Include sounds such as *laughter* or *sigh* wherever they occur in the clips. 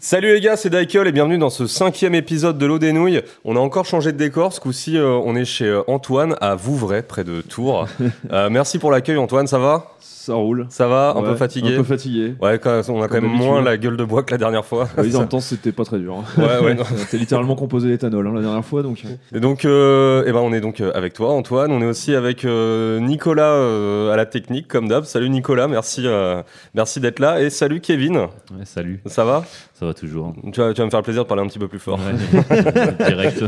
Salut les gars, c'est Dykel et bienvenue dans ce cinquième épisode de l'eau des nouilles. On a encore changé de décor, ce coup-ci euh, on est chez euh, Antoine à Vouvray, près de *laughs* Tours. Euh, merci pour l'accueil Antoine, ça va Ça roule. Ça va Un Ouais, peu fatigué Un peu fatigué. Ouais, quand- on a quand Comme même d'habitude. Bah moins la gueule de bois que la dernière fois. Oui, en même temps, c'était pas très dur. hein. Ouais, ouais, non. *laughs* T'as littéralement composé l'éthanol hein, la dernière fois, donc. euh, *laughs* Et donc, euh, eh ben, on est donc euh, avec toi, Antoine. On est aussi avec euh, Nicolas euh, à la technique, comme d'hab. Salut Nicolas, merci, euh, merci d'être là. Et salut Kevin, Ouais, salut, ça va ça va toujours. tu vas, tu vas me faire le plaisir de parler un petit peu plus fort. Ouais, *laughs* euh, direct.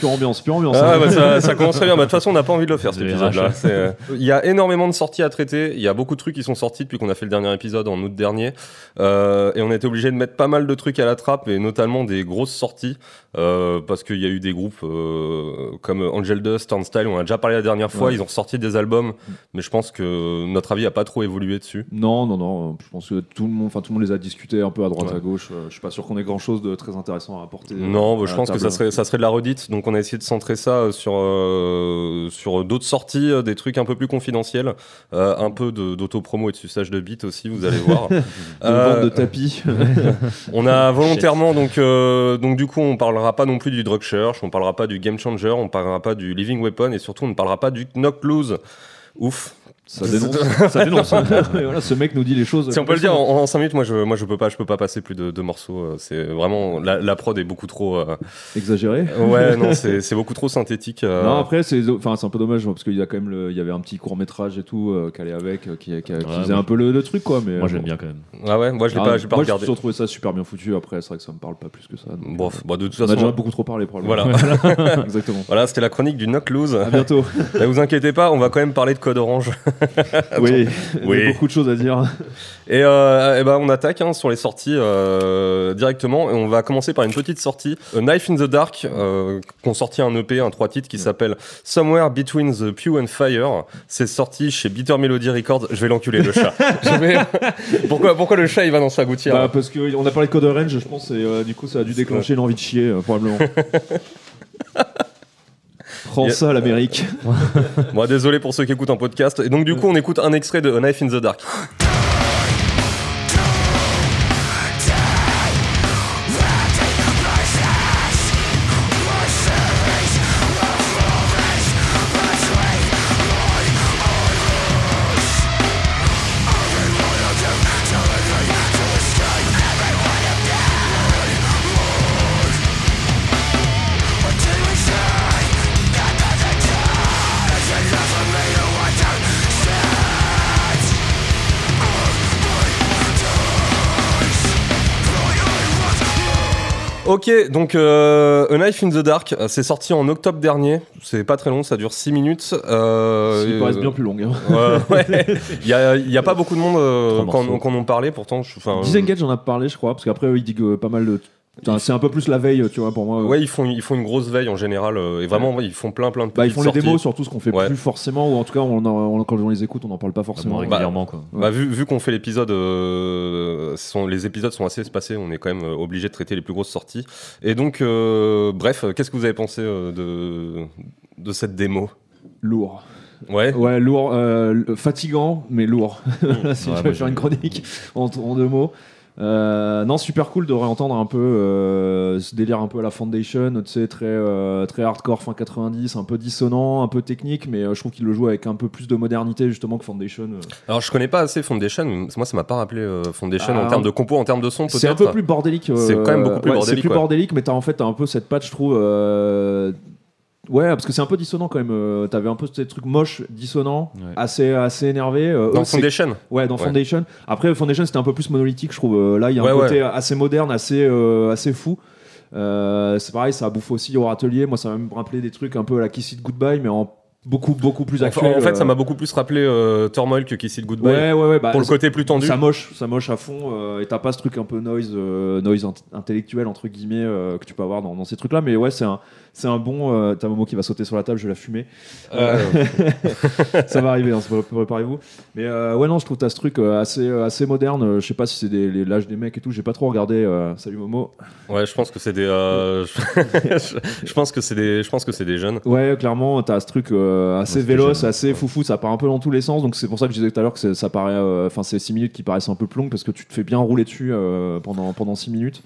Pure ambiance, pure ambiance. Ah, hein. bah, ça, ça commence très bien. Bah, De toute façon, on n'a pas envie de le faire cet Le épisode-là. RH. C'est, euh, Il y a énormément de sorties à traiter. Il y a beaucoup de trucs qui sont sortis depuis qu'on a fait le dernier épisode en août dernier. Euh, et on a été obligé de mettre pas mal de trucs à la trappe, et notamment des grosses sorties. euh, parce qu'il y a eu des groupes euh, comme Angel Dust, Turnstile, on en a déjà parlé la dernière fois. Ouais. Ils ont sorti des albums, mais je pense que notre avis n'a pas trop évolué dessus. Non, non, non. euh, Je pense que tout le monde, enfin tout le monde les a discutés un peu à droite, Ouais. à gauche. euh, Je suis pas sûr qu'on ait grand chose de très intéressant à apporter. euh, Non, bah, à je la pense que ça table. serait, ça serait de la redite. Donc on a essayé de centrer ça euh, sur, euh, sur d'autres sorties, euh, des trucs un peu plus confidentiels, euh, un peu de- d'autopromo et de suçage de bits aussi, vous allez *laughs* voir. De vente de Euh, *laughs* tapis. on a volontairement, donc, euh, donc du coup, on parlera pas non plus du Drug Church, on parlera pas du Game Changer, on parlera pas du Living Weapon et surtout on ne parlera pas du Knock Loose. Ouf. *laughs* ça dénonce. ça dénonce. *laughs* Mais voilà, ce mec nous dit les choses. Si on peut le dire en, 5 minutes, moi je, moi je peux pas, je peux pas passer plus de deux morceaux. euh, C'est vraiment la, la prod est beaucoup trop. *laughs* euh, Exagéré. ouais, non, c'est c'est beaucoup trop synthétique. euh, Non, après, c'est enfin, c'est un peu dommage hein, parce qu'il y a quand même le- il y avait un petit court métrage et tout euh, qui allait avec, euh, qui, qui- qui faisait moi, un peu le, le truc quoi. Mais Moi, euh, j'aime bon. bien quand même. Ah ouais, moi je l'ai pas, Ah, je l'ai pas moi, regardé. J'ai toujours trouvé ça super bien foutu. Après, c'est vrai que ça me parle pas plus que ça. donc, Bon, euh, bah, de toute on a déjà façon, beaucoup trop parlé probablement. voilà, *laughs* exactement. voilà, c'était la chronique du knock loose. À bientôt. Ne vous inquiétez pas, on va quand même parler de code orange. oui, Oui. il y a beaucoup de choses à dire. Et, euh, eh ben, on attaque hein, sur les sorties euh, directement. Et on va commencer par une petite sortie. A Knife in the Dark, euh, qu'on sorti un EP, un trois titres qui s'appelle Somewhere Between the Pew and Fire. C'est sorti chez Bitter Melody Records. Je vais l'enculer, le *laughs* chat. Je vais- *laughs* pourquoi, pourquoi le chat, il va dans sa gouttière Bah, parce que on a parlé de Code Orange, je pense, et euh, du coup, ça a dû déclencher une envie de chier, euh, *laughs* probablement. Prends Yeah. ça, l'Amérique. Moi, désolé pour ceux qui écoutent un podcast. Et donc, Euh. du coup, on écoute un extrait de A Knife in the Dark. Ok, donc euh, A Knife in the Dark, euh, c'est sorti en octobre dernier. C'est pas très long, ça dure 6 minutes. Euh, *laughs* Il paraît bien plus long. Hein. euh, *laughs* ouais. Il y a, il y a pas beaucoup de monde euh, Trois quand, morceaux. quand on en parlait, pourtant. je- enfin, euh, Disengage, on a parlé, je crois, parce qu'après, eux, ils disent euh, pas mal de. Putain, C'est un peu plus la veille, tu vois, pour moi. euh, Ouais, ils font, ils font une grosse veille en général. euh, et vraiment, ouais, ils font plein, plein de Bah, ils petites font les sorties. démos sur tout ce qu'on fait Ouais. plus forcément, ou en tout cas, on en- on- quand on les écoute, on n'en parle pas forcément. Moi, régulièrement, quoi. Bah, vu vu qu'on fait l'épisode, euh, ce sont- les épisodes sont assez espacés, on est quand même euh, obligé de traiter les plus grosses sorties. Et donc, euh, bref, euh, qu'est-ce que vous avez pensé euh, de, de cette démo Lourd. Ouais, Ouais, lourd, euh, fatigant, mais lourd. *laughs* Mmh. si Ouais, tu moi, veux faire j'ai- une chronique en, en deux mots. Euh, non, super cool de réentendre un peu euh, ce délire un peu à la Foundation, tu sais, très, euh, très hardcore fin 90, un peu dissonant, un peu technique, mais euh, je trouve qu'il le joue avec un peu plus de modernité justement que Foundation. euh. Alors je connais pas assez Foundation, mais moi ça m'a pas rappelé euh, Foundation en Ah. termes de compo, en termes de son peut-être. hein. C'est un peu plus bordélique. euh, C'est quand même beaucoup plus ouais, bordélique, C'est plus ouais. bordélique, mais t'as en fait t'as un peu cette patte, je trouve. euh, Ouais, parce que c'est un peu dissonant quand même. euh, T'avais un peu ces trucs moches, dissonants, Ouais. assez, assez énervés. euh, Dans eux, c'est Foundation Ouais, dans Ouais. Foundation. Après, Foundation, c'était un peu plus monolithique, je trouve. Euh, Là, il y a un Ouais, côté assez moderne, assez, euh, assez fou. Euh, c'est pareil, ça bouffe aussi au atelier. Moi, ça m'a même rappelé des trucs un peu à la Kiss It Goodbye, mais en beaucoup, beaucoup plus En- actuel. En fait ça euh. m'a beaucoup plus rappelé euh, Turmoil que Kiss It Goodbye. Ouais, ouais, ouais. bah, pour le ça- côté plus tendu. Ça moche, ça moche à fond. euh, et t'as pas ce truc un peu noise, euh, noise int- intellectuel, entre guillemets, euh, que tu peux avoir dans, dans ces trucs-là. Mais ouais, c'est un, c'est un bon. euh, t'as un moment qui va sauter sur la table, je vais la fumer. Euh, ça va arriver, hein, ça va- préparez-vous. Mais euh, ouais, non, je trouve que t'as ce truc euh, assez, euh, assez moderne. euh, Je sais pas si c'est des- les- l'âge des mecs et tout. J'ai pas trop regardé. euh, salut Momo. *laughs* ouais, je pense que c'est des. euh, je *laughs* je pense que c'est des. Je pense que c'est des jeunes. Ouais, clairement, t'as ce truc euh, assez Ouais, c'était véloce, génial, assez foufou. Ça part un peu dans tous les sens. Donc c'est pour ça que je disais tout à l'heure que c'est- ça paraît. euh, Enfin, c'est 6 minutes qui paraissent un peu plus longues parce que tu te fais bien rouler dessus euh, pendant, pendant 6 minutes.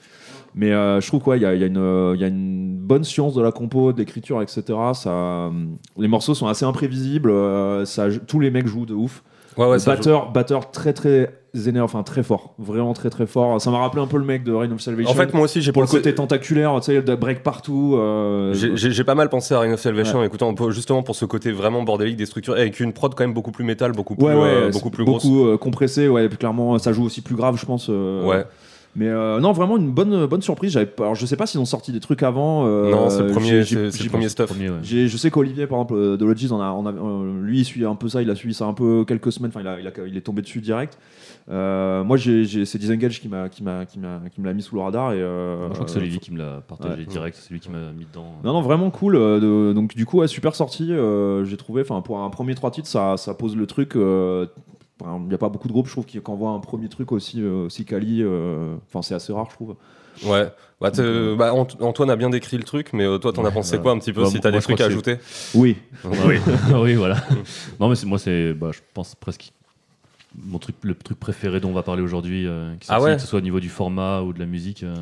Mais euh, je trouve quoi, il y a, il y a une, euh, il y a une bonne science de la compo, de l'écriture, etc. Ça, euh, les morceaux sont assez imprévisibles. euh, ça, tous les mecs jouent de ouf. Ouais, ouais, Le ça, je- batteur, batteur très très énervé, enfin très fort, vraiment très très fort. Ça m'a rappelé un peu le mec de Reign of Salvation. En fait, moi aussi, j'ai pour le pensé- côté tentaculaire, tu sais, il y a de break partout. euh, J'ai- J'ai j'ai pas mal pensé à Ring of Salvation, en écoutant un peu, justement pour ce côté vraiment bordélique des structures, et avec une prod quand même beaucoup plus métal, beaucoup plus, Ouais, ouais, euh, c'est beaucoup plus grosse. beaucoup euh, compressé, ouais, puis clairement, ça joue aussi plus grave, je pense. euh, Ouais. Mais euh, non, vraiment une bonne, bonne surprise. J'avais pas- Alors, je sais pas s'ils ont sorti des trucs avant. euh, non, c'est le premier, j'ai- c'est- j'ai- c'est le j'ai premier stuff. Premier, ouais. J'ai- je sais qu'Olivier, par exemple, euh, de Logis, on a, on a- euh, lui, il suit un peu ça, il a suivi ça un peu quelques semaines, enfin, il, a- il, a- il est tombé dessus direct. Euh, moi, j'ai- j'ai- c'est Disengage qui m'a- qui m'a qui m'a- qui me l'a mis sous le radar. Et, euh, Moi, je crois que c'est Olivier qui me l'a partagé ouais. direct, c'est lui qui m'a mis dedans. non, non, vraiment cool. euh, de- donc, du coup, ouais, super sortie. euh, J'ai trouvé, enfin, pour un premier trois titres, ça, ça pose le truc. euh, enfin, Il n'y a pas beaucoup de groupes, je trouve, qui envoient un premier truc aussi, euh, aussi quali. euh, Enfin, c'est assez rare, je trouve. Ouais. Bah, t'es- bah, Ant- Antoine a bien décrit le truc, mais euh, toi, t'en as pensé voilà. quoi un petit peu Bah, si moi, t'as des je crois trucs à que ajouter Oui. oui, *laughs* oui, *laughs* voilà. Non, mais c'est- moi, c'est, bah, je pense presque mon truc, le truc préféré dont on va parler aujourd'hui, euh, qui Ah sortit, ouais que ce soit au niveau du format ou de la musique, euh,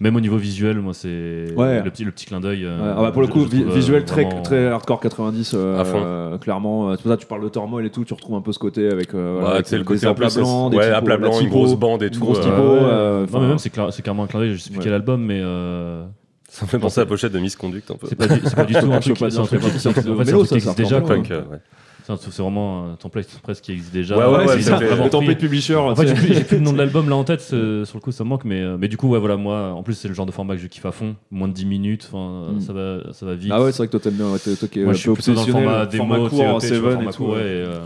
même au niveau visuel, moi, c'est Ouais. le petit, le petit clin d'œil. euh, Ouais, ah bah pour le je- coup, je vi- trouve, euh, visuel très, vraiment- très hardcore 90, euh, À fond. euh, clairement. euh, C'est pour ça que tu parles de turmoil et tout, tu retrouves un peu ce côté avec, euh, Ouais, voilà, avec Bah, tu sais, le des côté aplats en plus, blancs, des ouais, typos, aplats la blancs, une typo, grosse bande et une tout. grosse euh, typo, ouais. euh, Non, enfin, mais même, c'est, cla- c'est carrément un clin d'œil, je sais plus Ouais. quel album, mais. euh, Ça me fait penser à la pochette de Misconduct un peu. C'est pas, du, c'est pas du tout un *laughs* Je peux truc, pas c'est un dire, truc, je peux pas qui- dire. en fait, c'est un Mais truc l'eau, ça, qui ça existe déjà. ressemble quoi. vraiment. Punk, euh, ouais. C'est un- C'est vraiment un template presque qui existe déjà. Ouais, Ouais, ouais, c'est ils ça, ont vraiment le tempête pris- publisher. En *laughs* fait, tu j'ai sais. plus, j'ai plus le nom *laughs* de l'album là en tête, c'est- sur le coup ça me manque, mais, euh, mais du coup, ouais, voilà, moi, en plus, c'est le genre de format que je kiffe à fond, moins de 10 minutes, enfin, euh, Mm. ça, va, ça va vite. Ah ouais, c'est vrai que toi t'aimes bien, ouais, t'es- toi qui es moi, un je suis peu plutôt dans le obsessionnel, euh, format démo, E format court, en CEP, tu 7 vois, et format tout. court, ouais. et, euh,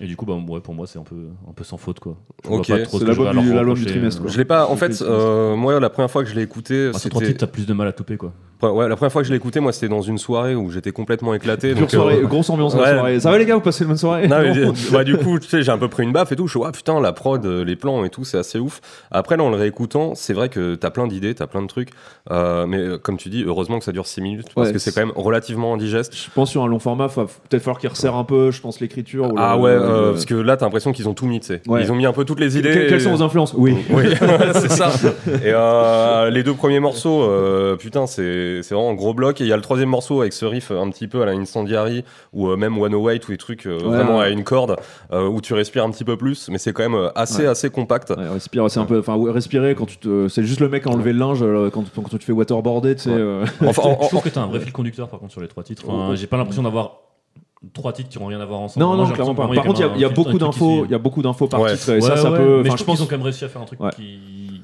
et du coup, bah, ouais, pour moi, c'est un peu, un peu sans faute, quoi. Je vois Ok, pas trop ce c'est que la je vais bonne leur du- la loi du reprocher, trimestre, euh. quoi. Je l'ai pas. En fait, euh, moi, la première fois que je l'ai écouté, Ah, c'est trois c'était. titres, t'as plus de mal à touper, quoi. Ouais, la première fois que je l'ai écouté, moi, c'était dans une soirée où j'étais complètement éclaté. Pure donc, euh, soirée, grosse ambiance la ouais. soirée. Ça va les gars, vous passez une bonne *laughs* soirée Non, *laughs* mais, euh, bah, du coup, tu sais, j'ai un peu pris une baffe et tout. Je suis, ah putain, la prod, euh, les plans et tout, c'est assez ouf. Après, là, en le réécoutant, c'est vrai que t'as plein d'idées, t'as plein de trucs. Euh, mais euh, comme tu dis, heureusement que ça dure 6 minutes parce Ouais, que c'est c'est- quand même relativement indigeste. Je pense sur un long format, fa- peut-être falloir qu'ils resserrent un peu, je pense, l'écriture. ou le- ah ouais, le- euh, le- parce que là, t'as l'impression qu'ils ont tout mis, tu sais. Ouais. Ils ont mis un peu toutes les idées. Que- et- Quelles sont vos influences *laughs* Oui. *laughs* Oui, c'est ça. Et euh, les deux premiers morceaux, euh, putain, c'est c'est vraiment un gros bloc. Et il y a le troisième morceau avec ce riff euh, un petit peu à la Incendiary ou euh, même 108 ou des trucs euh, Ouais, vraiment ouais. à une corde euh, où tu respires un petit peu plus, mais c'est quand même euh, assez, Ouais. assez compact. Ouais, respire, c'est un peu, enfin, ouais, respirer quand tu te, c'est juste le mec à enlever le linge euh, quand, quand tu te fais waterboarder, tu sais. Ouais. euh. Enfin, en- Je en- trouve que t'as un vrai fil conducteur, par contre, sur les trois titres. Enfin, Oh, oh. J'ai pas l'impression d'avoir trois titres qui n'ont rien à voir ensemble. Non, Moi, non, j'ai clairement pas. l'impression Par contre, il y a- quand il y, a même un fil- beaucoup un truc qui d'infos, suit. il y a beaucoup d'infos par Ouais. titre, et ça, Ouais, ça ouais, peut. Mais enfin, je pense qu'ils ont que- quand même réussi à faire un truc Ouais. qui,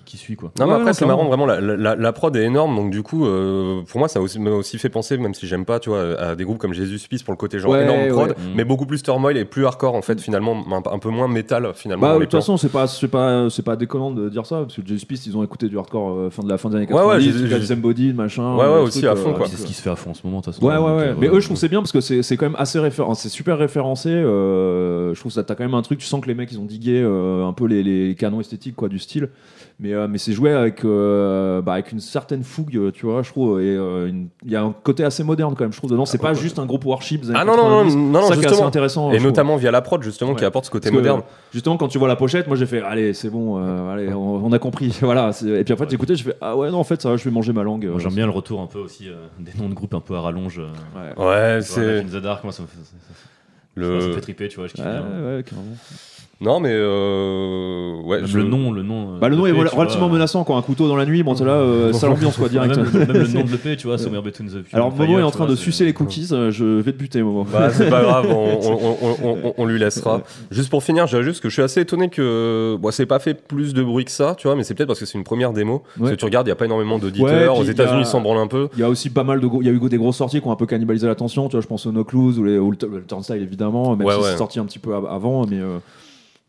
qui suit quoi. Non, mais Ouais, après, non, c'est marrant, clairement. vraiment, la, la- la prod est énorme, donc du coup, euh, pour moi, ça a aussi- m'a aussi fait penser, même si j'aime pas, tu vois, à des groupes comme Jesus Peace pour le côté genre Ouais, énorme prod, ouais. Mm. mais beaucoup plus turmoil et plus hardcore, en fait, finalement, un, un peu moins métal, finalement. Bah, dans de les toute plans. façon, c'est pas, c'est pas, c'est pas déconnant de dire ça, parce que Jay Spice, ils ont écouté du hardcore euh, fin de la fin des années Ouais, ouais, 90, j'ai- Guns j'ai- N' Body, machin. Ouais, ouais, euh, aussi truc, à fond, euh, quoi. C'est ce qui se fait à fond en ce moment, de toute façon. Ouais, ouais, Donc, ouais. euh, Mais eux, ouais. je trouve que c'est bien parce que c'est c'est quand même assez référen- c'est super référencé. euh, je trouve que ça, t'as quand même un truc, tu sens que les mecs, ils ont digué euh, un peu les, les canons esthétiques, quoi, du style. Mais, euh, mais c'est joué avec, euh, bah, avec une certaine fougue, euh, tu vois, je trouve. Et euh, une- il y a un côté assez moderne, quand même, je trouve, dedans. Ah, C'est pas juste un groupe Warship. des Ah années non, non, non, 90. non, non, ça qui est assez justement. intéressant. je Et trouve. notamment via la prod, justement, qui Ouais. apporte ce côté Parce que, moderne. Justement, quand tu vois la pochette, moi j'ai fait Allez, c'est *laughs* bon, euh, allez, on, on a compris. *laughs* voilà. c'est- Et puis après, j'écoutais, j'ai fait Ah ouais, non, en fait, ça va, je vais manger ma langue. euh, Moi, J'aime bien le retour un peu aussi euh, des noms de groupes un peu à rallonge. euh, tu Ouais. Ouais, vois, c'est Imagine the Dark, moi ça me fait, ça- ça- ça me le. fait triper, tu vois. Je kiffe Ouais, bien. ouais, carrément. Non, mais euh... ouais, Même je- Le nom, le nom. euh, Bah, le nom de est l'EP, tu vois, relativement euh, menaçant, quoi. Un couteau dans la nuit, bon, c'est là, euh, ça l'ambiance, quoi, Même, direct. *laughs* le- même le nom de l'EP, tu vois, Somewhere Between the Future Alors, and Momo Fire, est en tu train vois, de c'est- sucer les cookies, euh, je vais te buter, Momo. Bah, c'est pas grave, on, *laughs* on- on- on- on- on lui laissera. Juste pour finir, j'ai juste que je suis assez étonné que bon, c'est pas fait plus de bruit que ça, tu vois, mais c'est peut-être parce que c'est une première démo. Parce Ouais. que tu regardes, il y a pas énormément Ouais, d'auditeurs. puis Aux il y a- États-Unis, ils s'en branlent un peu. Il y a aussi pas mal de gros, il y a eu des grosses sorties qui ont un peu cannibalisé l'attention, tu vois, je pense au No Clues ou, les- ou le, Tur- le Turnstile évidemment, même Ouais, si ouais. c'est sorti un petit peu av- avant, mais euh,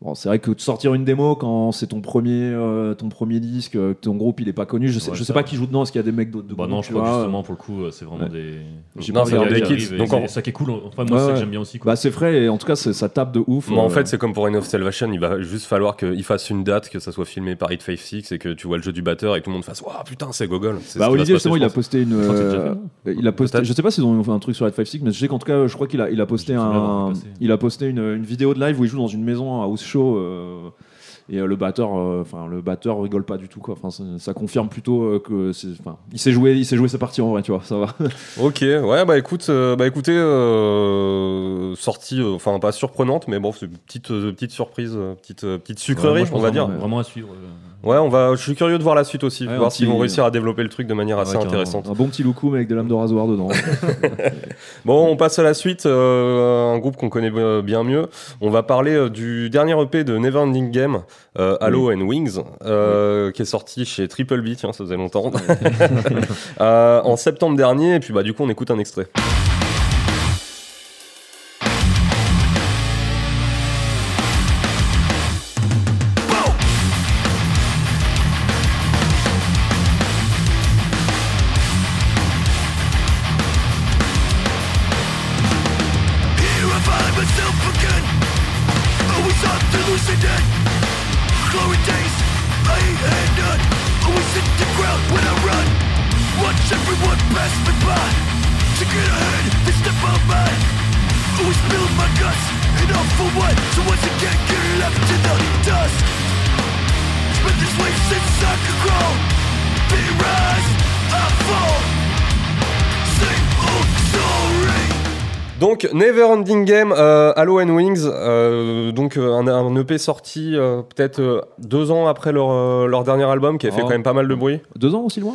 bon, c'est vrai que de sortir une démo quand c'est ton premier, euh, ton premier disque, euh, que ton groupe il est pas connu, je sais, Ouais, je sais ça. pas qui joue dedans, est-ce qu'il y a des mecs d'autres de Bah groupe, non, je tu crois que vois, justement pour le coup, euh, c'est vraiment Ouais. des. J'ai Non, pas c'est regardé. des qui kids, arrivent et donc c'est- en- et ça qui est cool. Enfin, moi, Ouais, c'est ça ouais. que j'aime bien aussi. quoi. Bah c'est frais et en tout cas c'est- ça tape de ouf. Bon, Bah, en euh, fait, c'est comme pour Reign of Salvation, il va juste falloir qu'ils fassent une date, que ça soit filmé par 856 et que tu vois le jeu du batteur et que tout le monde fasse Waouh, putain, c'est gogol. C'est Bah, ce qui va se Olivier, passer, justement, je il a pense. posté une. Je crois que c'est déjà fait, euh, non il a posté, Peut-être. je sais pas s'ils ont fait un truc sur Red 5 mais je sais qu'en tout cas, je crois qu'il a, il a posté, Je me souviens un, l'avoir vu passer. il a posté une, une vidéo de live où il joue dans une maison, un house show. euh, Et euh, le batteur, euh, enfin le batteur rigole pas du tout quoi. Enfin, ça, ça confirme plutôt euh, que, c'est- enfin, il s'est joué, il s'est joué ses parties en vrai, tu vois, ça va. Ok, ouais, bah écoute, euh, bah écoutez, euh, sortie, euh, enfin pas surprenante, mais bon, c'est une petite, euh, petite surprise, euh, petite, euh, petite Bah, sucrerie, Ouais, moi, je on pense va dire. vraiment- Vraiment à suivre. euh. Ouais, on va, je suis curieux de voir la suite aussi, Ouais, un voir s'ils petit- vont réussir à développer le truc de manière assez Avec un- intéressante. Un bon petit loukoum avec des lames de rasoir dedans. *laughs* Bon, on passe à la suite, euh, un groupe qu'on connaît euh, bien mieux. On va parler euh, du dernier EP de Neverending Game, euh, Halo and Wings, euh, qui est sorti chez Triple B, tiens, ça faisait longtemps, *laughs* Euh, en septembre dernier, et puis bah du coup on écoute un extrait. Here I find myself again Always up to lucid Glory days I had none Always hit the ground when I run Watch everyone pass me by To get ahead, they step on mine Always spilling my guts And all for what? So once again get left in the dust It's been this way since I could grow They rise, I fall oh, Same old story Donc Never Ending Game, euh, Halo and Wings, euh, donc euh, un, un EP sorti euh, peut-être euh, deux ans après leur, euh, leur dernier album qui a fait Oh. quand même pas mal de bruit. Deux ans aussi loin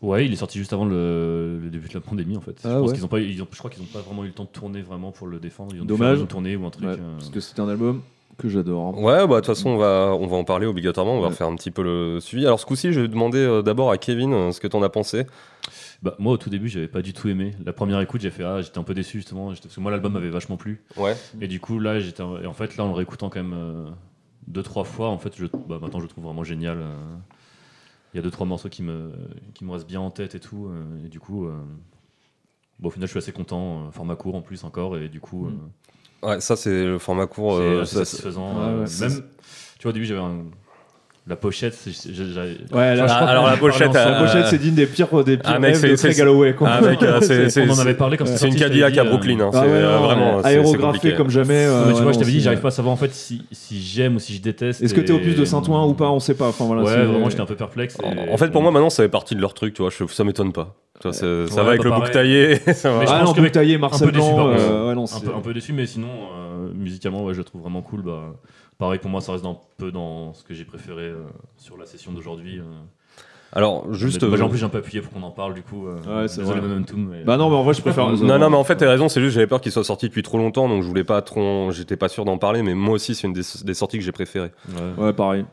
Ouais, il est sorti juste avant le, le début de la pandémie en fait. Ah je, pense ouais. qu'ils ont pas, eu- ils ont- je crois qu'ils n'ont pas vraiment eu le temps de tourner vraiment pour le défendre. Ils ont dû Dommage. faire Une tournée ou un truc. Ouais, euh, Parce que c'était un album que j'adore. Ouais, bah de toute Mm. façon on va, on va en parler obligatoirement, on va Ouais. refaire un petit peu le suivi. Alors ce coup-ci, je vais demander euh, d'abord à Kevin euh, ce que t'en as pensé. bah, moi au tout début j'avais pas du tout aimé. La première écoute j'ai fait ah j'étais un peu déçu justement j'étais- parce que moi l'album m'avait vachement plu. Ouais. Et du coup là j'étais et en fait là en le réécoutant quand même euh, deux trois fois en fait je, bah, maintenant je le trouve vraiment génial. euh. Il y a deux trois morceaux qui me qui me restent bien en tête et tout euh, et du coup euh, bon au final je suis assez content euh, format court en plus encore et du coup Mm. euh, Ouais, ça c'est le format court. C'est euh, assez ça, c'est- satisfaisant. Ah, Ouais, euh, ouais. même, tu vois, au début, j'avais un- la pochette. c'est- j'ai- j'ai- Ouais, là, je crois alors, qu'on la en avait parlé pochette, euh, ensemble. la pochette, Ah c'est digne des pires, des pires Ah, mec, rêves c'est- de c'est- Craig Holloway, quoi. Ah, mec, euh, *laughs* c'est- c'est- on en avait parlé quand c'est une sorti, je t'avais Cadillac dit, à euh, Brooklyn, hein, Ah c'est ouais, euh, non, vraiment. c'est- ouais. c'est aérographé compliqué. comme jamais. Non, euh, mais tu vois, ouais, je t'avais non, dit, c'est- j'arrive pas à savoir en fait si, si j'aime ou si je déteste. Est-ce que t'es et- au plus de Saint-Ouen ou pas On sait pas. Enfin voilà. Ouais, c'est- vraiment, j'étais un peu perplexe. et- euh, En, en fait, pour moi, maintenant, ça fait partie de leur truc, tu vois. je- ça m'étonne pas. Tu vois, c'est- ça Ouais, va avec bah, le bouc taillé. pareil. *laughs* ça va. Mais je Ah pense non, que- Bouctaillé, un peu Marcel déçu Blanc. par contre. euh, ouais, non, un c'est- peu, un peu déçu, mais sinon, euh, musicalement, ouais, je le trouve vraiment cool. Bah, pareil, pour moi, ça reste un peu dans ce que j'ai préféré euh, sur la session d'aujourd'hui. euh. Alors, juste. Bah, j'ai- en euh, plus, j'ai un peu appuyé pour qu'on en parle, du coup. euh, Ouais, c'est désolé, vrai. Momentum, mais- Bah non, mais en vrai, je préfère. Non, non, mais en fait, t'as raison, c'est juste j'avais peur qu'il soit sorti depuis trop longtemps, donc je voulais pas trop. J'étais pas sûr d'en parler, mais moi aussi, c'est une des, des sorties que j'ai préférées. Ouais. Ouais, pareil.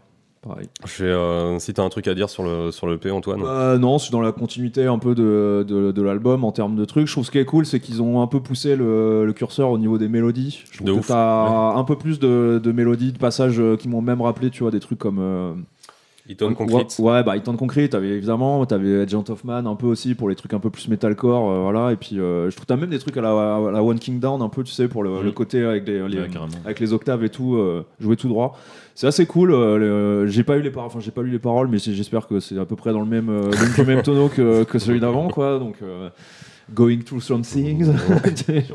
Pareil. Je sais, euh, si t'as un truc à dire sur le, sur le P, Antoine. Euh, non, c'est dans la continuité un peu de, de, de l'album en termes de trucs. Je trouve ce qui est cool, c'est qu'ils ont un peu poussé le, le curseur au niveau des mélodies. Je trouve De que ouf. t'as un peu plus de, de mélodies, de passages euh, qui m'ont même rappelé, tu vois, des trucs comme. euh, Eton Concrete. Ouais, ouais, bah Eton Concrete, t'avais évidemment, t'avais Agent of Man un peu aussi pour les trucs un peu plus metalcore, euh, voilà. Et puis euh, je trouve t'as même des trucs à la, à la One King Down un peu, tu sais, pour le, Mm. Mhm. le côté avec les, les- Ouais, carrément. avec les octaves et tout, euh, jouer tout droit. C'est assez cool. euh, le- j'ai pas eu les paroles, enfin j'ai pas lu les paroles, mais c'est- j'espère que c'est à peu près dans le même, euh, le même tonneau que, que celui d'avant, quoi. Donc euh, Going through some things. *laughs*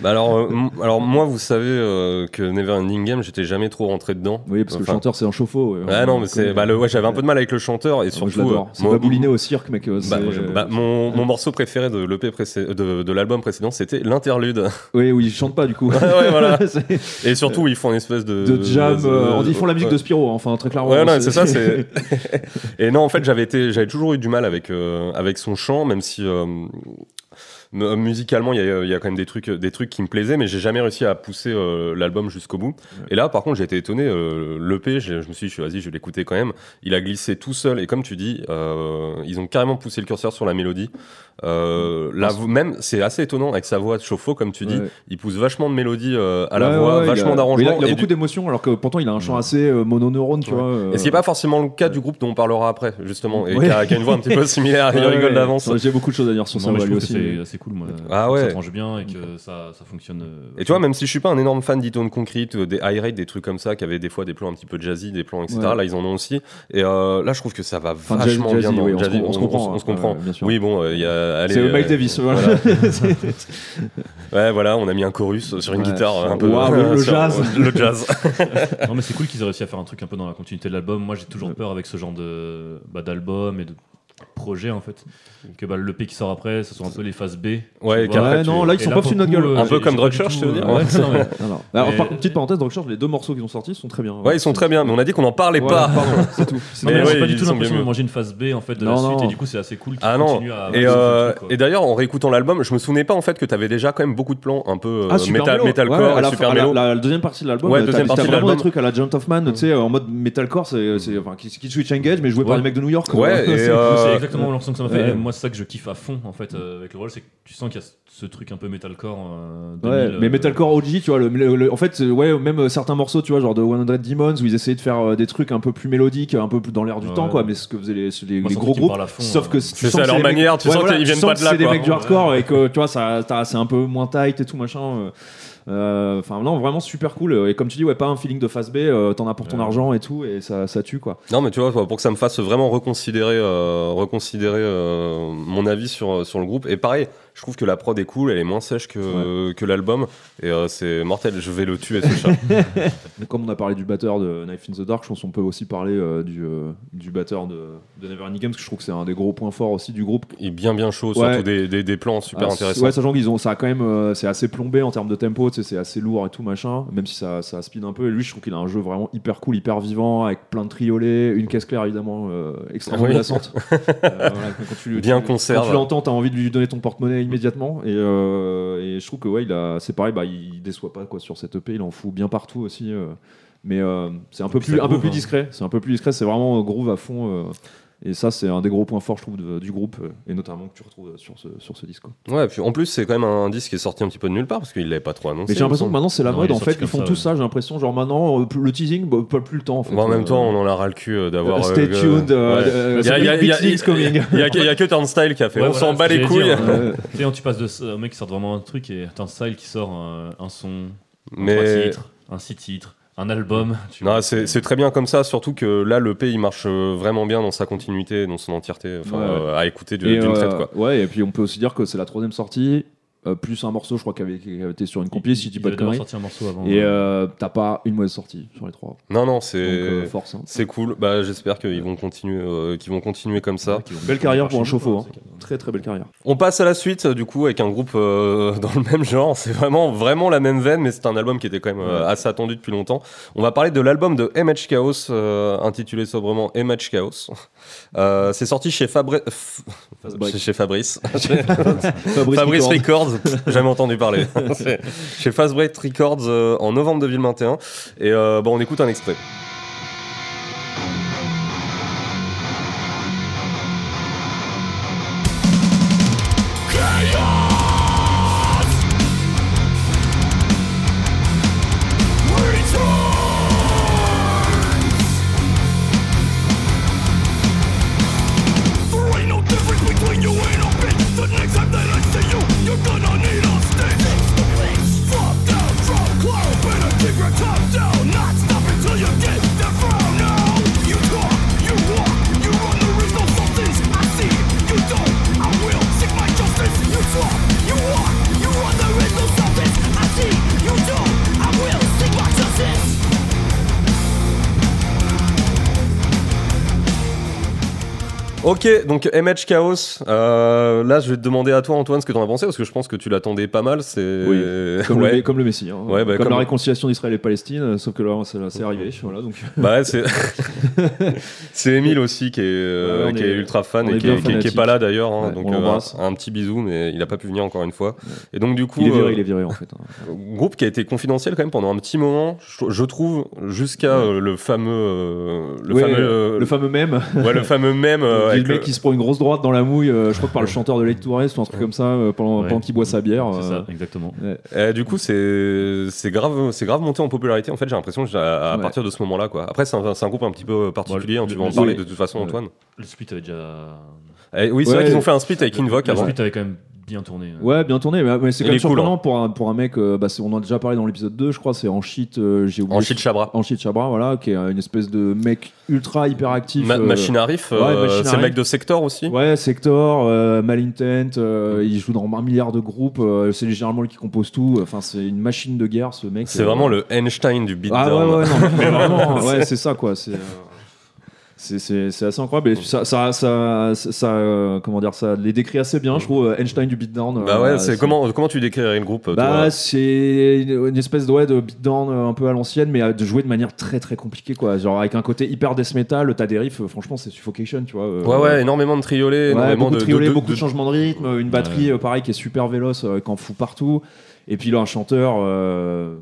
Bah alors, euh, m- alors, moi, vous savez euh, que Never Ending Game, j'étais jamais trop rentré dedans. oui, parce que le Enfin, chanteur c'est un chauffe-eau. ouais. Ah, Ouais, non, mais c'est. Bah, le- ouais, j'avais un peu de mal avec le chanteur, et Moi, je surtout. l'adore. euh, C'est moi- babouliné au cirque, mec. euh, bah, c'est- bah, mon, mon morceau préféré de l'EP précé- de, de l'album précédent, c'était *laughs* l'interlude. Oui, oui, il chante pas du coup. Ouais, ouais, voilà. *laughs* C'est- Et surtout, ils font une espèce de. de jam. de- euh, on dit, ils font la musique Ouais. de Spiro, hein, enfin très clairement. Ouais, non, c'est ça. *laughs* C'est... et non, en fait, j'avais été, j'avais toujours eu du mal avec euh, avec son chant, même si euh, mu- musicalement, il y a, il y a quand même des trucs, des trucs qui me plaisaient, mais j'ai jamais réussi à pousser euh, l'album jusqu'au bout. Et là, par contre, j'ai été étonné. euh, L'EP, j'ai- je me suis dit, vas-y, je vais l'écouter quand même. Il a glissé tout seul, et comme tu dis, euh, ils ont carrément poussé le curseur sur la mélodie. Euh, la vo- même, c'est assez étonnant avec sa voix de chauffe comme tu dis. Ouais. Il pousse vachement de mélodie euh, à la Ouais, voix, ouais, il a- vachement mais Il a, d'arrangements. il a et beaucoup du- d'émotions, alors que pourtant il a un chant assez euh, mononeurone, tu Ouais. vois. euh, et ce qui n'est pas forcément le cas du groupe dont on parlera après, justement, et Ouais. *laughs* qui, a, qui a une voix un petit peu similaire, il ouais, rigole ouais. d'avance. Ouais, J'ai beaucoup de choses à dire sur Non, ça, mais je lui trouve que aussi. hein. c'est mais- assez c'est cool, moi. Ah que ouais. Ça tranche bien et que ça, ça fonctionne. euh, Et tu vois, même si je suis pas un énorme fan d'Itone Concrete, euh, des high rate, des trucs comme ça, qui avaient des fois des plans un petit peu jazzy, des plans, etc. Ouais. Là, ils en ont aussi. Et euh, là, je trouve que ça va Enfin, jazzy, vachement jazzy, bien. dans oui, le on, se jazzy. com- on se comprend. On, hein, se comprend. ouais, bien sûr. oui, bon, euh, il y a. allez, c'est euh, Mike Davis, voilà. C'est- Ouais, voilà, on a mis un chorus sur une Ouais. guitare euh, un peu. *laughs* Waouh, le- le jazz. le jazz. Non, mais c'est cool qu'ils aient réussi à faire un truc un peu dans la continuité de l'album. Moi, j'ai toujours peur avec ce genre de bah, d'album et de projet en fait que bah, le P qui sort après, ce sont un peu les phases B. Ouais, tu vois. qu'après, ouais, tu- non, là, ils Et sont pas pour foutus de notre le coup, gueule. euh, Un peu j'ai- comme j'ai Drug pas du Church, tout, tu veux euh, dire ouais, *laughs* non, mais- *laughs* Alors, bah, alors, Mais- par contre, petite parenthèse, dans le Church, les deux morceaux qu'ils ont sortis sont très bien. Ouais, ils sont très bien, mais on a dit qu'on n'en parlait Ouais, pas. pardon, *laughs* c'est tout. Non, Sinon, mais Mais j'ai ouais, pas du ils tout sont l'impression bien de mieux. manger une phase B en fait de Non, la suite non. et du coup c'est assez cool qu'ils Ah non. continuent à Et, à- euh, quoi. et d'ailleurs, en réécoutant l'album, je me souvenais pas en fait que t'avais déjà quand même beaucoup de plans un peu euh, Ah, super métal- mélo. metalcore Ouais, à et la super fin- à la- mélo. la, la deuxième partie de l'album, euh, Ouais, t'as- deuxième t'as partie de vraiment des l'album. trucs à la Giant of Man, tu sais, en mode metalcore, c'est, c'est enfin, Kill Kill Switch Engage, mais joué par Ouais. les mecs de New York. Ouais, quoi. et, *laughs* C'est- euh, C'est exactement l'impression que ça m'a fait. ouais. Et moi, c'est ça que je kiffe à fond en fait euh, avec le rôle, c'est que tu sens qu'il y a ce- ce truc un peu metalcore. euh, 2000, Ouais, mais euh, metalcore OG, tu vois, le, le- le- en fait, c'est- ouais, même euh, certains morceaux, tu vois, genre de 100 Demons, où ils essayaient de faire euh, des trucs un peu plus mélodiques, un peu plus dans l'air du Ouais. temps, quoi, mais ce que faisaient les, les- Moi, les c'est un gros truc qui groupes. parle à fond, Sauf euh. que tu C'est sens ça, que leur les mecs- manière, tu Ouais, sens voilà, qu'ils tu viennent sens pas que de là. C'est des quoi. mecs du hardcore et que tu vois, ça, ça- c'est un peu moins tight et tout machin. euh. Euh, Enfin, non, vraiment super cool. Et comme tu dis, ouais, pas un feeling de face B, euh, t'en as pour ton Ouais. argent et tout, et ça, ça tue quoi. Non, mais tu vois, pour que ça me fasse vraiment reconsidérer, euh, reconsidérer euh, mon avis sur, sur le groupe. Et pareil, je trouve que la prod est cool, elle est moins sèche que, que l'album. Et euh, c'est mortel, je vais le tuer ce *laughs* chat. Donc, comme on a parlé du batteur de Knife in the Dark, je pense qu'on peut aussi parler euh, du, euh, du batteur de, de Never Ending Game, parce que je trouve que c'est un des gros points forts aussi du groupe. Il est bien, bien chaud, Ouais. surtout des, des, des plans super Ah, c'est- intéressants. Ouais, sachant qu'ils ont ça a quand même, euh, c'est assez plombé en termes de tempo, tu sais, c'est assez lourd et tout machin, même si ça, ça speed un peu. Et lui, je trouve qu'il a un jeu vraiment hyper cool, hyper vivant, avec plein de triolets, une caisse claire évidemment euh, extrêmement Ah Oui. *laughs* menaçante. Euh, voilà, quand tu- Bien tu- conserve. Quand tu l'entends, t'as envie de lui donner ton porte-monnaie immédiatement. Et, euh, et je trouve que ouais, il a, c'est pareil, bah, il déçoit pas quoi sur cette EP, il en fout bien partout aussi. euh, mais euh, c'est un peu puis plus, ça un peu groove, plus hein. discret. C'est un peu plus discret. C'est vraiment euh, groove à fond. euh, et ça, c'est un des gros points forts, je trouve, de- du groupe, euh, et notamment que tu retrouves euh, sur ce, sur ce disque. quoi. Ouais, puis en plus, c'est quand même un disque qui est sorti un petit peu de nulle part parce qu'il l'avait pas trop annoncé. Mais j'ai l'impression que maintenant, c'est la Non, mode, il est en fait. sorti Ils comme font ça, tout ouais. ça, j'ai l'impression. Genre maintenant, euh, plus- le teasing, bah, pas plus le temps, en fait. Bon, en même Euh, temps, on en a ras le cul euh, d'avoir. Stay euh, tuned, euh, ouais. euh, Il y a- so il y a- big il y a- things coming. Il y *laughs* a, que- il y a que Turnstyle qui a fait. Ouais, on voilà, s'en c'est bat ce que les couilles. j'allais dire. Euh, Tu sais, quand tu passes de ce- au mec qui sort vraiment un truc et t'as un style qui sort un, un son, trois Mais titres, un six titres, un album. Tu Non, vois. c'est c'est très bien comme ça, surtout que là, le pays marche euh, vraiment bien dans sa continuité, dans son entièreté, enfin, Ouais, ouais. euh, à écouter du- et, d'une euh, traite, quoi. Ouais, et puis on peut aussi dire que c'est la troisième sortie, euh, plus un morceau, je crois, qui avait, qui avait été sur une compil, Il- si tu il dis pas de devait avoir conneries. sorti un morceau avant. Et euh, t'as pas une mauvaise sortie sur les trois. Non, non, Donc, c'est euh, force. hein. c'est cool. Bah, j'espère qu'ils vont continuer, euh, qu'ils vont continuer comme ça. Qui vont Belle carrière pour un marcher, chauffe-eau. quoi, hein. c'est- Très très belle carrière. On passe à la suite, euh, du coup, avec un groupe euh, *laughs* dans le même genre. C'est vraiment vraiment la même veine, mais c'est un album qui était quand même euh, assez attendu depuis longtemps. On va parler de l'album de MH Chaos, euh, intitulé sobrement MH Chaos. Euh, c'est sorti chez Fabri- F- *laughs* Fabrice. *laughs* chez Fabrice. Fabrice, Fabrice Nicorne. Records, *laughs* jamais entendu parler. C'est *laughs* Chez Fast Break Records euh, en novembre 2021. Et euh, bon, on écoute un extrait. There ain't no difference between you and a bitch. The next time that I see you, you're gonna need a stick. Drop down, drop low, better keep your top down. Not stop until you get that frown. Now you talk, you walk, you run the risk of substance. I see, you don't. I will seek my justice. You talk, you walk, you run the risk of substance. I see, you don't. I will seek my justice. Ok, donc MH Chaos. euh, là, je vais te demander à toi, Antoine, ce que t'en as pensé, parce que je pense que tu l'attendais pas mal. C'est *laughs* Oui, comme, ouais. le, comme le Messie. hein. Ouais, bah, comme, comme- la réconciliation d'Israël et Palestine, euh, sauf que là, ça- c'est arrivé. Voilà, donc... euh, Bah ouais, c'est *laughs* c'est Emile aussi qui est, euh, Ouais, on qui est- est ultra fan on et est qui est, qui bien est- qui est fanatique. pas là d'ailleurs. hein, Ouais, donc on euh, l'embrasse. un, un petit bisou, mais il a pas pu venir encore une fois. Et donc du coup, Il est viré, euh, il est viré *laughs* en fait. hein. groupe qui a été confidentiel quand même pendant un petit moment. Je, je trouve jusqu'à euh, le fameux euh, le Ouais, fameux euh, *laughs* le fameux même. Ouais, le fameux *laughs* mème. euh, le avec mec le- qui se prend une grosse droite dans la mouille, euh, je crois que par le chanteur de Lake Tourist ou un truc comme ça, euh, pendant, Ouais. pendant qu'il boit sa bière. C'est euh, ça, exactement. Eh, du coup, c'est c'est grave, c'est grave monté en popularité. En fait, j'ai l'impression que j'ai- à, à Ouais. partir de ce moment-là, quoi. Après, c'est un, c'est un groupe un petit peu particulier. Ouais, hein, tu le- vas en le- parler oui. de toute façon, Ouais. Antoine. Le split avait déjà Eh oui, c'est Ouais. vrai qu'ils ont fait un split avec Invoke La avant. suite avait quand même bien tourné. euh. Ouais, bien tourné, mais, mais c'est Il quand même est cool, hein. surprenant pour, un, pour un mec, euh, bah, c'est- on en a déjà parlé dans l'épisode 2, je crois, c'est en shit, euh, j'ai oublié. En Chit Chabra. En shit Chabra, voilà, qui est euh, une espèce de mec ultra hyperactif. Ma- euh, Machine Arif, ouais, euh, Machine c'est le Arif. mec de Sector aussi. Ouais, Sector, euh, Malintent, euh, Mm. il joue dans un milliard de groupes, euh, c'est généralement lui qui compose tout, enfin c'est une machine de guerre ce mec. C'est euh, vraiment le Einstein du beatdown. Ah ouais, ouais, non, *laughs* mais vraiment, ouais, c'est ça quoi. C'est. euh, c'est- C'est c'est assez incroyable. Et ça, ça, ça, ça, ça, euh, comment dire ça, les décrit assez bien, je trouve. euh, Einstein du beatdown. Bah euh, ouais, c'est comment, comment tu décrirais le groupe toi Bah, c'est une une espèce de, ouais, de beatdown euh, un peu à l'ancienne, mais euh, de jouer de manière très très compliquée, quoi. Genre avec un côté hyper death metal, t'as des riffs, euh, franchement, c'est suffocation, tu vois. euh, Ouais, ouais, énormément de triolets, ouais, énormément beaucoup de, de, triolets, de- beaucoup de, de- changements de rythme, une batterie euh, pareil qui est super véloce, euh, qui en fout partout. Et puis là, un chanteur. euh,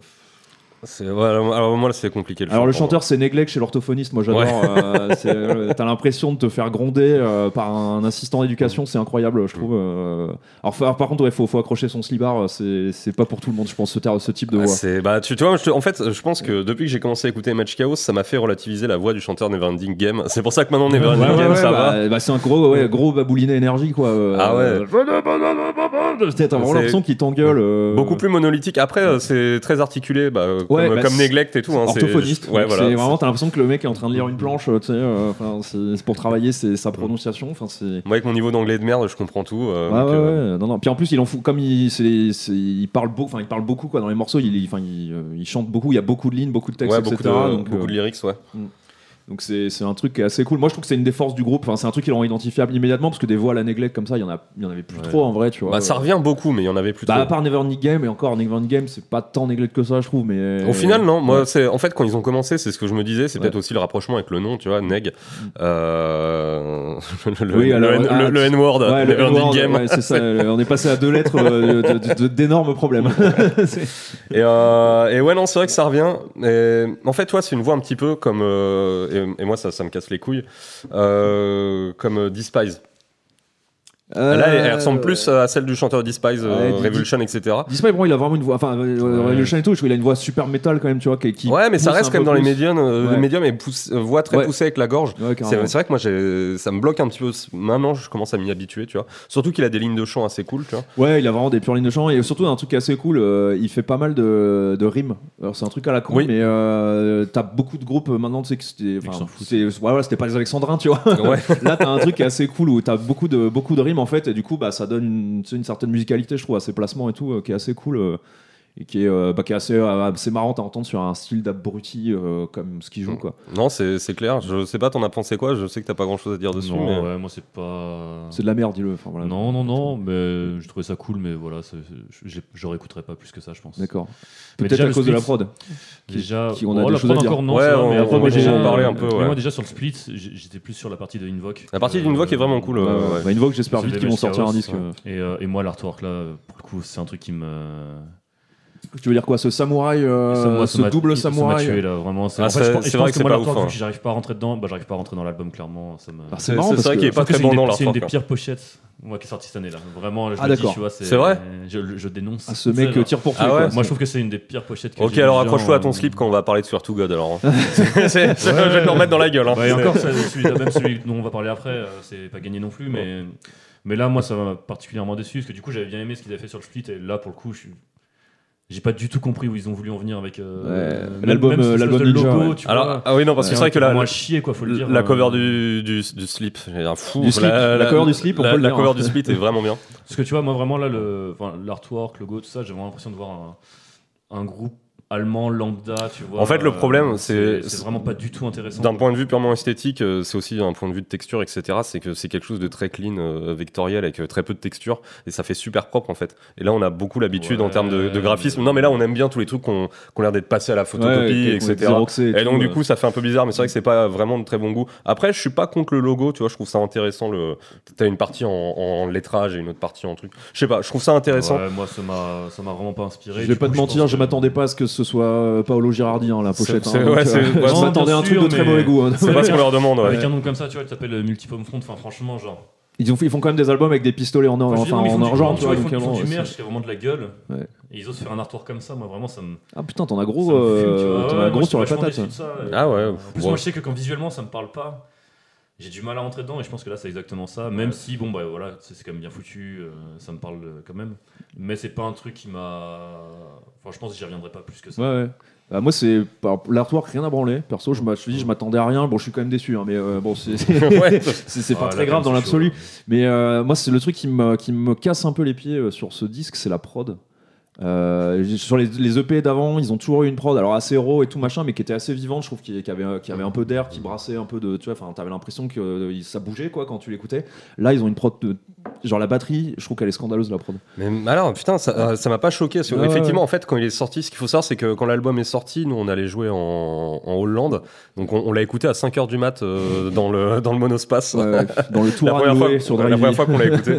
c'est- ouais, alors, alors, moi, là, c'est compliqué. Alors le pour moi. chanteur, c'est Neglect chez l'orthophoniste. Moi, j'adore. euh, c'est, euh, T'as l'impression de te faire gronder euh, par un assistant d'éducation. C'est incroyable, je trouve. Mm. euh. Alors, fa- par contre, il faut, faut accrocher son slibard. euh, C'est c'est pas pour tout le monde, je pense, ce, ter- ce type de Ah, voix. c'est- bah, tu, tu vois, je te- en fait, je pense que depuis que j'ai commencé à écouter Match Chaos, ça m'a fait relativiser la voix du chanteur Neverending Game. C'est pour ça que maintenant Neverending Ouais, ouais, Game, ouais, ça bah, va. bah, c'est un gros, ouais, gros babouliné énergie, quoi. euh, Ah ouais. euh, T'as vraiment C'est l'impression qu'il t'engueule. euh, Beaucoup plus monolithique. Après, euh, c'est très articulé, bah, euh, Ouais, comme, bah, comme c'est- Neglect et tout. hein, c'est- orthophoniste. Ouais, donc voilà. c'est vraiment, t'as l'impression que le mec est en train de lire une planche. euh, tu sais, euh, enfin, c'est c'est pour travailler c'est sa prononciation. Enfin, c'est. Moi, avec mon niveau d'anglais de merde, je comprends tout. euh, Ouais, donc, ouais, euh, ouais. Non, non. Puis en plus, il en fout comme il, c'est- c'est- il parle beaucoup. Enfin, il parle beaucoup quoi dans les morceaux. Il, il- enfin, il, euh, il chante beaucoup. Il y a beaucoup de lignes, beaucoup de textes, ouais, etc. beaucoup, de, donc, beaucoup euh, de lyrics, ouais. donc c'est, c'est un truc qui est assez cool. Moi, je trouve que c'est une des forces du groupe. Enfin, c'est un truc qu'ils ont identifiable immédiatement parce que des voix à la neglect comme ça, il y en a, il y en avait plus Ouais. trop en vrai, tu vois. Bah, ça revient beaucoup, mais il y en avait plus Bah, à trop. part Never Ending Game et encore Never Ending Game, c'est pas tant neglect que ça, je trouve. Mais euh, Au final, non. Moi, c'est en fait quand ils ont commencé, c'est ce que je me disais. C'est Ouais. Mm. peut-être aussi le rapprochement avec le nom, tu vois, Neg. Euh, *laughs* le, le- Oui, alors, le- ah, le- le N-word, Ouais, le euh, Never Ending N-word, Game. ouais, c'est ça, euh, on est passé à deux lettres euh, de- de- de- d'énormes problèmes. *laughs* C'est- Et, euh, et ouais, non, c'est vrai que ça revient. Et, en fait, toi, c'est une voix un petit peu comme. euh, et, et moi, ça, ça me casse les couilles. Euh, comme euh, Despise. Là, elle, elle ressemble plus euh, à celle du chanteur Despise, euh, Euh, Ouais, Didi- Revolution, etc. Despite, bon, il a vraiment une voix. Enfin, euh, Ouais. Revolution et tout, je trouve, il a une voix super métal quand même, tu vois. Qui, qui Ouais, mais ça pousse reste un quand même peu dans les plus. médiums, euh, Ouais. médiums et pousse, euh, voix très Ouais. poussée avec la gorge. Ouais, C'est carrément. c'est vrai que moi, j'ai- ça me bloque un petit peu. Maintenant, je commence à m'y habituer, tu vois. Surtout qu'il a des lignes de chant assez cool, tu vois. Ouais, il a vraiment des pures lignes de chant et surtout un truc assez cool, euh, il fait pas mal de, de rimes. Alors c'est un truc à la con, Oui. mais euh, t'as beaucoup de groupes euh, maintenant, tu sais que c'était. qui enfin, s'en foutent. c'est- ouais, voilà, c'était pas les Alexandrins, tu vois. Ouais. *laughs* Là, t'as un truc qui est assez cool où t'as beaucoup de, beaucoup de rimes en fait, et du coup, bah, ça donne une, tu sais, une certaine musicalité, je trouve, à ses placements et tout, euh, qui est assez cool. euh, et qui est, euh, bah, qui est assez, euh, assez marrante à entendre sur un style d'abruti euh, comme ce Mm. qu'il joue, quoi. Non, c'est c'est clair. Je sais pas, t'en as pensé quoi Je sais que t'as pas grand chose à dire dessus. Non, mais- ouais, moi c'est pas. C'est de la merde, dis-le. Enfin, voilà. Non, non, non, mais je trouvais ça cool, mais voilà, c'est- c'est- j'ai- je réécouterai pas plus que ça, je pense. D'accord. Mais Peut-être déjà, à le cause de la split, prod. Déjà, qui- on a oh, des la choses à prod dire. encore, non, Ouais, ça va, on- mais après, on- moi, on déjà, en parlait un peu, mais ouais. moi déjà sur le split, j'ai- j'étais plus sur la partie de Invoke. Euh, La partie d'Invoke est vraiment cool, ouais, ouais, ouais. Bah, une voix que j'espère C'est vite des qu'ils vont Mesh sortir un Chaos, disque. ouais. euh. Et, euh, et moi, l'artwork là, pour le coup, c'est un truc qui me. Tu veux dire quoi Ce samouraï, euh, Ça, moi, ça ce m'a- double il- ça m'a tué, samouraï là, vraiment. C'est Ah, en fait, c'est- je pense- c'est je pense vrai que c'est moi, pas l'artwork, ouf, vu hein. que j'arrive pas à rentrer dedans, bah, j'arrive pas à rentrer dans l'album, clairement. Ça me. Alors, C'est marrant c'est parce vrai que- qu'il est Je pas pense que très c'est une bon des- dans leur C'est une forme, des quoi. pires pochettes, moi, qui est sortie cette année-là. Vraiment, je Ah, le dis, d'accord. tu vois, c'est. C'est vrai Je je dénonce. Ah, ce mec C'est- euh, tire pour tuer. Ah ouais quoi. Moi, je trouve que c'est une des pires pochettes que Ok, j'ai alors vues, euh. accroche-toi à en- ton slip quand on va parler de Swear to God, alors. hein. *laughs* C'est- c'est- Je vais te le remettre dans la gueule. hein. Bah, et C'est- encore, ça- celui même celui dont on va parler après, euh, c'est pas gagné non plus, mais, mais là, moi, ça m'a particulièrement déçu, parce que du coup, j'avais bien aimé ce qu'ils avaient fait sur le split, et là, pour le coup, je suis- J'ai pas du tout compris où ils ont voulu en venir avec euh, Ouais, même- l'album, même euh, cette espèce l'album de Ninja, logo, ouais. tu Alors, vois. ah oui, non, parce que c'est vrai que la, moi chier quoi, faut le dire. la euh, cover du, du, du slip, j'ai un fou. Du slip, la cover du slip, on la, peut le la dire, cover hein. du split est vraiment bien. Parce que tu vois, moi vraiment là, le- enfin, l'artwork, le logo, tout ça, j'ai vraiment l'impression de voir un, un groupe allemand lambda, tu vois. euh, En fait, le problème, c'est- c'est vraiment pas du tout intéressant. D'un point de vue purement esthétique, euh, c'est aussi un point de vue de texture, etc. C'est que c'est quelque chose de très clean, euh, vectoriel, avec euh, très peu de texture, et ça fait super propre en fait. Et là, on a beaucoup l'habitude en Ouais, termes de, de graphisme. mais- Non, mais là, on aime bien tous les trucs qu'on qu'on a l'air d'être passés à la photocopie, Ouais, etc. xeroxé Et donc tout, du euh. coup ça fait un peu bizarre mais c'est vrai que c'est pas vraiment de très bon goût. Après je suis pas contre le logo, tu vois, je trouve ça intéressant le t'as une partie en, en lettrage et une autre partie en truc. Je sais pas, je trouve ça intéressant. Ouais, moi, ça m'a ça m'a vraiment pas Je inspiré. Du vais pas coup, te mentir, pense je que- m'attendais pas à ce que ce soit euh, Paolo Girardi, hein, la pochette. c'est- hein, ouais, donc, c'est- euh, *laughs* bah, je c'est- m'attendais à un truc bien de sûr, très mais- mauvais goût. hein. C'est pas ce qu'on leur demande. ouais. Avec un nom comme ça, tu vois, elle s'appelle euh, Multipomme Front, enfin franchement, genre. Ils, ont, fait- ils font quand même des albums avec des pistolets en or, Enfin, je veux dire, enfin, non, mais ils en font du- argent. tu tu vois, vois, ils donc, euh, font- ils font alors, du c'est- merch qui a vraiment de la gueule. Ouais. Et ils osent faire un artwork comme ça, moi vraiment ça me. Ah putain, t'en as ça gros, me fume, tu euh, vois. Ah t'en Ouais, as moi, gros je suis sur la vachement patate. hein. déçu de ça. Ah ouais. En plus, ouais. moi je sais que quand visuellement ça me parle pas. j'ai du mal à rentrer dedans et je pense que là c'est exactement ça même si bon bah voilà c'est c'est quand même bien foutu euh, ça me parle euh, quand même mais c'est pas un truc qui m'a enfin je pense que j'y reviendrai pas plus que ça Ouais, ouais. Bah, moi, c'est par- l'artwork, rien à branler. Perso, je me suis dit, je m'attendais à rien. Bon, je suis quand même déçu, hein, mais euh, bon, c'est *laughs* c'est- Ouais. c'est- Oh, c'est pas Ah, très là, grave quand dans même, c'est chaud, l'absolu. hein. Mais euh, moi, c'est le truc qui me, qui me casse un peu les pieds euh, sur ce disque, c'est la prod. Euh, j'ai- sur les, les EP d'avant, ils ont toujours eu une prod, alors assez raw et tout machin, mais qui était assez vivante. Je trouve qu'il qu'il y avait, euh, qu'il y avait un peu d'air, qui brassait un peu de, tu vois, enfin, t'avais l'impression que euh, ça bougeait quoi quand tu l'écoutais. Là, ils ont une prod de, genre la batterie, je trouve qu'elle est scandaleuse la prod. Mais alors, putain, ça euh, ça m'a pas choqué. parce que, Ah ouais, effectivement, ouais. en fait, quand il est sorti, ce qu'il faut savoir, c'est que quand l'album est sorti, nous, on allait jouer en, en Hollande. Donc, on, on l'a écouté à 5h du mat euh, dans, le, *laughs* dans le monospace. Ouais, Euh, dans le tour la à première, nouer fois, sur la Drive. première fois qu'on l'a *laughs* écouté.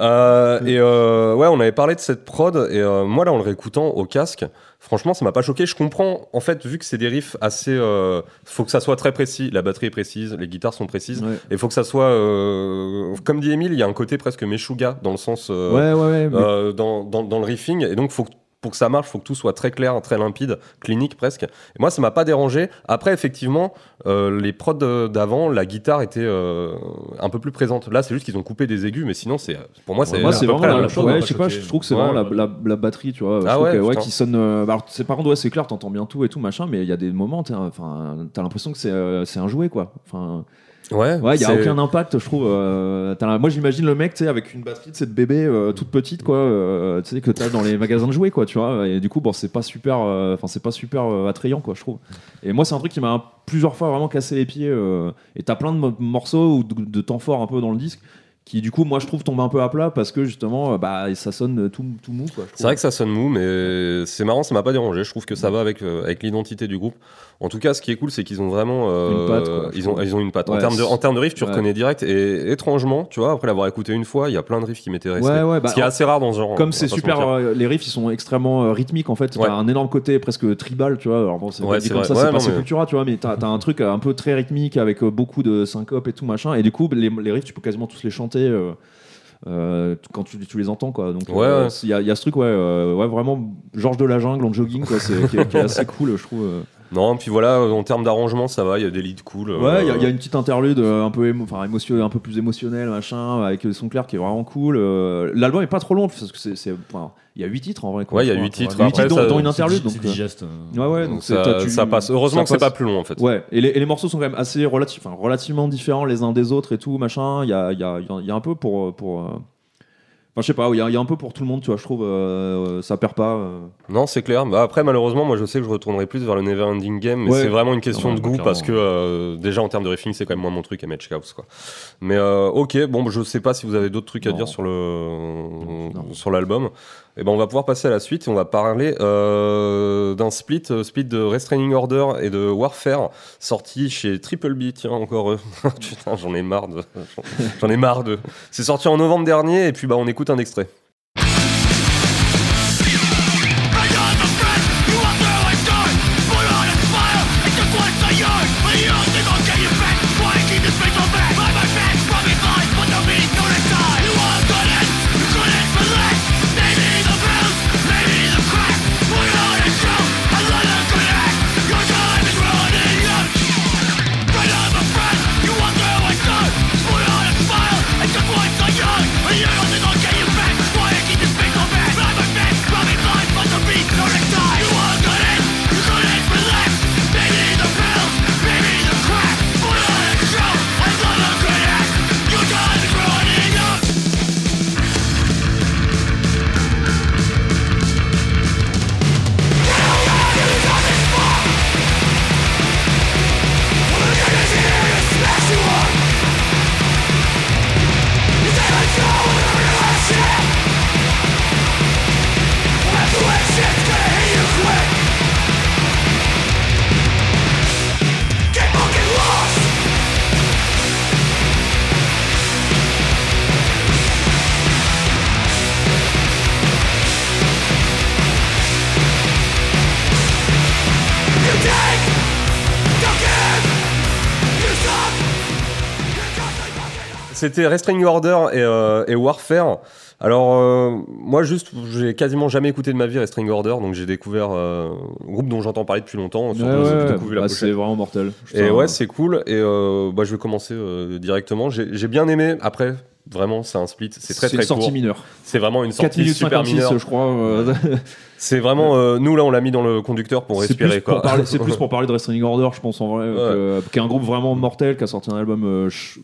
Euh, et euh, ouais, on avait parlé de cette prod. Et euh, moi, là, en le réécoutant au casque, franchement, ça m'a pas choqué. Je comprends, en fait, vu que c'est des riffs assez. euh, faut que ça soit très précis. La batterie est précise, les guitares sont précises. Ouais. Et faut que ça soit. euh, comme dit Emile, il y a un côté presque meshuga dans le sens. euh, Ouais, ouais, ouais. mais- euh, dans, dans, dans le riffing. Et donc, faut que- pour que ça marche, faut que tout soit très clair, très limpide, clinique presque. Et moi, ça m'a pas dérangé. Après, effectivement, euh, les prods euh, d'avant, la guitare était euh, un peu plus présente. Là, c'est juste qu'ils ont coupé des aigus, mais sinon, c'est pour moi, c'est Moi, à c'est peu vraiment près la la même même hein. chose. on va Ouais, je pas sais pas, choquer. je trouve que c'est Ouais, vraiment ouais. la, la, la batterie, tu vois. Je Ah trouve ouais, que, putain. qui sonne. euh, alors, c'est par contre, ouais, c'est clair, t'entends bien tout et tout, machin, mais il y a des moments, t'es, euh, enfin, t'as l'impression que c'est, euh, c'est un jouet, quoi. Enfin, Ouais, ouais, il y a c'est- aucun impact, je trouve. euh, t'as la- moi, j'imagine le mec, tu sais, avec une batterie de cette bébé euh, toute petite, quoi, euh, tu sais, que t'as dans les magasins de jouets, quoi, tu vois. Et du coup, bon, c'est pas super, euh, enfin, c'est pas super euh, attrayant, quoi, je trouve. Et moi, c'est un truc qui m'a plusieurs fois vraiment cassé les pieds. euh, et t'as plein de mo- morceaux ou de, de temps forts un peu dans le disque qui, du coup, moi, je trouve tombe un peu à plat parce que justement, euh, bah, ça sonne tout, tout mou, quoi. C'est vrai que ça sonne mou, mais c'est marrant, ça m'a pas dérangé. Je trouve que ça va avec, euh, avec l'identité du groupe. En tout cas, ce qui est cool, c'est qu'ils ont vraiment. euh, Une patte, quoi, je ils, ont, trouve. ils ont une patte. en, Ouais, termes de, c'est- en termes de riff, tu ouais. reconnais direct. Et étrangement, tu vois, après l'avoir écouté une fois, il y a plein de riffs qui m'étaient restés. Ouais, ouais, bah, ce qui est en- assez rare dans ce genre. on va Comme c'est pas se super, mentir. euh, les riffs ils sont extrêmement euh, rythmiques en fait. T'as Ouais. un énorme côté presque tribal, tu vois. Alors bon, c'est Ouais, pas dit c'est comme vrai. ça, Ouais, c'est non, pas mais- Sepultura, tu vois, mais t'as t'as un truc euh, un peu très rythmique avec euh, beaucoup de syncopes et tout machin. Et du coup, les, les riffs, tu peux quasiment tous les chanter euh, euh, t- quand tu, tu les entends, quoi. Donc, Ouais, euh, ouais. c'est- il y, a- il y a ce truc, ouais, euh, ouais, vraiment Georges de la jungle en jogging, quoi, c'est qui, est- qui est assez cool, je trouve. euh. Non, puis voilà, euh, en termes d'arrangement, ça va, il y a des leads cool. euh, Ouais, il y a- il y, a une petite interlude euh, un peu émo- enfin émotion- un peu plus émotionnelle, machin, avec le son clair qui est vraiment cool. Euh, L'album est pas trop long parce que c'est, c'est- enfin, il y a 8 titres en vrai. quoi. Ouais, il y a Enfin, huit titres. huit Après, titres dont- ça- dont une C'est interlude. dig- Donc, c'est euh, digeste euh. ouais, ouais, donc donc ça, c'est- t'as- tu- ça passe. Heureusement ça que c'est passe. pas plus long en fait. Ouais, et les, et les morceaux sont quand même assez relatifs, enfin, relativement différents les uns des autres et tout, machin. Il y a, il y, a, il y a- il y a un peu pour. euh, pour euh, Enfin, je sais pas, il y, a- il y a un peu pour tout le monde, tu vois, je trouve, euh, ça perd pas. euh. Non, c'est clair. Bah, après, malheureusement, moi je sais que je retournerai plus vers le Never Ending Game, mais Ouais. c'est vraiment une question Ouais, de goût clairement. parce que euh, déjà en termes de riffing, c'est quand même moins mon truc à Match House quoi. Mais euh, ok, bon, je sais pas si vous avez d'autres trucs à Non. dire sur le Non. sur l'album. Et ben, on va pouvoir passer à la suite et on va parler euh, d'un split, euh, split de Restraining Order et de Warfare sorti chez Triple B. Tiens, encore eux. *laughs* Putain, j'en ai marre de. J'en ai marre de. C'est sorti en novembre dernier et puis bah on écoute un extrait. C'était Restraining Order et, euh, et Warfare. Alors, euh, moi, juste, j'ai quasiment jamais écouté de ma vie Restring Order, donc j'ai découvert euh, un groupe dont j'entends parler depuis longtemps. surtout, Ouais, j'ai ouais, découvert la bah, pochette. c'est vraiment mortel. Je Et trouve ça- ouais, c'est cool. Et euh, bah, je vais commencer euh, directement. J'ai j'ai bien aimé. Après, vraiment, c'est un split. C'est très une très sortie court. mineure. C'est vraiment une 4 sortie minutes super 56, mineure. je crois. euh, C'est vraiment. euh, nous, là, on l'a mis dans le conducteur *laughs* pour c'est plus respirer. pour Quoi. parler- *laughs* C'est plus pour parler de Restraining Order, je pense, en vrai, euh, que- qui est un groupe vraiment mortel, qui a sorti un album euh, ch-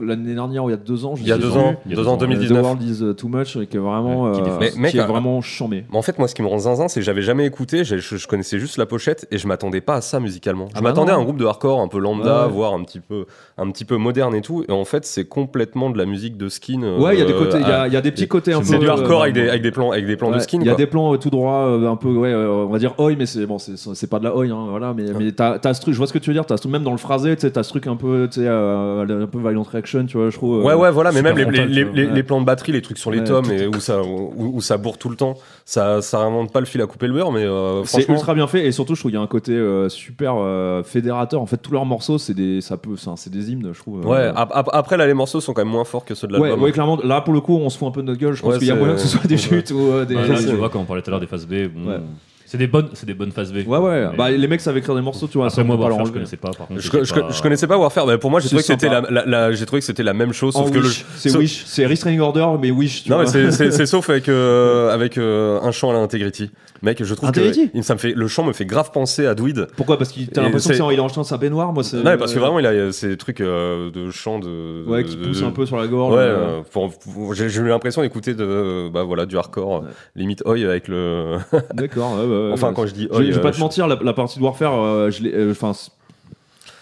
l'année dernière ou il y a deux ans, je Il y a sais deux plus. ans, Il y a deux deux ans ans, Euh, 2019. The World is euh, Too Much, et qui est vraiment, Ouais, qui euh, défonce. Mais mec, qui est euh, vraiment chambé. Mais en fait, moi, ce qui me rend zinzin, c'est que j'avais jamais écouté, j'ai- je, je connaissais juste la pochette et je m'attendais pas à ça musicalement. Je Ah bah m'attendais à non. un groupe de hardcore un peu lambda, Ouais, ouais. voire un petit, peu, un petit peu moderne et tout. Et en fait, c'est complètement de la musique de skin. euh, Ouais, il y a des côtés, il y, à- a- il y a des petits côtés un peu. C'est du euh, hardcore avec, des, avec des plans, avec des plans Ouais, de skin. Il y a quoi. des plans euh, tout droit, euh, un peu, ouais, euh, on va dire oi, mais c'est bon, c'est- c'est c'est pas de la oi, hein, voilà. Mais, mais t'as t'as ce truc, je vois ce que tu veux dire. T'as ce- même dans le phrasé, tu sais, t'as ce truc un peu, tu sais, euh, un peu violent reaction, tu vois, je trouve. euh, Ouais, ouais, voilà, mais super même les, frontal, les- tu vois. les- Ouais. les plans de batterie, les trucs sur les Ouais, tomes et où ça, où, où ça bourre tout le temps, ça, ça invente pas le fil à couper le beurre, mais euh, C'est franchement. ultra bien fait et surtout je trouve qu'il y a un côté euh, super euh, fédérateur. En fait, tous leurs morceaux c'est des ça peut c'est un- c'est des hymnes, je trouve. euh, Ouais, ap- ap- après là, les morceaux sont quand même moins forts que ceux de ouais, l'album. ouais, clairement. Là pour le coup, on se fout un peu de notre gueule. Je pense Ouais, qu'il y a c'est- moyen que ce soit *laughs* des ouais. chutes ou euh, des. Bah, là, des- tu vois, quand on parlait tout à l'heure des phases B, bon, Ouais. c'est des bonnes, c'est des bonnes phases B. ouais, ouais. Mais Bah les mecs savaient écrire des morceaux, tu vois. ça, après on moi, peut pas leur Warfare, je enlever. connaissais pas. Par contre, Je, c'était je- pas- je connaissais pas Warfare, mais pour moi j'ai trouvé que C'est c'était la, sympa. la- la- j'ai trouvé que c'était la même chose, En sauf que le, Wish, c'est sauf- Wish, c'est Restraining Order mais Wish. Tu Non mais vois. c'est- *laughs* c'est c'est sauf avec euh, avec euh, un chant à la Integrity. Mec, je trouve Integrity que il- ça me fait le chant me fait grave penser à Dweed. Pourquoi Parce qu'il t'as Et l'impression c'est- qu'il est en chantant sa baignoire, moi c'est. Non, mais parce que vraiment il a ces trucs euh, de chant de Ouais, qui de- pousse de- un peu sur la gorge. Ouais, euh, euh, pour- pour- j'ai j'ai eu l'impression d'écouter de, bah voilà, du hardcore, euh, limite oi avec le. D'accord. ouais, ouais, ouais, enfin, ouais. quand je dis Je, oi, je vais euh, pas te mentir, la, la partie de Warfare, euh, je l'ai, euh, enfin, c'est-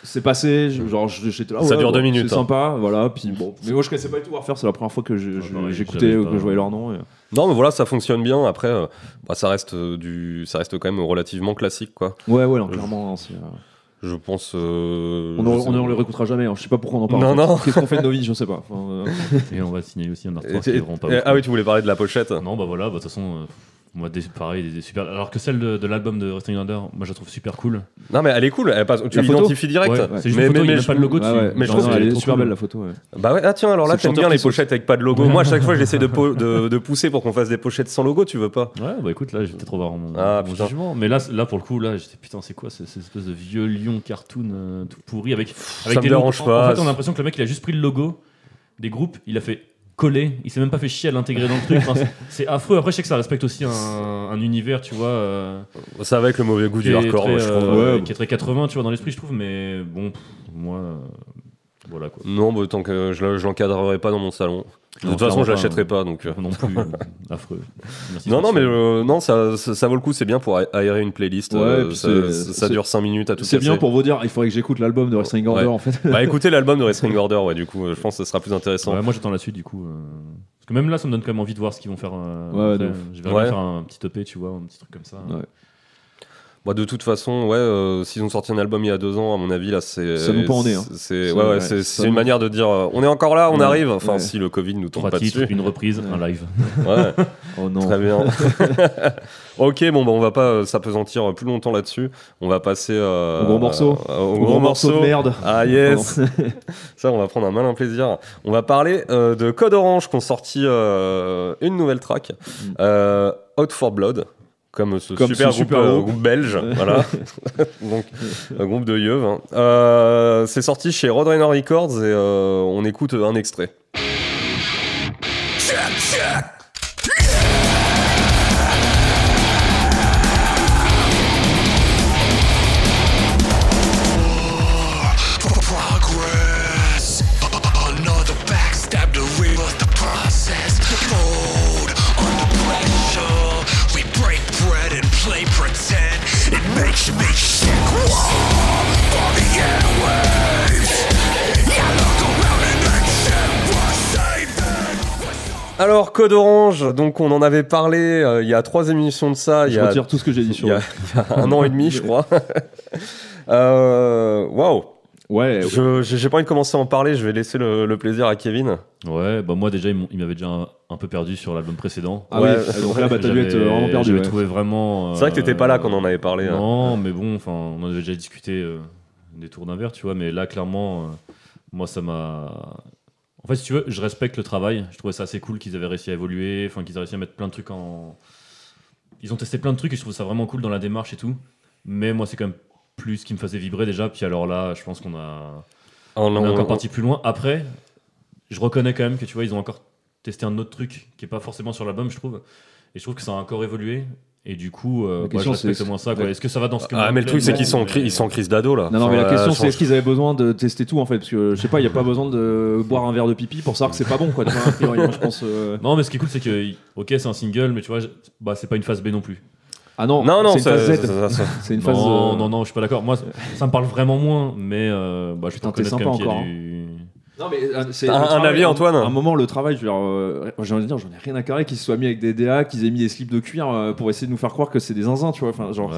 c'est passé. je- genre, je- j'étais là. Ça ouais, dure bon, deux minutes, C'est hein. sympa, voilà. Puis bon, mais moi je connaissais pas du tout Warfare. C'est la première fois que je- je- Ah, pareil, j'écoutais j'avais ou pas- que je voyais leur nom. et- euh, Non, mais voilà, ça fonctionne bien. Après, euh, bah, ça reste euh, du, ça reste quand même relativement classique, quoi. Ouais, ouais, non, clairement. hein, c'est, euh, Je pense. euh, on je ne sais- on, on les réécoutera jamais. hein, je sais pas pourquoi on en parle. Non, en fait. non. Qu'est-ce qu'on fait de nos vies Je sais pas. enfin, euh, Et on va signaler aussi un artiste Et- qui est et- vraiment pas. et- ouf. ah oui, tu voulais parler de la pochette. Non, bah voilà, bah, de toute façon, euh, moi, des, pareil, des, des super. Alors que celle de, de l'album de Resting Under, moi, je la trouve super cool. Non, mais elle est cool. Elle passe, tu La photo l'identifies direct. Ouais, ouais. c'est juste Mais- une photo, mais- il y a mais même je- pas de logo dessus. ouais, ouais, mais je trouve non, non, que elle c'est est trop super cool. belle la photo. ouais. Bah ouais, ah tiens, alors là, C'est le j'aime chanteur bien qui les saute. pochettes avec pas de logo. Moi, à chaque fois, j'essaie de, po- de, de pousser pour qu'on fasse des pochettes sans logo. Tu veux pas Ouais, bah écoute, là, j'ai peut-être revoir mon, Ah, mon putain. jugement. Mais là, c- là, pour le coup, là, j'étais putain, c'est quoi ce- cette espèce de vieux lion cartoon euh, tout pourri avec, avec me des logos. dérange En- pas. En fait, on a l'impression que le mec, il a juste pris le logo des groupes, il a fait coller, il s'est même pas fait chier à l'intégrer dans le truc. Enfin, c'est- c'est affreux. Après, je sais que ça respecte aussi un, un univers, tu vois. euh, Ça va avec le mauvais goût qui du est hardcore, très, moi, je trouve. euh, Ouais. qui est très 80, tu vois, dans l'esprit, je trouve. Mais bon, pff, moi, euh, voilà quoi. Non, bah, tant que je, je l'encadrerai pas dans mon salon. De Non, toute façon, clairement je pas, hein. l'achèterai ouais. pas, donc. euh. Non plus, euh, *laughs* affreux. Merci, Non, non, mais Sébastien. euh, non, ça, ça, ça vaut le coup, c'est bien pour a- aérer une playlist. Ouais, euh, et puis ça, c'est- ça- ça c'est- dure 5 minutes à tout C'est bien casser. pour vous dire. Il faudrait que j'écoute l'album de Restraining Order Ouais. *laughs* en fait. Bah écoutez l'album de Wrestling Order, ouais, du coup, euh, je pense que ça sera plus intéressant. Ouais, moi j'attends la suite du coup. euh, Parce que même là, ça me donne quand même envie de voir ce qu'ils vont faire. euh, Ouais, de après. ouf. Je vais vraiment Ouais. faire un petit EP, tu vois, un petit truc comme ça. Ouais. Bah, de toute façon, ouais, euh, s'ils ont sorti un album il y a 2 ans, à mon avis, là, c'est. Ça nous pend au nez, hein. C'est Ça- ouais, ouais, ouais, c'est- c'est ça une nous- manière de dire euh, on est encore là, on Ouais. arrive. Enfin, Ouais. si le Covid nous tombe Trois pas titres, dessus. une reprise, Ouais. un live. Ouais, Oh *laughs* non. très bien. *laughs* ok, bon, bah, on va pas euh, s'apesantir plus longtemps là-dessus. On va passer. euh, Au gros morceau. euh, au Gros morceau de merde. Ah *laughs* yes Ça, on va prendre un malin plaisir. On va parler euh, de Code Orange qui ont sorti euh, une nouvelle track, euh, Out for Blood, comme ce Mm. Comme super, ce groupe, super euh, groupe. groupe *laughs* belge. voilà. *laughs* Donc, un groupe de yeux. hein. Euh, C'est sorti chez Roadrunner Records et euh, on écoute un extrait. progress. Another backstab to rebirth the process. Fold under pressure. We break bread and play pretend. It makes you make sick. Whoa, for the airwaves. Yeah, look around and accept what's saving. Alors, Code Orange, donc on en avait parlé euh, il y a trois émissions de ça. il y Je a retire tout ce que j'ai dit il sur. y a- eux. il y a *laughs* un an et demi, *laughs* je crois. Euh, Waouh! Ouais. Je- J'ai j'ai pas envie de commencer à en parler, je vais laisser le, le plaisir à Kevin. Ouais, bah moi déjà, ils m'ont- ils m'avaient déjà un, un peu perdu sur l'album précédent. Ah Ouais. oui. Donc là, bah, t'as dû J'avais- être euh, vraiment perdu. J'avais ouais. trouvé vraiment. C'est vrai que t'étais pas là quand on en avait parlé. hein. Non, mais bon, enfin, on en avait déjà discuté euh, des tours d'un verre, tu vois. Mais là, clairement, euh, moi, ça m'a. En fait, si tu veux, je respecte le travail. Je trouvais ça assez cool qu'ils avaient réussi à évoluer, enfin qu'ils aient réussi à mettre plein de trucs en. Ils ont testé plein de trucs et je trouve ça vraiment cool dans la démarche et tout. Mais moi, c'est quand même plus ce qui me faisait vibrer déjà. Puis alors là, je pense qu'on a, Ah, On, on est on- encore parti plus loin. Après, je reconnais quand même que tu vois, ils ont encore testé un autre truc qui est pas forcément sur l'album, je trouve. Et je trouve que ça a encore évolué. Et du coup, La euh, bah, question, je respecte c'est- au moins ça. quoi. Ouais. Est-ce que ça va dans ce que Ah, mais le truc, c'est qu'ils sont, en cri- crise ils sont en crise d'ado là. Non, non, mais la Enfin, question, euh, c'est est-ce qu'ils avaient besoin de tester tout en fait Parce que je sais pas, il n'y *laughs* a pas besoin de boire un verre de pipi pour savoir que c'est pas bon, quoi. tu vois, a priori, moi, je pense. euh, Non, mais ce qui est cool, c'est que, ok, c'est un single, mais tu vois, je- bah, c'est pas une phase B non plus. Ah non, Non, non, c'est une ça- phase ça- Z. ça- ça- C'est une non, phase. euh, non, non, je suis pas d'accord. Moi, c- ça me parle vraiment moins, mais euh, bah, je Putain, peux t'es reconnaître sympa quand même qu'il y a encore, du. Non, mais euh, c'est Un- le un avis, Antoine À un moment, le travail, je veux dire, euh, j'ai envie de dire, j'en ai rien à carrer qu'ils se soient mis avec des DA, qu'ils aient mis des slips de cuir euh, pour essayer de nous faire croire que c'est des zinzins, tu vois. Enfin, genre, Ouais,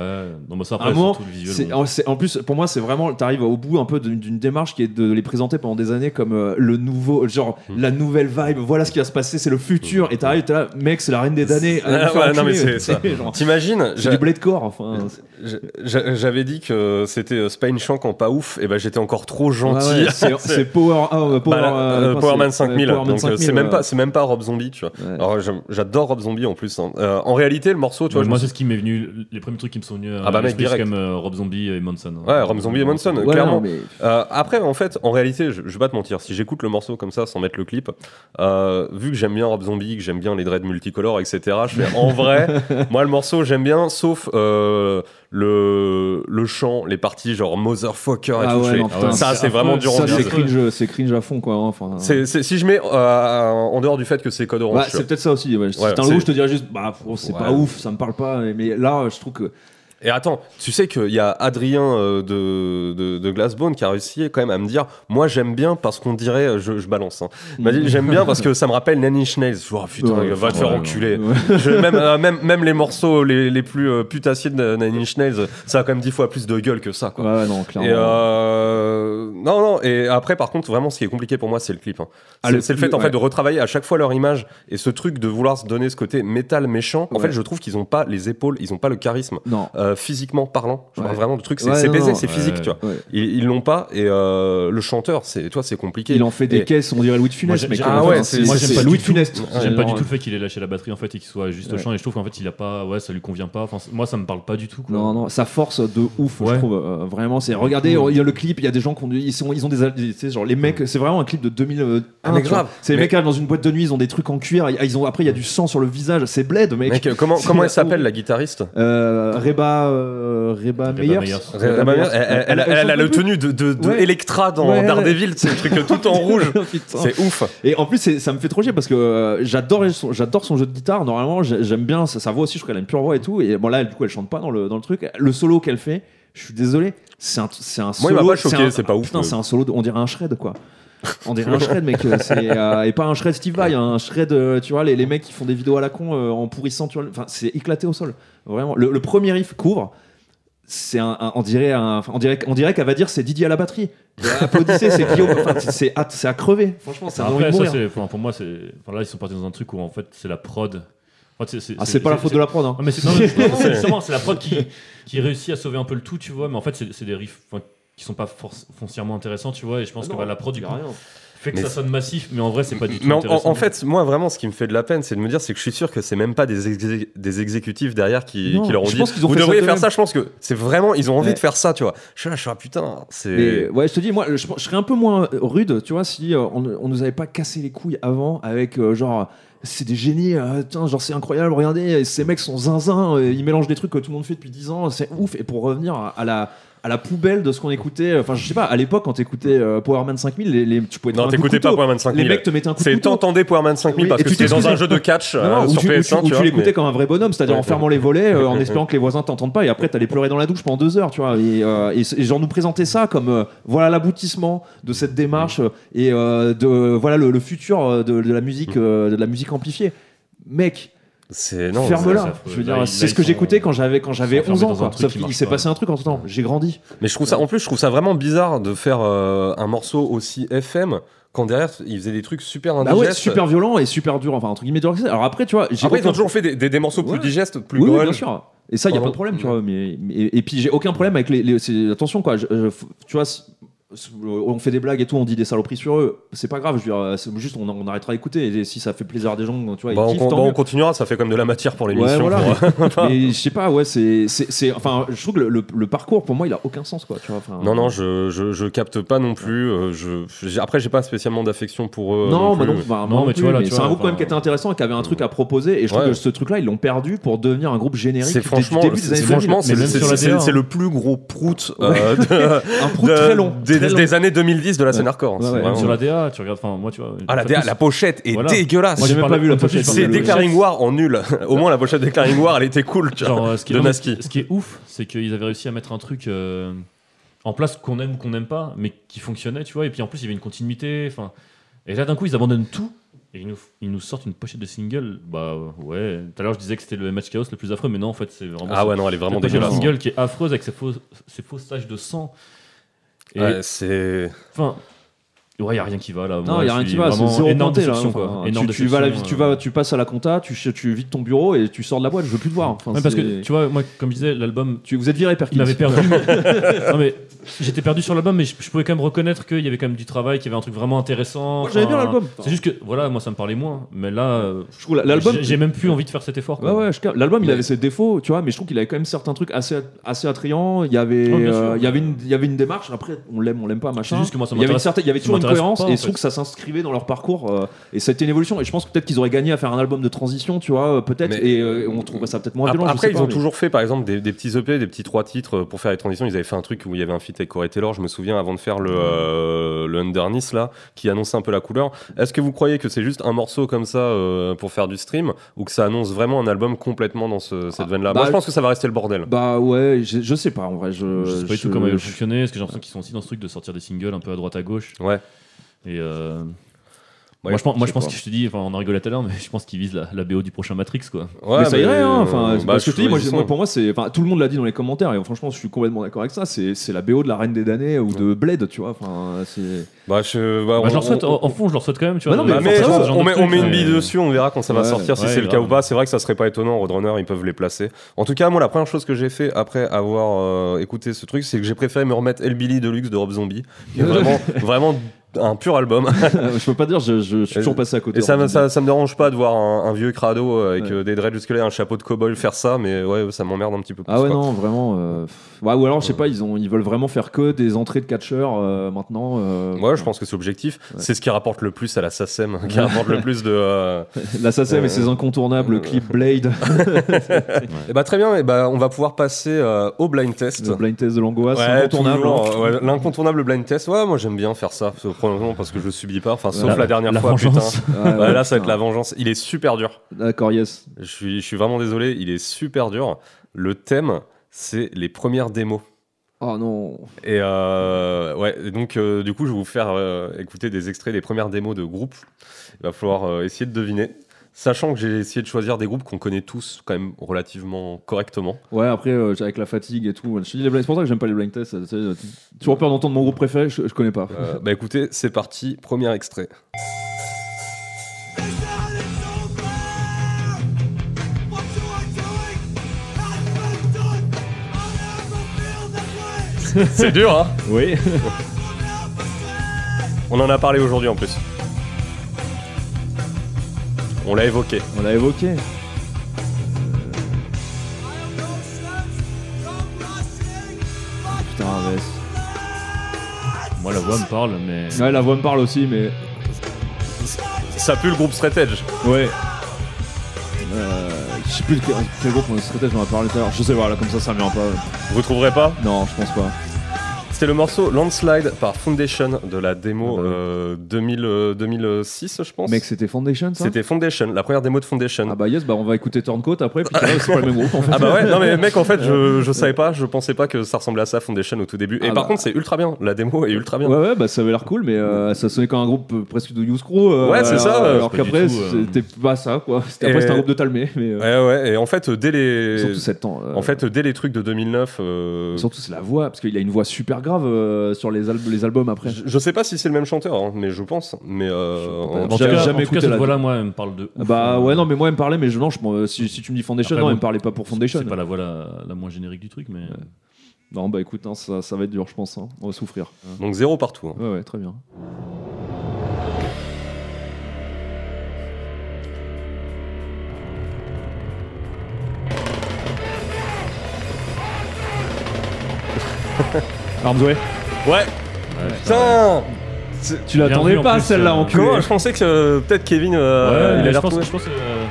non, mais ça, À un après, moment, surtout le hein. c'est- visuel. en, c'est- en plus, pour moi, c'est vraiment, t'arrives au bout un peu d'une d'une démarche qui est de les présenter pendant des années comme euh, le nouveau, genre Mm. la nouvelle vibe. Voilà ce qui va se passer, c'est le futur. Et t'arrives, t'es là, mec, c'est la reine des damnés. allez *laughs* Ah, me faire ouais, non, enculer, mais c'est tu ça. *laughs* sais, genre, T'imagines *laughs* C'est j'a- du blé de corps, enfin. c'est- j'a- j'a- J'avais dit que c'était euh, Spain Shank en pas ouf, et bah j'étais encore trop Ouais, gentil. ouais, *laughs* c'est- c'est Power, ah, euh, Power, Bah, là, euh, euh, enfin, Powerman c'est- 5000, Powerman donc euh, 5000, c'est même ouais. pas, c'est même pas Rob Zombie, tu vois. Ouais. Alors j'aime- j'adore Rob Zombie en plus. hein. Euh, en réalité, le morceau, tu vois, Moi, je me moi suis- c'est ce qui m'est venu, les premiers trucs qui me sont venus. à Ah bah, mec, l'esprit, c'est direct. comme euh, Rob Zombie et Manson. Ouais, Rob Zombie et Manson, Ouais, clairement. non, mais- Euh, après, en fait, en réalité, je, je vais pas te mentir, si j'écoute le morceau comme ça sans mettre le clip, euh, vu que j'aime bien Rob Zombie, que j'aime bien les dreads multicolores, etc., je fais en *laughs* vrai, moi le morceau j'aime bien, sauf euh, le, le chant, les parties genre motherfucker et Ah tout. ouais, je fais, non, putain, ça, c'est c'est affreux, vraiment du ça, Ça, Rob c'est Zombie. cringe, c'est cringe à fond, quoi. hein, Enfin, C'est- c'est- Si je mets euh, en dehors du fait que c'est code orange, Bah, tu c'est peut-être ça aussi. Ouais. Si Ouais, c'était un c'est- lourd, je te dirais juste, bah, oh, c'est pas Ouais. ouf, ça me parle pas. Mais là, je trouve que. Et attends, tu sais qu'il y a Adrien euh, de, de, de Glassbone qui a réussi quand même à me dire Moi j'aime bien parce qu'on dirait, euh, je, je balance, hein. Il m'a dit J'aime bien parce que ça me rappelle Nanny Schnells. Je dis, Oh putain, Mm. Ouais, va te faire ouais, enculer. Ouais. Je- même, euh, même, même les morceaux les, les plus euh, putassiers de Nanny Schnells, euh, ça a quand même dix fois plus de gueule que ça, quoi. Ouais, ouais, non, Et clairement. euh, non, non, et après, par contre, vraiment, ce qui est compliqué pour moi, c'est le clip. hein. Ah, C'est le c'est le fait, clip, en ouais. fait, de retravailler à chaque fois leur image et ce truc de vouloir se donner ce côté métal méchant. En Ouais. fait, je trouve qu'ils ont pas les épaules, ils ont pas le charisme Non. euh, physiquement parlant. Je Ouais. parle vraiment du truc, c'est Ouais, c'est non, baisé, non. c'est physique, Ouais. tu vois. Ouais. Ils ils l'ont pas, et euh, le chanteur, c'est toi, c'est compliqué. Il en fait des Et- caisses, on dirait Louis de Moi, Funès, j'ai- mec. ah Enfin, ouais, c'est moi, j'aime c'est pas Louis de du tout. Funès. J'aime pas Non, du tout le fait qu'il ait lâché la batterie en fait et qu'il soit juste au Ouais. chant et je trouve qu'en fait il a pas ouais ça lui convient pas enfin c- moi ça me parle pas du tout quoi. Non, non, ça force de ouf, je Ouais. trouve. euh, vraiment, c'est. Regardez, Mm. il y a le clip, il y a des gens qui ont, ils sont, ils ont des. Tu sais, genre, les mecs, c'est vraiment un clip de 2001. Ah, mais tu vois. grave. C'est les Mais- mecs qui arrivent dans une boîte de nuit, ils ont des trucs en cuir, ils- ils ont, après, il y a du sang sur le visage, c'est bled, mec. Mec, euh, *laughs* comment, C'est comment la elle s'appelle honte. la guitariste Euh, Reba, euh, Reba Reba Meyers. Meyers. Elle, elle- elle- Euh, elle- elle- elle a chante le plus. tenue de, de, de Ouais. Electra dans Ouais. Daredevil, c'est le truc tout *laughs* en rouge. Putain. C'est ouf. Et en plus, c'est- ça me fait trop chier parce que euh, j'adore son, j'adore son jeu de guitare. Normalement, j'ai- j'aime bien sa, sa voix aussi. Je trouve qu'elle a une pure voix et tout. Et bon, là, elle- du coup, elle chante pas dans le, dans le truc. Le solo qu'elle fait, je suis désolé, c'est un, c'est un Moi, solo. il m'a pas choqué, un- c'est pas ouf, euh. Putain, mais- c'est un solo, de- on dirait un shred quoi. On dirait un shred, mec. euh, c'est, euh, et pas un shred Steve Vai, un shred, euh, tu vois, les, les mecs qui font des vidéos à la con euh, en pourrissant, tu vois. Enfin, c'est éclaté au sol. Vraiment. Le, le premier riff couvre. C'est un, un- on dirait un- enfin, on dirait on dirait qu'elle va dire c'est Didier à la batterie. Euh, Applaudissez, c'est Guillaume. Enfin, c'est- c'est à, c'est à crever. Franchement, c'est un Après, envie de ça, mourir. c'est- enfin, pour moi, c'est. Enfin, là, ils sont partis dans un truc où en fait, c'est la prod. Enfin, Ah, c'est pas la faute de la prod. Hein. Non, mais c'est *laughs* non, mais- non, C'est- mais justement, c'est la prod qui, qui réussit à sauver un peu le tout, tu vois. Mais en fait, c'est c'est des riffs enfin, qui sont pas forc- foncièrement intéressants, tu vois. Et je Ah pense que bah, la prod du coup, fait que Mais ça sonne massif, mais en vrai, c'est pas du tout. Mais en, en- intéressant. en fait, moi, vraiment, ce qui me fait de la peine, c'est de me dire c'est que je suis sûr que c'est même pas des, exé- des exécutifs derrière qui, Non, qui leur ont je dit pense qu'ils ont Vous fait ça devriez de faire même. ça, je pense que c'est vraiment, ils ont envie Ouais. de faire ça, tu vois. Je suis là, je suis là, putain, Mais c'est. ouais, je te dis, moi, je, je serais un peu moins rude, tu vois, si euh, on, on nous avait pas cassé les couilles avant avec euh, genre. C'est des génies, euh, tiens, genre c'est incroyable, regardez, ces mecs sont zinzins, euh, ils mélangent des trucs que tout le monde fait depuis 10 ans, c'est ouf. Et pour revenir à, à la, à la poubelle de ce qu'on écoutait, euh, enfin je sais pas, à l'époque quand t'écoutais euh, Power Man 5000, les, les- tu pouvais te Non, faire un coup de t'écoutais pas couteau. Powerman 5000. Les mecs te mettaient un coup de C'est couteau. t'entendais Powerman 5000 Oui, parce et que tu c'était dans un t'excusais. jeu de catch Non, euh, ou sur tu, ou PS1, tu- ou tu tu vois, l'écoutais mais- comme un vrai bonhomme, c'est-à-dire Ouais, en fermant les volets, euh, en espérant que les voisins t'entendent pas, et après t'allais pleurer dans la douche pendant deux heures, tu vois. Et, euh, et c- et genre nous présenter ça comme euh, voilà l'aboutissement de cette démarche euh, et euh, de voilà le, le futur euh, de, de la musique, euh, de la musique amplifiée, mec. C'est non. c'est Ferme-la. affreux. Je veux Là, dire, ils- c'est là, ce que ils sont- j'écoutais quand j'avais quand j'avais sont 11 ans. enfermés dans un Quoi. truc Sauf qui qu'il marche s'est pas. passé un truc entre temps. J'ai grandi. Mais je trouve ça, en plus, je trouve ça vraiment bizarre de faire euh, un morceau aussi FM quand derrière ils faisaient des trucs super Bah indigestes. ouais, super violent et super dur. Enfin, entre guillemets, dur. accès. Alors après, tu vois, j'ai Après, ils aucun- ont toujours fait des, des- des morceaux plus Ouais. digestes, plus oui, oui, grunge. bien sûr. Et ça, il n'y a Pardon. pas de problème, tu vois. Mais, mais- et puis, j'ai aucun problème avec les. les- c'est- attention, quoi. je- je- tu vois, si- on fait des blagues et tout, on dit des saloperies sur eux. C'est pas grave, je veux dire, c'est juste on, on arrêtera d'écouter. Et si ça fait plaisir à des gens, tu vois, Bah, ils on, kiffent, con- tant bah, on mieux. continuera, ça fait comme de la matière pour l'émission. Ouais, voilà. pour- euh, *laughs* Mais je sais pas, ouais, c'est, c'est, c'est- enfin, je trouve que le, le- le parcours pour moi, il a aucun sens, quoi. Tu vois, enfin, Non, non, je, je, je capte pas non plus. euh, je, j'ai- après, j'ai pas spécialement d'affection pour eux. Non, euh, plus. euh, bah non, bah, Non, non mais tu plus, vois, là, mais tu c'est vois, un groupe quand enfin, même qui était intéressant et qui avait un truc à proposer. Et je trouve Ouais. que ce truc-là, ils l'ont perdu pour devenir un groupe générique. C'est du- franchement, du début des c'est- années franchement, 2000, c'est mais le- même c'est sur la c'est- DA, c'est hein. le plus gros prout, euh, de- 2000. un *laughs* prout de- très long. des, très long. des années 2010 de la scène Ouais. hardcore. hein. Ouais, c'est ouais, vraiment- Sur la DA, tu regardes. Enfin, moi, tu vois. Ah, la, en DA, fait, la pochette est Voilà. dégueulasse. Moi, j'ai j'ai même parlé- pas vu la en fait, j'ai pochette. parlé c'est de- Declaring War en nul. *laughs* Au moins, la pochette de Declaring War, elle était cool. tu vois. Genre, euh, ce, qui est de vraiment- Naski. ce qui est ouf, c'est qu'ils avaient réussi à mettre un truc euh, en place qu'on aime ou qu'on n'aime pas, mais qui fonctionnait, tu vois. Et puis en plus, il y avait une continuité. Enfin, et là, d'un coup, ils abandonnent tout. Et ils nous, ils nous sortent une pochette de single. Bah ouais. Tout à l'heure, je disais que c'était le match chaos le plus affreux, mais non, en fait, c'est vraiment. Ah ouais, non, elle est vraiment Cette pochette de dégueulasse. single qui est affreuse avec ses fausses, ses fausses taches de sang. Et Ouais, c'est. enfin. Ouais, y a rien qui va là. Non, il Moi, y je a rien suis qui va, c'est vraiment zéro énorme pointé là. déception, quoi. Enfin, Énorme tu, tu vas à la, déception, tu, euh. vas, tu passes à la compta, tu, ch- tu vides ton bureau et tu sors de la boîte, je veux plus te voir. Enfin, Ouais, parce c'est- que tu vois, moi, comme je disais, l'album tu- vous êtes viré, Il Perkins. m'avait perdu. *laughs* non mais j'étais perdu sur l'album, mais je, je pouvais quand même reconnaître qu'il y avait quand même du travail, qu'il y avait un truc vraiment intéressant. Moi, j'aimais bien Enfin, l'album. C'est juste que voilà, moi ça me parlait moins, mais là, euh, Je trouve la- l'album. j'ai j'ai même plus envie de faire cet effort. Ouais, quoi. ouais, je capte. l'album il Mais- avait ses défauts, tu vois, mais je trouve qu'il avait quand même certains trucs assez, assez attrayants. Il y avait, Ouais, bien sûr. euh, il y avait une, il y avait une démarche. Après, on l'aime, on l'aime pas, machin. C'est juste que moi, il ça y avait une m'intéresse- certaine, il y avait ça toujours une m'intéresse cohérence pas, en et fait. je trouve que ça s'inscrivait dans leur parcours euh, et ça a été une évolution. Et je pense que peut-être qu'ils auraient gagné à faire un album de transition, tu vois, euh, peut-être. Mais- Et euh, on trouverait ça peut-être moins violent. je Après, sais ils pas, ont mais- toujours fait, par exemple, des, des petits EP, des petits trois titres euh, pour faire les transitions. Ils avaient fait un truc où il y avait un feat avec Corey Taylor, je me souviens, avant de faire le, euh, le Underneath, là, qui annonçait un peu la couleur. Est-ce que vous croyez que c'est juste un morceau comme ça euh, pour faire du stream ou que ça annonce vraiment un album complètement dans ce- cette Ah, veine-là bah, Moi, je pense que ça va rester le bordel. Bah ouais, je, je sais pas en vrai. Je, Je sais pas du je- tout comment ils je- va fonctionner, parce que j'ai l'impression qu'ils sont aussi dans ce truc de sortir des singles un peu à droite à gauche. Ouais. Et euh, Ouais, moi je pense, moi, je je pense sais que je te dis, enfin on en rigolait tout à l'heure, mais *laughs* je pense qu'ils visent la, la BO du prochain Matrix quoi. Ouais, mais ça irait, hein, euh, enfin, c'est bah, parce que je te dis, moi, ils j'ai- sont. moi, pour moi, c'est, enfin, tout le monde l'a dit dans les commentaires, et franchement, je suis complètement d'accord avec ça. C'est, c'est la BO de la Reine des Damnés ou de Blade, tu vois. Enfin, *laughs* c'est. Bah, je, bah, Bah, on- je leur souhaite, on- en, en fond je leur souhaite quand même, tu vois. Bah non, de- Bah, mais mais forcément, on- ce genre on, de met, truc, on met une mais- bille dessus, on verra quand ça va Ouais, sortir, si ouais, c'est le cas grave. ou pas. C'est vrai que ça serait pas étonnant, Roadrunner, ils peuvent les placer. En tout cas, moi, la première chose que j'ai fait après avoir euh, écouté ce truc, c'est que j'ai préféré me remettre El Billy Deluxe de Rob Zombie, qui est vraiment, vraiment un pur album. je peux pas dire, je, je suis toujours passé à côté. Et hein, ça, me- ça, ça me dérange pas de voir un, un vieux crado euh, avec Ouais. euh, des dreads jusque-là et un chapeau de cow-boy faire ça, mais ouais, ça m'emmerde un petit peu plus. Ah ouais, quoi. non, vraiment. euh, pff, ouais, ou alors, je sais pas, ils, ont, ils veulent vraiment faire que des entrées de catcheurs euh, maintenant. euh, Ouais, je pense que c'est objectif. C'est ce qui rapporte le plus à la SACEM, qui rapporte le plus de. euh, L'assassin Euh, et ses incontournables clips *laughs* Blade, Eh bah, très bien, eh bah, on va pouvoir passer euh, au blind test. le blind test de l'angoisse, Ouais, incontournable. toujours, hein. euh, ouais, l'incontournable blind test. Ouais, moi j'aime bien faire ça, parce que, probablement parce que je le subis pas. Enfin, sauf la, La- dernière la fois, vengeance. *laughs* putain. Ah Ouais, Ouais, ouais, là, ça va être putain. la vengeance. Il est super dur. D'accord, yes. Je suis, je suis vraiment désolé, il est super dur. Le thème, c'est les premières démos. Oh non. Et euh, ouais, et donc euh, du coup, je vais vous faire euh, écouter des extraits des premières démos de groupes. Il va falloir euh, essayer de deviner. Sachant que j'ai essayé de choisir des groupes qu'on connaît tous quand même relativement correctement. Ouais, après, euh, avec la fatigue et tout, je te dis les blind- c'est pour ça que j'aime pas les blind tests. tu sais, euh, toujours peur d'entendre mon groupe préféré, je, je connais pas. Euh, bah écoutez, c'est parti, premier extrait. C'est dur, hein *laughs* Oui. On en a parlé aujourd'hui en plus. On l'a évoqué. On l'a évoqué. Euh. Putain, ouais. c'est- Moi la voix me parle, mais. Ouais, la voix me parle aussi, mais. Ça pue le groupe Straight Edge. Ouais. Euh, je sais plus quel, quel groupe on se traitait, j'en ai parlé tout à l'heure. Je sais pas, là, comme ça, ça me vient pas. Vous trouverez pas Non, je pense pas. C'était le morceau Landslide par Foundation de la démo Ah bah oui. euh, 2000, euh, 2006, je pense. Mec, c'était Foundation, ça C'était Foundation, la première démo de Foundation. Ah bah yes, bah on va écouter Turncoat *laughs* après, puis c'est pas le même groupe en fait. Ah bah ouais, non mais mec en fait *laughs* je, je savais pas, je pensais pas que ça ressemblait à ça Foundation au tout début. Et Ah par bah. contre c'est ultra bien, la démo est ultra bien. Ouais, ouais, bah ça avait l'air cool, mais euh, ça sonnait comme un groupe euh, presque de Youth Crew. euh, Ouais, c'est ça, Alors, euh, alors c'est pas qu'après, du tout, euh, c'était pas ça, quoi. C'était- Après, Et- c'était un groupe de Talmé, mais. euh, Ouais ouais, et en fait euh, dès les... Surtout 7 ans. euh, En fait euh, dès les trucs de 2009... euh, Surtout, c'est la voix, parce qu'il a une voix super grave euh, sur les, al- les albums après. Je, je sais pas si c'est le même chanteur, hein, mais je pense. Mais euh, en En tout tout J'avais cas, cas, jamais en tout écouté cas, cette la- voix-là, moi, elle me parle de. Ah ouf. euh, Bah ouais, non, mais moi, elle me parlait, mais je, non, je, m'en- si, si tu me dis Foundation, Après, non, elle bon, me parlait pas pour Foundation. hein. C'est pas la voix la, la moins générique du truc, mais. euh, Non, bah écoute, non, ça, ça va être dur, je pense. hein. On va souffrir. Euh, donc zéro partout. hein. Ouais, ouais, très *laughs* bien. Armsway, Ouais, Ouais, putain tu Bien vu, l'attendais en pas plus, celle-là euh, en plus. Comment je pensais que euh, peut-être Kevin euh, Ouais, il a je l'air pense, tout- je pense que, euh,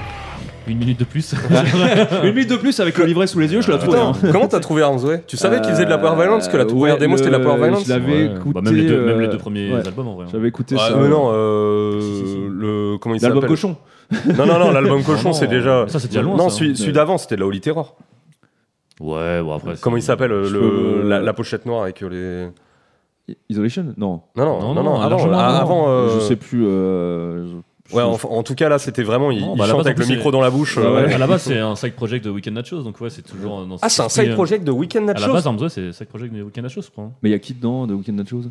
une minute de *laughs* plus. *laughs* Une minute de plus avec le livret sous les yeux, je l'ai trouvé. Putain, *laughs* hein. comment t'as trouvé Armsway Tu savais qu'il faisait de la Power Violence Parce que la Euh, toute ouais, première démo le- c'était de la Power Violence Je l'avais Ouais, écouté. bah, même, les deux, même les euh, deux premiers ouais. albums en vrai. hein. J'avais écouté Ouais, ça. mais non, euh, Si, si, si. le comment il s'appelle L'album cochon. Non non non, *laughs* l'album cochon non, c'est déjà mais ça, c'est déjà loin, Non, ça. hein. celui, celui Ouais. d'avant c'était de la Holy Terror. Ouais, bon après. c'est- Comment il s'appelle euh, Je le peux- la, la pochette noire avec euh, les Isolation Non. Non non non non, Non, non, avant largement ah, avant. avant euh, Je sais plus. euh, je- Ouais, je- en, en tout cas là c'était vraiment il, Non, il bah, à la chante base, avec en le plus, micro dans la bouche. Ouais, euh, ouais. À la base, c'est un side project de Weekend Nachos, donc ouais, c'est toujours euh, dans Ah cet c'est un esprit, side euh, project de Weekend À la Nachos. base, Hamza, c'est side project de Weekend Nachos, je crois. hein. Mais il y a qui dedans de Weekend Nachos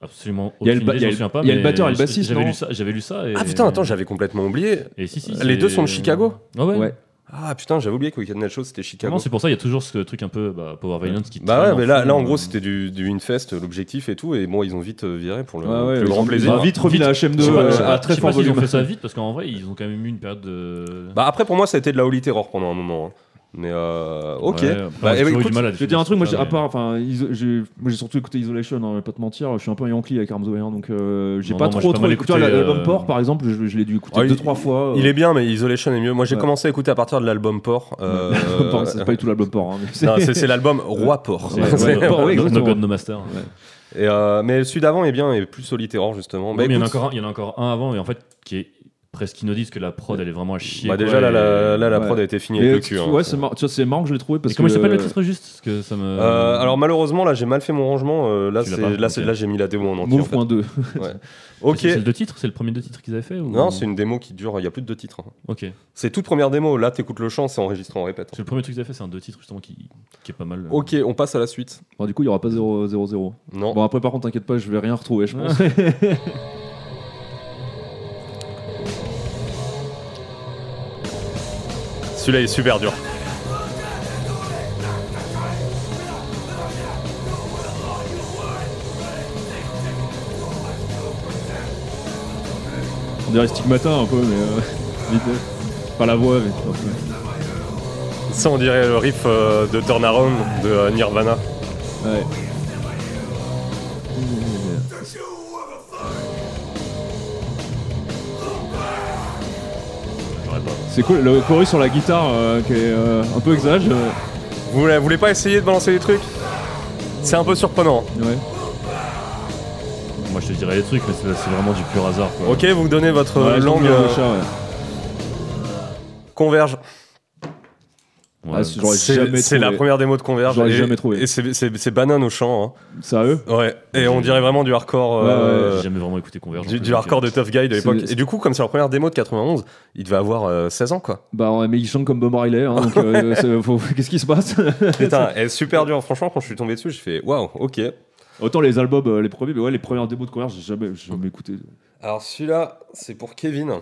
Absolument. Il y a le aucune ba- il idée, y a j'en souviens le- pas, il y a le mais batteur et le j- bassiste, J'avais non lu ça. J'avais lu ça. Et... Ah putain attends j'avais complètement oublié. Et si, si, Les c'est- deux sont de Chicago Ah ouais. Ouais. Ah putain j'avais oublié que Weekend Nachos c'était Non, Chicago. c'est pour ça, il y a toujours ce truc un peu bah, Power Violence qui. Bah traîne ouais, mais là, fond, là en euh, gros, c'était du, du Infest, l'objectif et tout, et bon, ils ont vite euh, viré pour le, ouais, le ils grand ont- plaisir. Ils ont vite remis la HM2 Je sais pas, je sais euh, pas, à très je sais pas fort s'ils ont volume. fait ça vite parce qu'en vrai, ils ont quand même eu une période de. Bah après, pour moi, ça a été de la Holy Terror pendant un moment. hein. Mais euh, ok. Ouais, après, Bah, j'ai eh ben, toujours eu du écoute, mal à Je vais dire un truc, moi j'ai- définir à ça, part, enfin, iso- j'ai moi, j'ai surtout écouté Isolation, hein, je vais pas te mentir, je suis un peu Yankee avec Arms Away, hein, donc euh, j'ai Non, pas non, moi, trop j'ai pas trop mal écouté. Tu vois, écouté, L'album euh, Port par exemple, je, je l'ai dû écouter Ah, il- deux trois fois. il euh, est bien, mais Isolation est mieux. Moi, j'ai Ouais. commencé à écouter à partir de l'album *laughs* Port. euh, *laughs* l'album Port, c'est pas du tout l'album Port. hein, mais *laughs* c'est- non, *laughs* c'est c'est l'album Roi *laughs* Port. mais- Ouais, C'est- ouais, ouais, No- exactement. No God, No Master. Et, euh, mais celui d'avant est bien, et plus Holy Terror, justement. Bah, Non, mais il, y en a écoute, encore un, il y en a encore un avant, et en fait, qui est presque inaudible, parce que la prod, elle est vraiment à chier. bah, quoi, déjà, là, et- la, là, la Ouais. prod a été finie Mais avec le tu- cul. hein. ouais, c'est marrant, tu vois, c'est marrant que je l'ai trouvé Et parce comment il que- s'appelle le titre juste Parce que ça me. Euh, alors malheureusement là j'ai mal fait mon rangement euh, là Tu l'as c'est pas là c'est Ok. là j'ai mis la démo euh, en entier en fait. Move.2. ok C'est c'est le deux titres C'est le premier deux titres qu'ils avaient fait ou... non c'est une démo qui dure il y a plus de deux titres hein. Ok. Parce C'est toute première démo, là t'écoutes le chant, c'est enregistré en répète. hein. que le premier truc qu'ils avaient fait, c'est un deux titres justement qui, qui est pas mal. euh. Ok, on passe à la suite. Bon, du coup, il y aura pas 0-0-0. Non. Bon, après, par contre, t'inquiète pas, je vais rien retrouver, je pense. *laughs* Celui-là est super dur. On dirait Stigmata un peu, mais. euh, *laughs* vite. euh, Pas la voix, mais. Ça, on dirait le riff euh, de Turnaround de euh, Nirvana. Ouais. J'aurais pas. C'est cool, le chorus sur la guitare euh, qui est euh, un peu exagéré. Vous voulez, vous voulez pas essayer de balancer des trucs C'est un peu surprenant. ouais. Moi, je te dirais les trucs, mais c'est c'est vraiment du pur hasard. Quoi. Ok, vous me donnez votre euh, Ouais, langue le euh, chat, ouais. Converge. Ouais. Ah, c'est- J'aurais C'est jamais c'est la trouvé. première démo de Converge. J'aurais et- jamais trouvé. Et c'est- c'est c'est banane au chant. Sérieux hein. Ouais. Et on dirait vraiment du hardcore. euh, J'ai jamais vraiment écouté Convergence. Du, du hardcore de Tough Guy de C'est- l'époque. Et du coup, comme c'est la première démo de 91, il devait avoir euh, 16 ans, *laughs* quoi. Bah, ouais, mais il chante comme Bob Marley, hein, donc *laughs* euh, c'est- faut- qu'est-ce qui se passe Putain, elle est super dur. Franchement, quand je suis tombé dessus, j'ai fait waouh, ok. *laughs* Autant les albums, euh, les premiers, mais ouais, les premières démos de Converge, j'ai jamais, j'ai jamais écouté. Alors celui-là, c'est pour Kevin.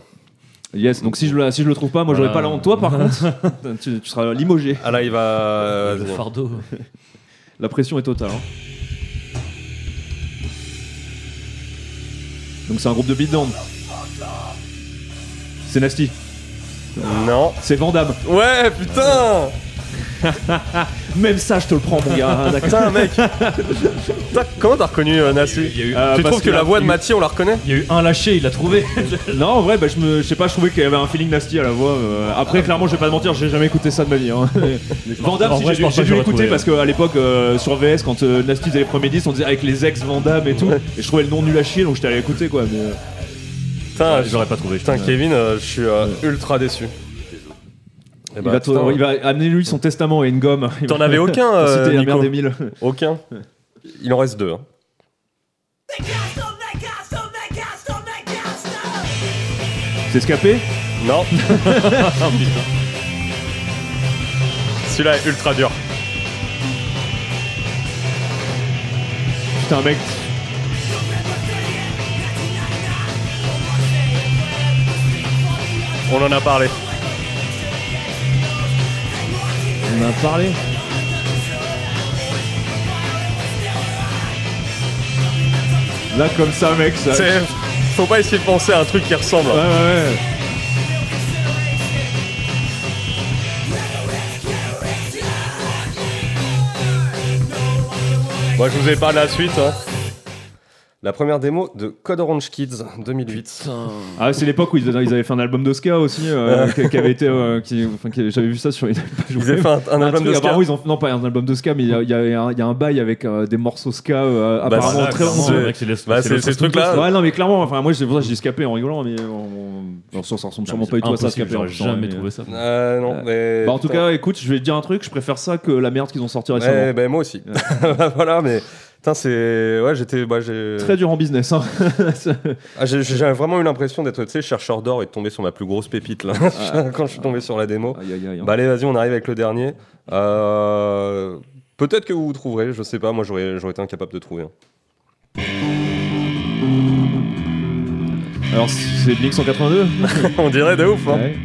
Yes, donc si je, le- si je le trouve pas, moi j'aurais Voilà. pas la honte. Toi, *laughs* par contre, tu, tu seras limogé. Ah là, il va. euh, Le fardeau. La pression est totale. hein. Donc c'est un groupe de beatdown. C'est Nasty. Non. C'est Vandame. Ouais, putain Même ça, je te le prends, mon gars. *laughs* hein, d'accord. Putain, mec Putain, Comment t'as reconnu euh, Nassu Il y a eu- Euh, Tu parce trouves que que la là, voix de il- Mathieu, on la reconnaît Il y a eu un lâché, il l'a trouvé. *laughs* Non, en vrai, bah, je, me, je sais pas, je trouvais qu'il y avait un feeling nasty à la voix. euh, après, clairement, je vais pas te mentir, j'ai jamais écouté ça de ma vie. Hein. *laughs* Vandame, en si vrai, j'ai je dû, pense j'ai pas que dû j'aurais l'écouter trouvé, parce qu'à l'époque, euh, sur VS, quand euh, Nasty faisait les premiers disques, on disait avec les ex Vandame et tout. Et je trouvais le nom nul à chier, donc j'étais allé écouter quoi. Mais, euh, Putain, je- *laughs* J'aurais pas trouvé. je Ah, putain, pense. Kevin, euh, je suis euh, ultra déçu. Eh il, bah, va te- putain, il va amener lui son testament et une gomme. ah, Il *laughs* T'en va- avais aucun, Pour euh, citer la Nico mère d'Emile. Aucun Il en reste deux. hein. *laughs* C'est Scapé *laughs* Oh, Non Celui-là est ultra dur. Putain, mec. On en a parlé. On en a parlé. Là, comme ça, mec, ça. C'est- Faut pas essayer de penser à un truc qui ressemble. Ah, Ouais, ouais, ouais. Moi, je vous ai pas la suite. hein. La première démo de Code Orange Kids 2008. Ah, c'est l'époque où ils ils avaient fait un album de ska aussi, euh, qui, qui avait été, euh, qui, enfin, qui- j'avais vu ça sur une page Ils web. avaient fait un, un Un album truc, de ska. apparemment, ils ont, non, pas un album de ska, mais il y a, il y a un- il y a un bail avec euh, des morceaux ska euh, Bah, apparemment ça, très clairement, honteux. ouais. Bah, c'est le ces trucs-là. Ouais, non, mais clairement, enfin, moi, c'est pour ça que j'ai scapé en rigolant, mais on, on- ça ça ressemble sûrement pas du tout à ça, scapé. J'aurais en jamais mais- trouvé ça. Moi, Euh, non, mais- Bah, en tout putain. cas, écoute, je vais te dire un truc, je préfère ça que la merde qu'ils ont sorti récemment. Ouais, ben moi aussi. *laughs* voilà, mais. Putain, c'est. Ouais, j'étais. bah, j'ai. Très dur en business, hein. *laughs* Ah, j'ai- j'ai- J'avais vraiment eu l'impression d'être, tu sais, chercheur d'or et de tomber sur ma plus grosse pépite, là, *laughs* Ah. quand je suis tombé sur la démo. aïe, aïe, aïe. hein. Bah allez, vas-y, on arrive avec le dernier. Euh, Peut-être que vous vous trouverez, je sais pas, moi j'aurais j'aurais été incapable de trouver. hein. *laughs* Alors, c'est Blink 182 on dirait de ouf, hein. Ouais.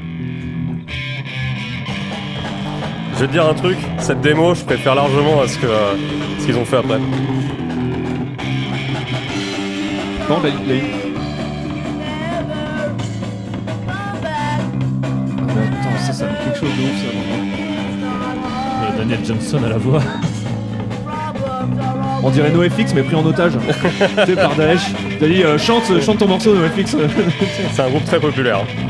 Je vais te dire un truc, cette démo, je préfère largement à ce que euh, ce qu'ils ont fait après. Par contre, la- la- Ah, mais Attends, ça, ça me fait quelque chose de ouf, ça. vraiment. euh, Daniel Johnson à la voix. On dirait NoFX, mais pris en *laughs* otage. tu sais, par Daesh. T'as dit, euh, chante, euh, chante ton morceau, NoFX. *laughs* C'est un groupe très populaire. hein.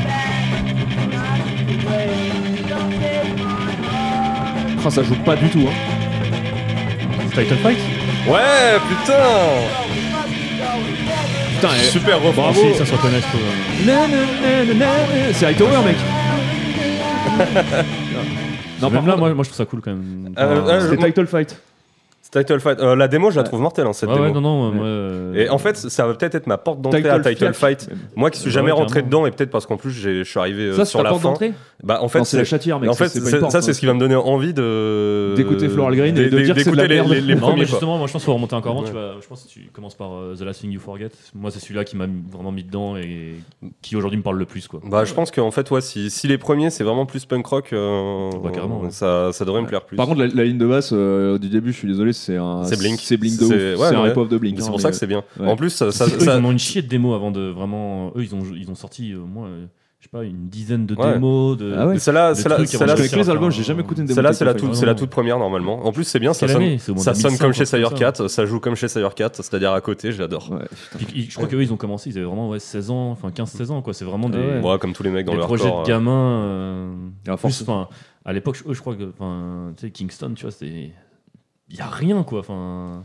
Ah, ça joue pas du tout, hein. Title Fight Ouais, putain Putain, eh, Super refrain. Bravo. Si, ça se reconnaît, je trouve. hein. Na, na, na, na, na. C'est Hightower, *laughs* mec. non, Même par là, là, moi, moi, je trouve ça cool quand même. Euh, Enfin, euh, c'était moi- Title Fight. C'est Title Fight. Euh, la démo, je la trouve mortelle, hein, cette ouais, ouais, démo. non, non, Ouais. moi. euh, Et en fait, ça va peut-être être ma porte d'entrée à Title Fiat. Fight. Moi qui suis Ouais, jamais rentré carrément. dedans, et peut-être parce qu'en plus j'ai- je suis arrivé euh, Ça, c'est sur ta la porte fin. d'entrée Bah, en fait, Non, c'est la c'est- chatière, mec. en fait, c'est pas c'est- une porte, ça, hein. c'est ce qui va me donner envie de D'écouter Floral Green et d'é- de d'é- dire que c'est de d'écouter la les- merde. Les, les non, mais premiers, quoi. justement, moi je pense qu'il faut remonter encore avant. Tu Ouais. vas, je pense que tu commences par euh, The Last Thing You Forget. Moi, c'est celui-là qui m'a vraiment mis dedans et qui aujourd'hui me parle le plus. Quoi. Bah, je pense qu'en fait, ouais, si, si les premiers c'est vraiment plus punk rock, euh, Bah, carrément, ouais. ça, ça devrait me plaire plus. Par contre, la, la ligne de basse euh, du début, je suis désolé, c'est un. C'est Blink. C'est Blink de ouf. C'est- C'est ouais, un ouais. rip-off de Blink. c'est hein, pour ça mais- que c'est bien. ouais. En plus, ça, *laughs* ça- Eux, ça- Ils ont une chier de démos avant de vraiment. Eux, ils ont, ils ont sorti, euh, moi, euh, je sais pas, une dizaine de Ouais. démos. De... Ah ouais. celle-là, Des celle-là, trucs qui celle-là, Parce rangent c'est- qu'avec les c'est- albums, j'ai jamais écouté une démo. celle-là, de c'est la Title toute, Fight. c'est la toute première normalement. En plus, c'est bien, ça Quelle sonne, année C'est au moins ça sonne 2005, comme chez un truc Sire comme ça. 4, ça joue comme chez Sire 4, c'est-à-dire à côté, j'adore. Ouais, putain. Puis, ils- je crois qu'eux, ils ont commencé, ils avaient vraiment ouais, 16 ans, enfin 15-16 ans, quoi. C'est vraiment des, Ouais. Ouais. comme tous les mecs dans des leur projets corps. de gamins. euh, Ah, plus, forcément. enfin, à l'époque, je- eux, je crois que enfin, tu sais, Kingston, tu vois, c'est. Il a rien, quoi. Enfin...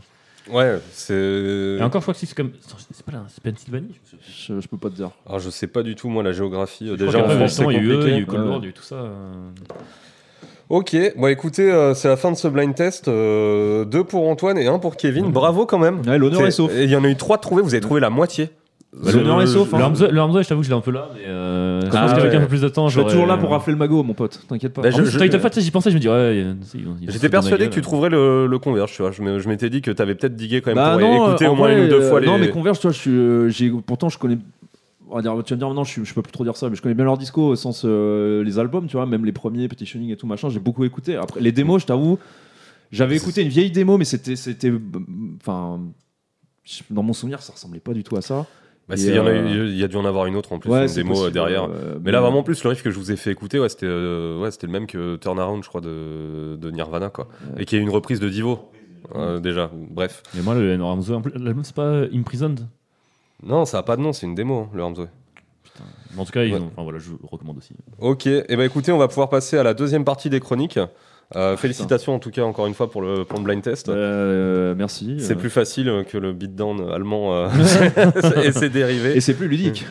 euh, Ouais, c'est. Et encore, je crois que c'est comme. Attends, C'est pas la c'est Pennsylvanie je sais plus. hein. Je, je peux pas te dire. Alors, Ah, je sais pas du tout, moi, la géographie. euh, Je crois Déjà, en qu'après, France, c'est justement, il y a eu eux, il y a compliqué. eu Cold Ouais. War, il y a eu tout ça. euh, Ok, bon, écoutez, euh, c'est la fin de ce blind test. euh, deux pour Antoine et un pour Kevin. Bravo quand même. Ouais, l'honneur est C'est- sauf. hein. et Il y en a eu trois de trouvés, vous avez trouvé la moitié. L'honneur est sauf. Le hein. Hamza, le Hamza, je t'avoue que je l'ai un peu là, mais euh, je Ah pense qu'avec ouais. un peu plus de temps, Je suis j'aurais- euh, toujours là pour rafler le magot, mon pote. T'inquiète pas. Bah, En plus, Je- je- Title Fight, ça, j'y pensais, je me dis, ouais, il y a- si, ils vont- ils vont J'étais se foutre dans la persuadé hein. gueule. que tu trouverais le, le converge, tu vois. Je me- je m'étais dit que t'avais peut-être digué quand même Bah pour non, écouter euh, au en moins vrai, une ou deux euh, fois les. Non, mais Converge, tu vois, je suis, euh, j'ai- pourtant, je connais. On va dire, tu vas me dire maintenant, je, suis- je peux plus trop dire ça, mais je connais bien leur disco au sens euh, les albums, tu vois, même les premiers, Petitioning et tout machin, j'ai beaucoup écouté. Après, les démos, je t'avoue, j'avais écouté une vieille démo, mais c'était. c'était, Enfin. je- Dans mon souvenir, ça ressemblait pas du tout à ça. Bah, Et, si, il y en a eu- euh, il y a dû en avoir une autre en plus, une c'est démo possible, euh, derrière. euh, Mais là, vraiment, en plus, le riff que je vous ai fait écouter, ouais, c'était euh, ouais, c'était le même que Turnaround, je crois, de, de Nirvana, quoi. Et qui est une reprise de Divo, euh, déjà. Bref. Et moi, le Hamza, en plus, l'album, c'est pas Imprisoned Non, ça a pas de nom, c'est une démo, hein, le Harmsway. Mais en tout cas, ils Ouais. ont- enfin, voilà, je vous le recommande aussi. Ok, et ben écoutez, on va pouvoir passer à la deuxième partie des chroniques. Ah, Euh, félicitations en tout cas encore une fois pour le, pour le blind test. euh, merci. C'est euh, plus facile euh, que le beatdown allemand euh, *laughs* *laughs* et ses dérivés. Euh, Et c'est plus ludique.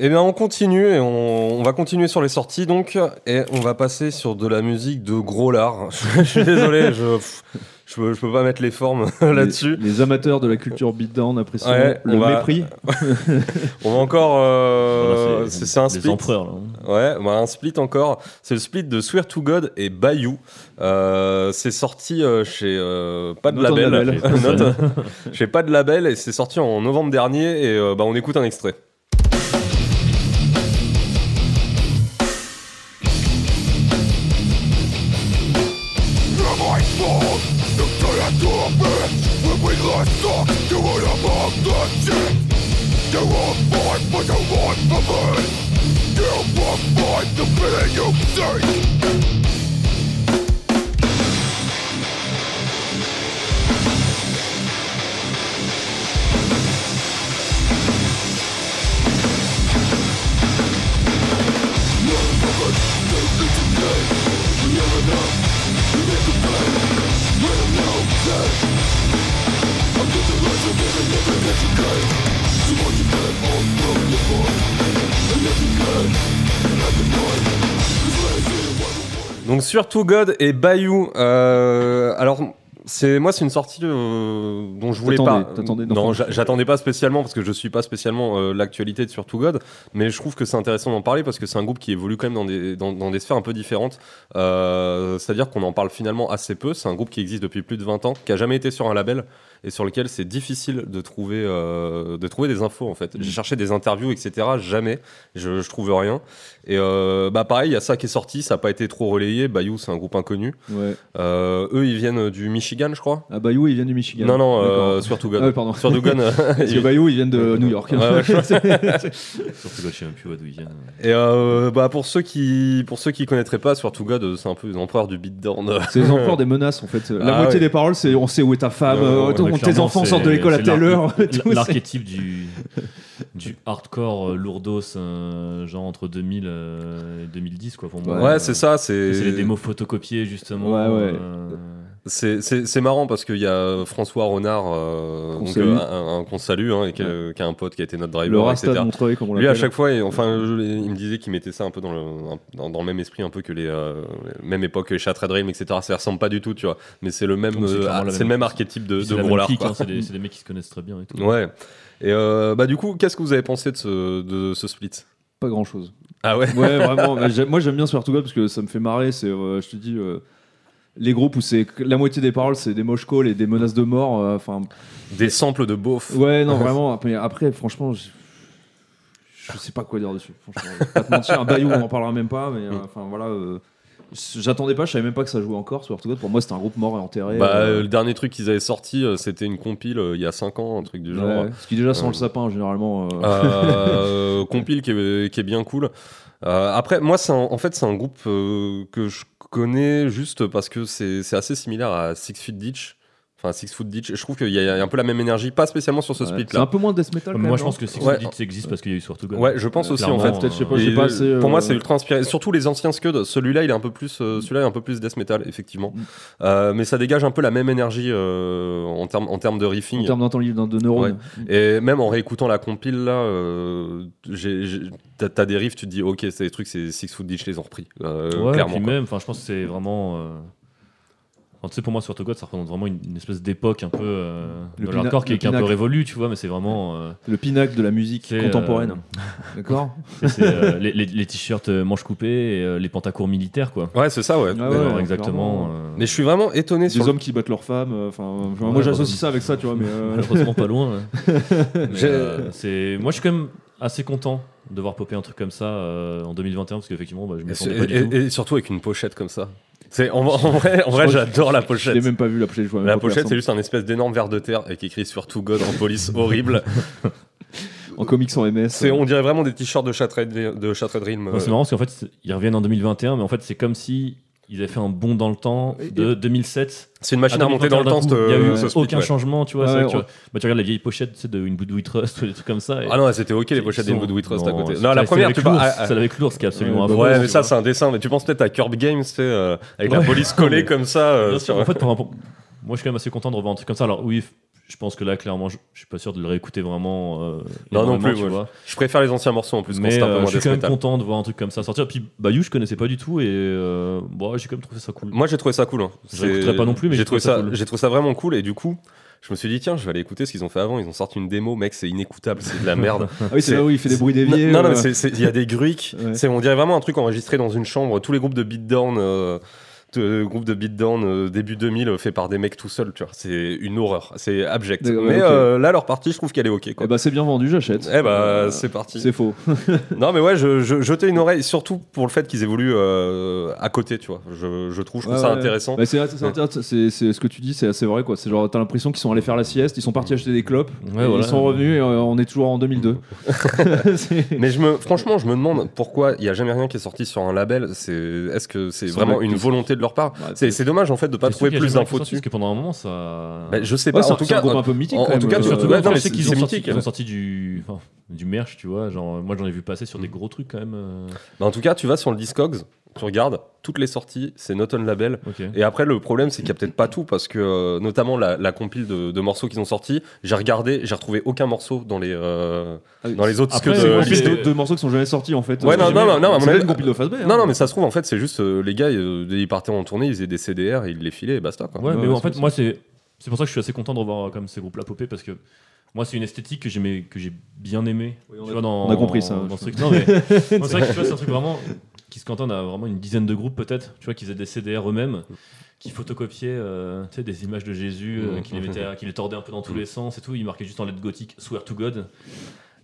Et bien on continue et on, on va continuer sur les sorties *laughs* donc et on va passer sur de la musique de gros lard. je suis désolé, je, pff, Je peux, je peux pas mettre les formes *laughs* *laughs* Les- là-dessus. Les amateurs de la culture beatdown apprécient Ouais, le on va- mépris. On va encore. euh, Voilà, c'est c'est un Les split. empereurs, là. hein. Ouais, bah, un split encore. C'est le split de Swear to God et Bayou. Euh, c'est sorti euh, chez euh, pas de Note en label. label. *laughs* *laughs* Note- chez pas de label et c'est sorti en novembre dernier. Et euh, bah, on écoute un extrait. Donc sur To God et Bayou, euh, alors c'est moi c'est une sortie euh, dont je voulais T'attendais, pas. t'attendais, non. non, j'a- j'attendais pas spécialement parce que je suis pas spécialement euh, l'actualité de sur To God, mais je trouve que c'est intéressant d'en parler parce que c'est un groupe qui évolue quand même dans des dans, dans des sphères un peu différentes. Euh, C'est-à-dire qu'on en parle finalement assez peu. C'est un groupe qui existe depuis plus de 20 ans, qui a jamais été sur un label et sur lequel c'est difficile de trouver euh, de trouver des infos en fait. J'ai cherché des interviews etc. Jamais, je, je trouve rien. Et euh, bah pareil, il y a ça qui est sorti, ça n'a pas été trop relayé. Bayou, c'est un groupe inconnu. Ouais. Euh, eux, ils viennent du Michigan, je crois. Ah, Bayou, ils viennent du Michigan. Non, non, D'accord. euh, Swear to God. Ah, oui, pardon. Swear to *laughs* God, *laughs* euh, Parce que ils- Bayou, ils viennent de New York. Ouais, ouais, *laughs* Surtout que je sais même plus d'où ils viennent. Et euh, bah pour ceux qui pour ceux qui connaîtraient pas, Swear to God, euh, c'est un peu les empereurs du beatdown. Euh, C'est encore des menaces en fait. La Ah moitié ouais. des paroles, c'est on sait où est ta femme, Ouais, euh, ouais, ton- Ouais, tes clairement, enfants c'est- sortent de l'école à c'est telle l'ar- heure. *laughs* l'ar- tout, c'est- L'archétype du, *laughs* du hardcore euh, lourdos, euh, genre entre 2000 euh, et 2010, quoi, pour moi. euh, Ouais, c'est ça, c'est C'est les démos photocopiées, justement. Ouais, ouais. euh, C'est, c'est- c'est marrant parce qu'il y a François Renard, euh, Qu'on donc, salue. euh, un- un- qu'on salue, hein, et qui, euh, qui a un pote qui a été notre Le driver, Rasta de etc. Montreuil, comme on Lui, l'appelle. à chaque fois, et, enfin, je- il me disait qu'il mettait ça un peu dans le, un- dans, dans le même esprit, un peu que les. euh, même époque, les Chatra Dream, etc. Ça ressemble pas du tout, tu vois. Mais c'est le même, Donc, c'est euh, clairement la c'est même le même chose. archétype de, c'est de la même hein. gros lard, clique, quoi. hein, c'est des, c'est des mecs qui se connaissent très bien et tout. Ouais. Et euh, bah, du coup, qu'est-ce que vous avez pensé de ce, de ce split Pas grand chose. Ah ouais *laughs* Ouais, vraiment. mais j'aime- moi, j'aime bien Swear to God parce que ça me fait marrer. C'est, euh, je te dis, euh, les groupes où c'est que- la moitié des paroles, c'est des moches calls et des menaces de mort. euh, Enfin, Des samples de beauf. ouais, non, vraiment. Après, après, franchement, je, je sais pas quoi dire dessus. Franchement, je vais pas te mentir, Bayou, on en parlera même pas. Mais euh, Mm. enfin, voilà. euh, J'attendais pas, je savais même pas que ça jouait encore. Swear to God, pour moi, c'était un groupe mort et enterré. Bah, euh, euh, le dernier truc qu'ils avaient sorti, euh, c'était une compile euh, il y a 5 ans, un truc du genre. ouais, ce qui déjà sent euh, ah, le sapin généralement. euh, Euh, *laughs* compile qui est, qui est bien cool. Euh, après, moi, c'est un- en fait, c'est un groupe euh, que je connais juste parce que c'est c'est assez similaire à Six Feet Ditch. Enfin, Six Foot Ditch. Je trouve qu'il y, a- il y a un peu la même énergie, pas spécialement sur ce ouais. C'est split-là. un peu moins death metal. quand Moi, même, je non pense que Six Ouais. Feet Dicks existe parce qu'il y a eu surtout. Ouais, je pense aussi en Clairement, fait. peut-être, je sais pas, Et j'ai pas assez, euh, Pour moi, c'est ultra inspiré. Surtout les anciens Scud, celui-là, il est un peu plus, euh, celui-là, est un peu plus death metal, effectivement. Mm. Euh, mais ça dégage un peu la même énergie euh, en termes en termes de riffing. En termes d'entente dans de neurones. Et même en réécoutant la compile, là, euh, j'ai- j'ai- t'as t'as des riffs, tu te dis, ok, c'est des trucs, c'est Six Foot Ditch les ont repris. Euh, ouais, clairement. Puis quoi. même, enfin, je pense que c'est vraiment. euh, enfin, tu sais, pour moi, sur God, ça représente vraiment une, une espèce d'époque un peu. Euh, Le dans pina- l'hardcore qui, le est- qui est un peu pinacle. révolue, tu vois, mais c'est vraiment. euh, Le pinacle de la musique c'est, contemporaine. euh, *laughs* *laughs* D'accord c'est- *laughs* c'est, euh, les, les- les t-shirts euh, manches coupées et euh, les pantacours militaires, quoi. Ouais, c'est ça, ouais. Ah Mais ouais, alors, ouais, exactement. clairement. euh, Mais je suis vraiment étonné Des sur. le- hommes qui battent leurs femmes. euh, Enfin, euh, moi Ouais, j'associe bah, ça avec ça, tu vois. Mais *laughs* euh, malheureusement pas loin. hein. Mais, J'ai- euh, c'est, moi, je suis quand même assez content de voir popper un truc comme ça euh, en 2021 parce qu'effectivement, bah, je m'y Et, attendais pas et- du tout. et surtout avec une pochette comme ça. C'est en, en vrai, en vrai, crois que j'adore la je l'ai pochette. même pas vu la pochette. je vois même La pas pochette, c'est personne. juste un espèce d'énorme verre de terre avec écrit sur To God en police *laughs* horrible. en comics en MS. C'est, euh, on dirait vraiment des t-shirts de Shattered, de Shattered Realm. Non, c'est marrant parce qu'en fait, c'est- ils reviennent en 2021, mais en fait, c'est comme si ils avaient fait un bond dans le temps Et- de 2007. C'est une machine à à remonter 2021 dans le d'un temps, coup. ce, Il n'y a eu ce split, aucun ouais. changement, tu vois. c'est Ouais, vrai que tu, on- bah, tu regardes la vieille pochette tu sais, de Une Boot We Trust, *laughs* ou des trucs comme ça. et- Ah non, c'était ok les Ils pochettes des sont- Woodway Trust à Non, côté. c'est- Non, la c'est première, avec tu parles. l'ours, ah, ah, C'est avec l'ours qui est absolument Ouais, bah, affreux, Ouais, tu mais ça, vois. c'est un dessin. Mais tu penses peut-être à Curb Games, tu sais, euh, avec la Ouais. *laughs* police collée comme ça. euh, Bien sûr, sur- en fait, pour- pour- moi je suis quand même assez content de revoir un truc comme ça. Alors oui, je pense que là, clairement, je, je suis pas sûr de le réécouter vraiment. euh, Non, non énormément, plus, tu ouais. vois. *laughs* Je préfère les anciens morceaux en plus, quand mais c'était un peu euh, moins je suis death quand même metal. content de voir un truc comme ça sortir. Puis Bayou, je connaissais pas du tout et euh, bon, j'ai quand même trouvé ça cool. Moi, j'ai trouvé ça cool. hein. Je C'est- l'écouterai pas non plus, mais j'ai j'ai trouvé trouvé ça ça, cool. j'ai trouvé ça vraiment cool. Et du coup, je me suis dit tiens, je vais aller écouter ce qu'ils ont fait avant. Ils ont sorti une démo, mec, c'est inécoutable, c'est de la *laughs* merde. Ah oui, c'est là où il fait des bruits d'évier. non, non, euh, mais c'est- c'est- il y a des gruics. Ouais. C'est, on dirait vraiment un truc enregistré dans une chambre. Tous les groupes de beatdown. euh, de groupes de beatdown euh, début 2000 fait par des mecs tout seuls, tu vois. C'est une horreur, c'est abject. D'accord, Mais ouais, ok. euh, là, leur partie, je trouve qu'elle est ok. Quoi. ben, Eh bah, c'est bien vendu, j'achète. Eh bah, Euh, c'est parti. *laughs* C'est faux. Non, mais ouais, je, je- jeter une oreille, surtout pour le fait qu'ils évoluent euh, à côté, tu vois. Je, je trouve, je trouve Ouais, ça ouais. intéressant. Bah, c'est, c'est- c'est- c'est- c'est- ce que tu dis, c'est assez vrai quoi. C'est genre, t'as l'impression qu'ils sont allés faire la sieste, ils sont partis acheter des clopes, Ouais, et ils voilà. sont revenus et euh, on est toujours *laughs* en *laughs* 2002. C'est- Mais je me, franchement, je me demande pourquoi il n'y a jamais rien qui est sorti sur un label. C'est, est-ce que c'est Ça vraiment doit être une plus- volonté de leur part Ouais, c'est, c'est dommage en fait de pas T'es sûr trouver qu'il y a plus jamais d'infos quelque chose dessus. Parce que pendant un moment, ça. Bah, je sais Ouais, pas. c'est en un- tout c'est cas, un groupe un peu mythique. en- quand en même, tout cas, euh, surtout, surtout, ouais, quand non, mais je sais c'est- qu'ils c'est ont, sorti- mythique. hein. ils ont sorti du, enfin, du merch, tu vois. Genre, moi, j'en ai vu passer sur Mm. des gros trucs quand même. euh, bah, en tout cas, tu vas sur le Discogs, tu regardes toutes les sorties, c'est not on label. Ok. Et après, le problème, c'est qu'il n'y a peut-être pas tout parce que, euh, notamment la, la compile de, de morceaux qu'ils ont sortis, j'ai regardé, j'ai retrouvé aucun morceau dans les euh, Ah oui, dans les autres. Après, disques c'est de- une euh, compile j'ai- de, de morceaux qui sont jamais sortis en fait. Ouais, non, non, non, non, à mon c'est avis- une compile de Fazbear. Non, non, mais ça se trouve, en fait, c'est juste euh, les gars, euh, ils partaient en tournée, ils faisaient des CDR, ils les filaient et basta. Quoi. Ouais, mais ouais, en c'est fait, moi, c'est c'est pour ça que je suis assez content de revoir euh, comme ces groupes-là popper parce que moi, c'est une esthétique que j'aimais, que j'ai bien aimé. Oui, on tu a- vois, dans, on a compris ça, dans je ce truc. Non, mais moi, c'est vrai que tu vois, c'est un truc vraiment qui se cantonne à vraiment une dizaine de groupes peut-être. Tu vois, qui faisaient des CDR eux-mêmes, qui photocopiaient euh, tu sais, des images de Jésus, euh, Mhm. qui les mettaient, à- qui les tordaient un peu dans tous les sens et tout. Ils marquaient juste en lettres gothiques "Swear to God".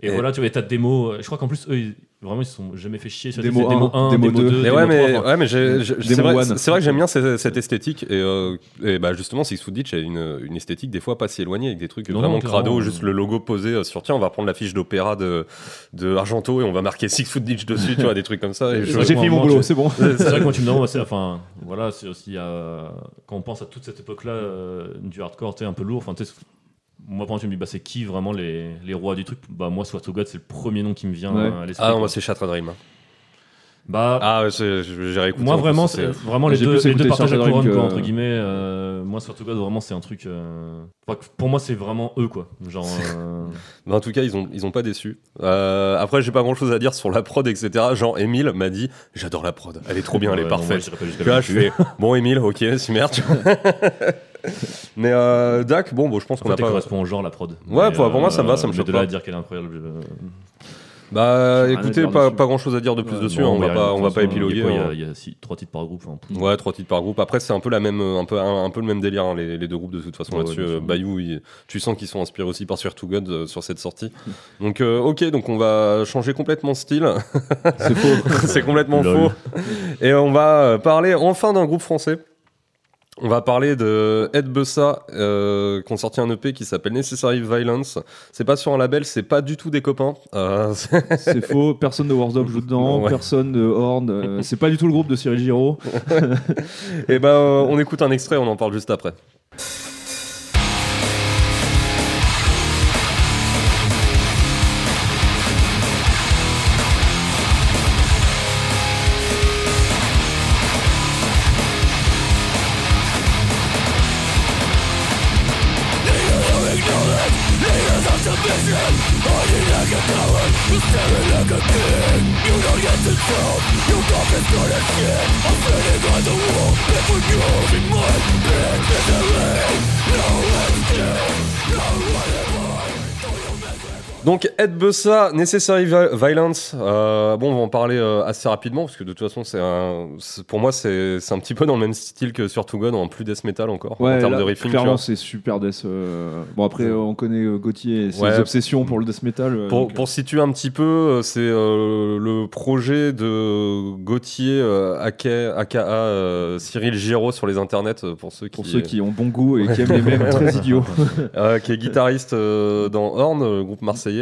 Et, Et- voilà, tu vois, et t'as des mots. euh, Je crois qu'en plus, eux, ils- vraiment, ils se sont jamais fait chier. sur Démo des mots un, 1, démo démo 2, deux. Mais démo ouais, 3, mais, enfin, ouais, mais j'ai- j'ai- c'est Demo vrai, One. c'est vrai que j'aime bien cette, cette esthétique et, euh, et bah justement Six Foot Ditch a une, une esthétique des fois pas si éloignée avec des trucs Non, vraiment non, clairement, crado, euh. juste le logo posé euh, sur tiens on va prendre la fiche d'opéra de, de Argento et on va marquer Six Foot Ditch dessus, tu vois des trucs comme ça. *laughs* Et je- C'est vrai J'ai que fini moi, mon moi, boulot, je- c'est bon. C'est vrai que moi tu me demandes, c'est- enfin voilà, c'est aussi euh, quand on pense à toute cette époque-là euh, du hardcore, t'es un peu lourd. Enfin, tu sais, moi quand tu me dis bah c'est qui vraiment les, les rois du truc, bah moi Swear to God c'est le premier nom qui me vient Ouais. euh, à l'esprit. Ah non, moi quoi. c'est Chatra Dream. bah Ah ouais, c'est- je- j'ai réécouté. moi en plus, vraiment, c'est- c'est vraiment les J'ai deux, plus les écouté deux partages à Sir Dream couronne, quoi, que- entre guillemets. euh, moi Swear to God vraiment c'est un truc. euh, enfin, que pour moi c'est vraiment eux quoi. Genre euh, Bah, en tout cas, ils ont, ils ont pas déçu. Euh, après, j'ai pas grand chose à dire sur la prod, etc. Genre, Emile m'a dit J'adore la prod, elle est trop bien, elle ouais, est non, moi, parfaite. j'irais pas jusqu'à Puis là, là je fais bon, Emile, ok, c'est merde. tu vois. *laughs* mais euh, Dak, bon, bon, je pense qu'on Enfin, a t'es pas. correspond au genre la prod. Ouais, Mais, euh, pour- pour moi, ça me va, ça me mais choque de là pas. à dire qu'elle est incroyable. euh, Bah, J'ai rien à écoutez, dire pas, dessus. pas grand chose à dire de plus Ouais, dessus. bon, hein, on, va Euh, verra, pas, de on toute va pas façon, épiloguer. Il y a, quoi, hein. il y a- il y a six- trois titres par *laughs* groupe. hein. Ouais, trois titres par groupe. Après, c'est un peu la même, euh, un peu, un, un peu le même délire, hein, les, les deux groupes de toute façon Ouais, là-dessus. bien sûr. Euh, Bayou, il- tu sens qu'ils sont inspirés aussi par Swear to God euh, sur cette sortie. Donc, euh, ok, donc on va changer complètement de style. C'est faux. *laughs* c'est complètement Lol. faux. Et on va euh, parler enfin d'un groupe français. On va parler de Ed Bessa, euh, qui ont sorti un EP qui s'appelle Necessary Violence. C'est pas sur un label, c'est pas du tout des copains. Euh, *laughs* c'est- *laughs* C'est faux, personne de Warzone joue dedans, Ouais. personne de Horn, euh, c'est pas du tout le groupe de Cyril Giraud. et ben, euh, on écoute un extrait, on en parle juste après. Donc Ed Bessa, Necessary Vi- Violence, euh, bon on va en parler euh, assez rapidement parce que de toute façon c'est un, c'est- pour moi c'est c'est un petit peu dans le même style que sur To God en plus death metal encore en termes là, de riffing. tu vois. clairement c'est super death. euh, Bon après euh, on connaît euh, Gauthier et ses Ouais. obsessions pour le death metal. euh, Pour, donc, pour situer un petit peu, euh, c'est euh, le projet de Gauthier euh, aka, aka, euh, Cyril Giraud sur les internets euh, pour ceux qui, pour ceux qui ont bon goût et qui aiment les *laughs* mêmes très idiots. euh, qui est guitariste euh, dans Horn, le groupe marseillais.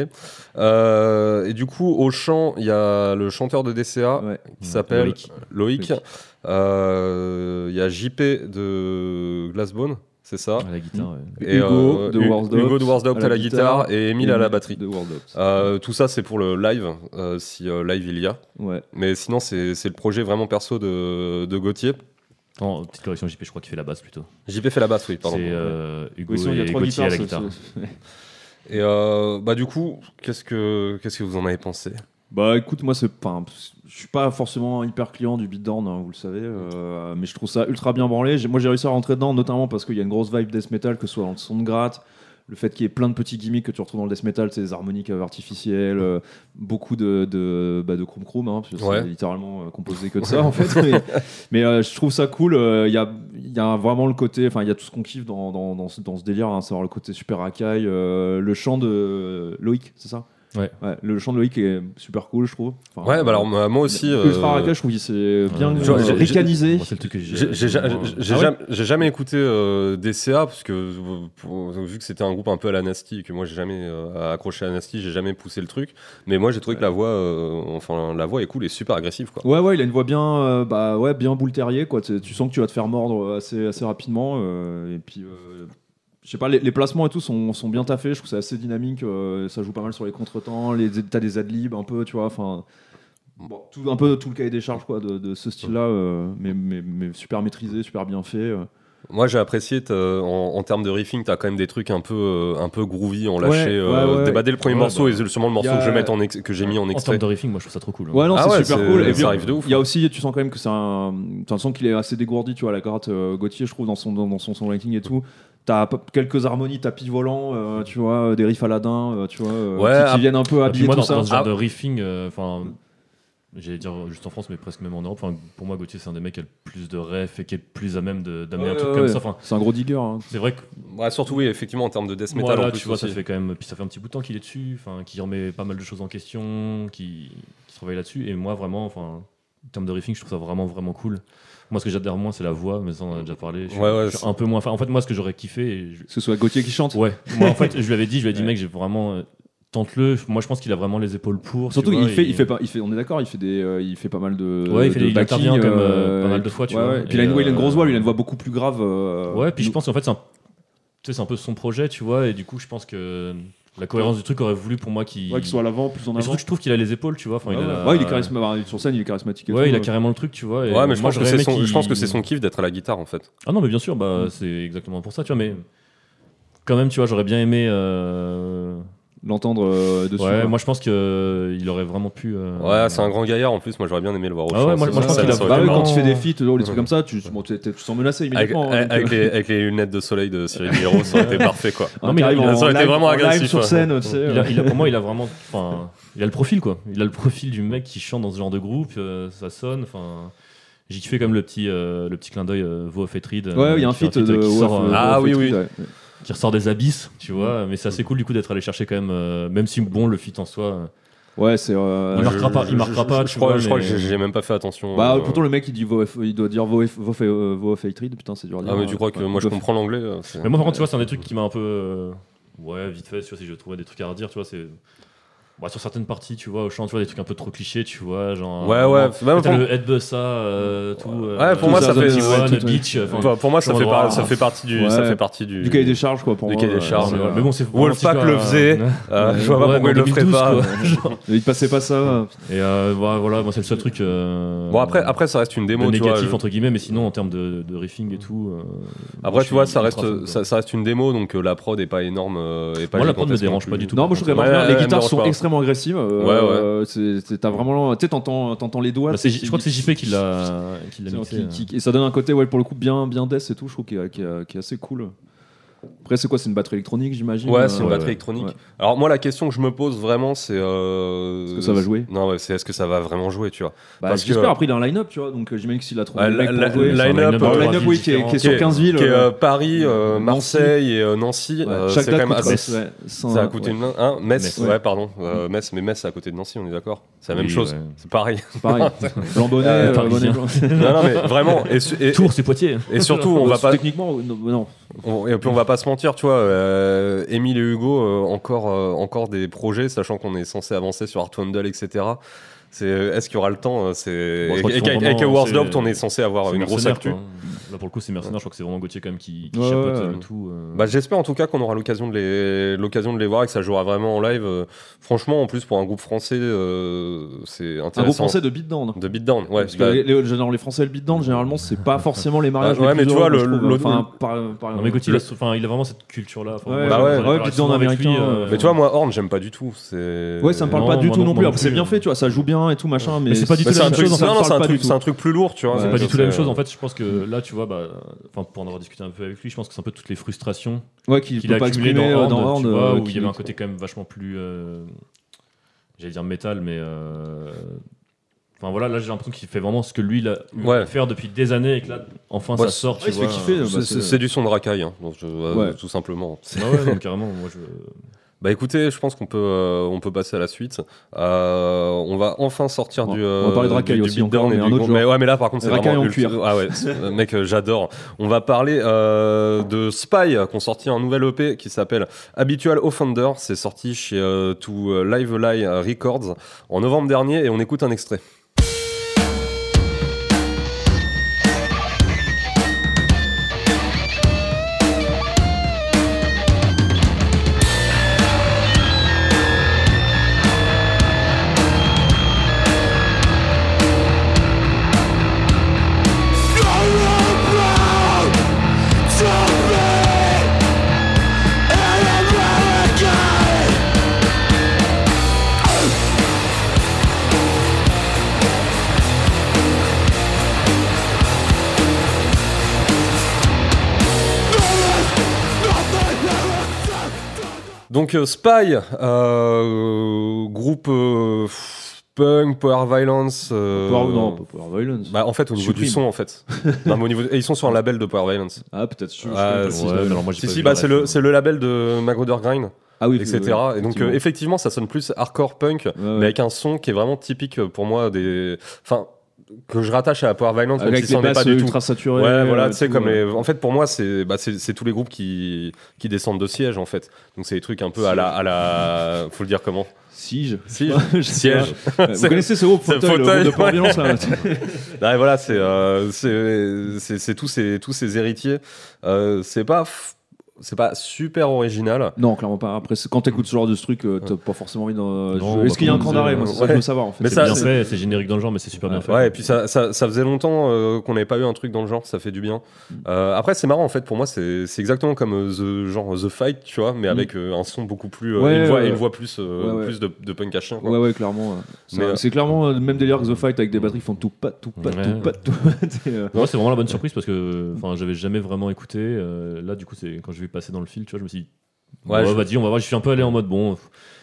Euh, et du coup, au chant, il y a le chanteur de DCA Ouais. Mmh. qui s'appelle Loïc. Loïc. Loïc. Euh, Il y a JP de Glassbone, c'est ça. À la guitare, ouais. Hugo de Hu- Warsdop euh, Hugo de Warsdop à la guitare et Emile à la Emile batterie. De Warzone. Euh, tout ça, c'est pour le live, euh, si euh, live il y a. Ouais. Mais sinon, c'est c'est le projet vraiment perso de, de Gauthier. Non, petite correction, JP, je crois qu'il fait la basse plutôt. JP fait la basse, oui, pardon. C'est euh, Hugo Oui, sinon, et il y a trois Gauthier à guitares. la ce- guitare. ce- Et euh, bah du coup, qu'est-ce que qu'est-ce que vous en avez pensé Bah écoute, moi c'est pas. Je suis pas forcément hyper client du beatdown, hein, vous le savez, euh, mais je trouve ça ultra bien branlé. J'ai- Moi j'ai réussi à rentrer dedans, notamment parce qu'il y a une grosse vibe death metal, que ce soit dans le son de gratte, le fait qu'il y ait plein de petits gimmicks que tu retrouves dans le death metal, c'est des harmoniques euh, artificielles, euh, beaucoup de, de, bah, de chrome chrome, hein, parce que Ouais. c'est littéralement euh, composé que de ça en fait. Mais, mais, euh, je trouve ça cool, euh, il y, a, il y a vraiment le côté, enfin il y a tout ce qu'on kiffe dans, dans, dans ce, dans ce délire, hein, savoir le côté super racaille, euh, le chant de Loïc, c'est ça Ouais. Le chant de Loïc est super cool, je trouve. Enfin, Ouais, bah alors moi moi aussi. euh, Ultra Racaille, je trouve que c'est bien Ouais, Genre, euh, j'ai- ricanisé. Moi, c'est le truc que J'ai j'ai ja- moi, j'ai Ah ouais jamais, j'ai jamais écouté euh, DCA parce que euh, pour- vu que c'était un groupe un peu à la Nasty et que moi j'ai jamais euh, accroché à la Nasty, j'ai jamais poussé le truc. Mais moi j'ai trouvé que la voix, euh, enfin la voix est cool et super agressive quoi. Ouais, ouais, il a une voix bien, euh, bah ouais, bien boule terrier, quoi. Tu tu sens que tu vas te faire mordre euh, assez, assez rapidement. euh, et puis, euh, je sais pas, les, les placements et tout sont, sont bien taffés. Je trouve que c'est assez dynamique. euh, ça joue pas mal sur les contretemps. Les, t'as des adlibs un peu, tu vois. Enfin, bon, tout, un peu tout le cahier des charges, quoi, de, de ce style-là. euh, mais, mais, mais super maîtrisé, super bien fait. euh. Moi j'ai apprécié t'as- en, en termes de riffing, t'as quand même des trucs un peu euh, un peu groovy en Ouais, lâché. euh, ouais, ouais. dès- bah, dès le premier Ouais, morceau bah, et sûrement le morceau y a- que je vais mettre en ex- que j'ai mis en En extrait. termes de riffing, moi, je trouve ça trop cool. hein. Ouais, non, Ah c'est ouais, super c'est- cool. ça Et puis, arrive de ouf, Il y a hein. aussi, tu sens quand même que c'est un. Tu sens qu'il est assez dégourdi, tu vois, la gratte euh, Gauthier, je trouve, dans son, dans, dans son, son ranking et tout. T'as p- quelques harmonies tapis volant, euh, tu vois, des riffs Aladdin, euh, tu vois, euh, Ouais, qui- qui, ah, viennent un peu Et puis habiller moi, tout dans, ça. dans ce genre Ah. de riffing, euh, enfin, j'allais dire juste en France, mais presque même en Europe. enfin, Pour moi, Gauthier, c'est un des mecs qui a le plus de refs et qui est le plus à même de- d'amener un Ouais, truc ouais, comme ouais. ça. Enfin, C'est un gros digger. hein. c'est vrai que Ouais, surtout oui effectivement en termes de death metal. voilà, en plus tu vois, ça aussi. fait quand même, puis ça fait un petit bout de temps qu'il est dessus, enfin, qui remet pas mal de choses en question, qui, qui travaille là-dessus. Et moi, vraiment, enfin, en termes de riffing, je trouve ça vraiment, vraiment cool. Moi, ce que j'adore moins, c'est la voix, mais ça, on en a déjà parlé. Je suis, Ouais, ouais, je suis c'est- un peu moins. Enfin, en fait, moi, ce que j'aurais kiffé, et je- Que ce soit Gauthier qui chante. ouais, moi, en fait, je lui avais dit, je lui ai dit, Ouais. mec, j'ai vraiment. euh, Tente-le. Moi, je pense qu'il a vraiment les épaules pour. tu Surtout, vois, il, fait, et- il fait pas, il fait, on est d'accord, il fait des, euh, il fait pas mal de, Ouais, il fait de des- il backing, intervient comme, euh, euh, pas mal et de puis- fois, tu ouais, vois. ouais. Et puis Et, il a, une, ouais, il a une euh, grosse voix, lui, il a une voix beaucoup plus grave. euh, Ouais, puis je nous- pense qu'en fait, c'est un, tu sais, c'est un peu son projet, tu vois, et du coup, je pense que la cohérence du truc aurait voulu pour moi qu'il. ouais, qu'il soit à l'avant, plus en Et surtout avant. Ah que je trouve qu'il a les épaules, tu vois. Enfin, Ouais, il, a la- ouais, il est charismatique. Sur scène, il est charismatique. et Ouais, tout, il a euh. carrément le truc, tu vois. et Ouais, mais je moi, pense, que j'aurais c'est aimé son, qu'il- je pense que c'est son kiff d'être à la guitare en fait. Ah non, mais bien sûr, bah, c'est exactement pour ça, tu vois, mais quand même, tu vois, j'aurais bien aimé. euh, l'entendre euh, dessus. Ouais, quoi. moi, je pense qu'il aurait vraiment pu. euh, Ouais, c'est un grand gaillard en plus. Moi j'aurais bien aimé le voir au Ah chant, ouais, moi- ça, moi, je ça, pense qu'il ça a aurait Bah été ouais, vraiment- quand il fait des feats, genre, des trucs Ouais. comme ça, tu, bon, t'es- t'es- tu te sens menacé Avec, immédiatement. hein, avec- donc, avec euh, les, avec les lunettes de soleil de Cyril Hiro, ça aurait été parfait quoi. un Non, mais il a- carré il a- en ça aurait hein. été live- vraiment en agressif, hein. Live sur ouais. scène, tu sais. Il euh. a, il a- pour moi, il a vraiment. Enfin, il a le profil, quoi. Il a le profil du mec qui chante dans ce genre de groupe, euh, ça sonne, enfin. J'ai kiffé comme le petit, euh, le petit clin d'œil euh, Vof et Trid. euh, Ouais, il y a un qui fait feat de euh, qui sort, Worf, euh, euh, Ah Worf oui, et oui. Tweet, ouais. qui ressort des abysses, tu vois. Mais c'est assez cool du coup d'être allé chercher quand même, euh, même si bon le fit en soi. euh, Ouais, c'est. euh, Il Moi, marquera pas- il marquera je- pas, Je, tu crois, vois, je crois mais- que j'ai- j'ai même pas fait attention. Bah, euh, pourtant, le mec, il, dit Vof- il doit dire Vof Vof- euh, Vof Hatred, putain, c'est dur à dire. Ah, mais tu crois que Ouais, moi je Vof- comprends l'anglais euh, c'est- Mais moi, par contre, tu vois, c'est un des trucs qui m'a un peu. euh, ouais, vite fait, tu vois, si je trouvais des trucs à redire, tu vois, c'est. bah, sur certaines parties, tu vois, au chant, tu vois, des trucs un peu trop clichés, tu vois, genre. Ouais, euh, ouais. bah, vraiment, t'as pour- le headbussa, euh, tout. Ouais, pour moi, ça fait- ouais, tout, ouais. Beach, euh, enfin. bah, pour moi, ça Genre, fait, par- ouah. ça fait partie du. Ouais. Ça fait partie du. Du cahier des charges, quoi, pour Du moi. cahier des ouais, charges, c'est- ouais. mais bon, c'est Wolfpack vraiment, le faisait. Euh, je vois pas Ouais, pourquoi il le ferait 2012, pas. quoi. *laughs* Il passait pas ça. hein. Et euh, voilà, voilà, moi, c'est le seul truc. euh, Bon, après, après, ça reste une de démo. tu vois, négatif, je- entre guillemets, mais sinon, en termes de, de riffing et tout. euh, moi, Après, je tu vois, suis ça ultra fan, reste, quoi. ça, ça reste une démo, donc euh, la prod est pas énorme. euh, est pas Moi, la prod me gigantesque dérange non pas plus. du tout. Non, par moi je contre. trouve Ouais, vraiment bien. ouais, Les ouais, guitares me sont dérange pas. extrêmement agressives. euh, Ouais, ouais. euh, c'est- c'est- T'as vraiment. Tu sais, t'entends t'entends les doigts. Bah, c'est- je crois que c'est t'sais, JP qui l'a qui l'a C'est un mixé. hein. qui- qui- et ça donne un côté, ouais, pour le coup, bien, bien death et tout, je trouve, qui est, qui est- qui est assez cool. Après, c'est quoi C'est une batterie électronique, j'imagine Ouais, c'est une euh, batterie électronique. ouais. Alors, moi, la question que je me pose vraiment, c'est. euh, Est-ce que ça va jouer Non, ouais, c'est est-ce que ça va vraiment jouer, tu vois. Bah, parce que- J'espère, après, il a un line-up, tu vois, donc euh, j'imagine que s'il a trouvé Ouais, le mec pour la- jouer. la- Un line-up, euh, line-up, oui, qui est, qui est sur 15 villes. Qui est euh, euh, Paris, euh, Nancy. Marseille et euh, Nancy. ouais. euh, Chaque C'est quand date même coûte- assez. ouais, cent- Ça a coûté ouais, une. Hein, Metz, Metz. ouais, pardon. Euh, Metz, mais Metz, c'est à côté de Nancy, on est d'accord. C'est la même Oui, chose. ouais. C'est pareil. *laughs* *laughs* c'est Pareil. *laughs* Blanc Ah, bonnet, Euh, euh, bonnet parisien. blanc. non, non, mais vraiment. Et, su- et, Tours, c'est Poitiers. et *laughs* surtout, on va pas. Techniquement, non. bah, non. on- et puis, on va pas se mentir, tu vois. euh, Émile et Hugo, euh, encore, euh, encore des projets, sachant qu'on est censé avancer sur Art Wandle, etc. C'est euh, est-ce qu'il y aura le temps euh, C'est Bon, je crois avec, qu'ils sont avec, vraiment- avec Awards c'est- Loved, on est censé avoir C'est une grosse mercenaire, actu. quoi. Là, pour le coup, c'est mercenaire. Je crois que c'est vraiment Gauthier quand même qui, qui Ouais, chapeaute ouais, euh, ouais. tout. euh. Bah, j'espère en tout cas qu'on aura l'occasion de les l'occasion de les voir et que ça jouera vraiment en live. Euh, franchement, en plus pour un groupe français, euh, c'est intéressant. Un groupe français de beatdown. de beatdown, ouais. Parce que bah, les, les- genre les Français, le beatdown, généralement, c'est pas forcément les mariages. Ah, ouais, les mais plus tu vois, le- heureux, je trouve. hein. le- Enfin, par- par- non, mais Gauthier, le- il a- enfin, il a vraiment cette culture-là. Enfin, Ouais, moi, j'en ouais, ai ouais, parlé puis souvent dans avec l'américain, lui, euh, mais tu vois, moi Horn, j'aime pas du tout. C'est Ouais, ça me parle Non, pas du moi tout non- non plus. moi Après, C'est non bien plus. fait, tu vois, ça joue bien et tout machin. Mais c'est pas du Mais tout Bah, c'est la un même truc, chose, c'est- en fait, non, ça non, me c'est un parle pas truc, du c'est un truc plus lourd, tu vois. C'est pas du tout la même chose. euh, En fait, je pense que là, tu vois, bah, enfin, pour en avoir discuté un peu avec lui, je pense que c'est un peu toutes les frustrations Ouais, qu'il qu'il a peut pas accumulées exprimer dans euh, Horde, dans Horn. tu vois, euh, où il y qui- avait un côté quand même vachement plus, euh, j'allais dire métal, mais euh, enfin voilà, là j'ai l'impression qu'il fait vraiment ce que lui il a eu Ouais. à faire depuis des années et que là, enfin Ouais, ça sort, Ouais, tu il se vois. fait kiffer. euh, bah, C'est- C'est c'est du son de racaille, hein, donc, je- euh, Ouais. tout simplement. Ah ouais, non, carrément, moi je. Bah écoutez, je pense qu'on peut, euh, on peut passer à la suite. Euh, on va enfin sortir Bon, du. on euh, va parler de du- Racaille du aussi, beatdown encore, mais et un du autre gros- genre. Mais ouais, mais là par contre, c'est Racaille vraiment en ultra- cuir. Ah ouais, euh, mec, euh, j'adore. On va parler euh, de Spy, qui ont sorti un nouvel EP qui s'appelle Habitual Offender. C'est sorti chez euh, To euh, Live a Lie Records en novembre dernier et on écoute un extrait. Donc euh, Spy, euh, groupe euh, punk, power violence. euh, Power- Non, pas Power Violence. Bah en fait au niveau Supreme. du son en *laughs* fait. Non, mais au niveau et ils sont sur un label de Power Violence. Ah, peut-être. je- je- Ah, je- si, je- ouais, je- alors moi, j'ai Si pas si vu bah le c'est reste, le c'est le label de Magruder Grind Ah oui, etc. oui, et donc effectivement. euh, effectivement ça sonne plus hardcore punk Ouais, ouais. mais avec un son qui est vraiment typique euh, pour moi des enfin que je rattache à la Power Violence même Avec si ça des en est pas basses du tout. ultra saturées. Ouais, euh, voilà, tu sais, tout, comme ouais. les. En fait, pour moi, c'est bah, c'est- c'est tous les groupes qui, qui descendent de siège, en fait. Donc, c'est des trucs un peu à la. À la... Faut le dire comment Siege. Siege. *laughs* Je sais pas. Siège. Ouais, Vous C'est- *laughs* connaissez ce groupe c'est le fauteuil, le fauteuil, groupe de Power ouais. Violence *laughs* là Ah, et voilà, c'est euh, c'est- c'est- c'est tous ces tous ces héritiers. Euh, c'est pas f- c'est pas super original. Non, clairement pas. Après, c'est- quand t'écoutes ce genre de truc, euh, t'as pas forcément envie d'en. Non, je- Est-ce bah, qu'il y a un comme cran on d'arrêt disait, Moi, euh, c'est ça que je ouais. veux savoir en fait. Mais C'est ça, bien c'est- fait, c'est générique dans le genre, mais c'est super bien Ouais. fait. Ouais, et puis ça, ça, ça faisait longtemps euh, qu'on n'avait pas eu un truc dans le genre, ça fait du bien. Euh, après, c'est marrant en fait, pour moi, c'est c'est exactement comme euh, the, genre The Fight, tu vois, mais avec euh, un son beaucoup plus. euh, Ouais, et une voix, ouais. et une voix plus, euh, Ouais, ouais. plus de, de punk à chien. quoi. Ouais, ouais, clairement. euh, c'est- Mais, euh, C'est clairement euh, le même délire que The Fight avec des batteries qui font tout pas, tout pas, Ouais. tout pas, *laughs* tout. T'es, euh, Moi, c'est vraiment la bonne surprise parce que enfin, j'avais jamais vraiment écouté. Euh, là, du coup, c'est quand je vais passer dans le fil, tu vois, je me suis dit, Ouais, ouais, je- vas-y, on va voir. Je suis un peu allé en mode, bon, Je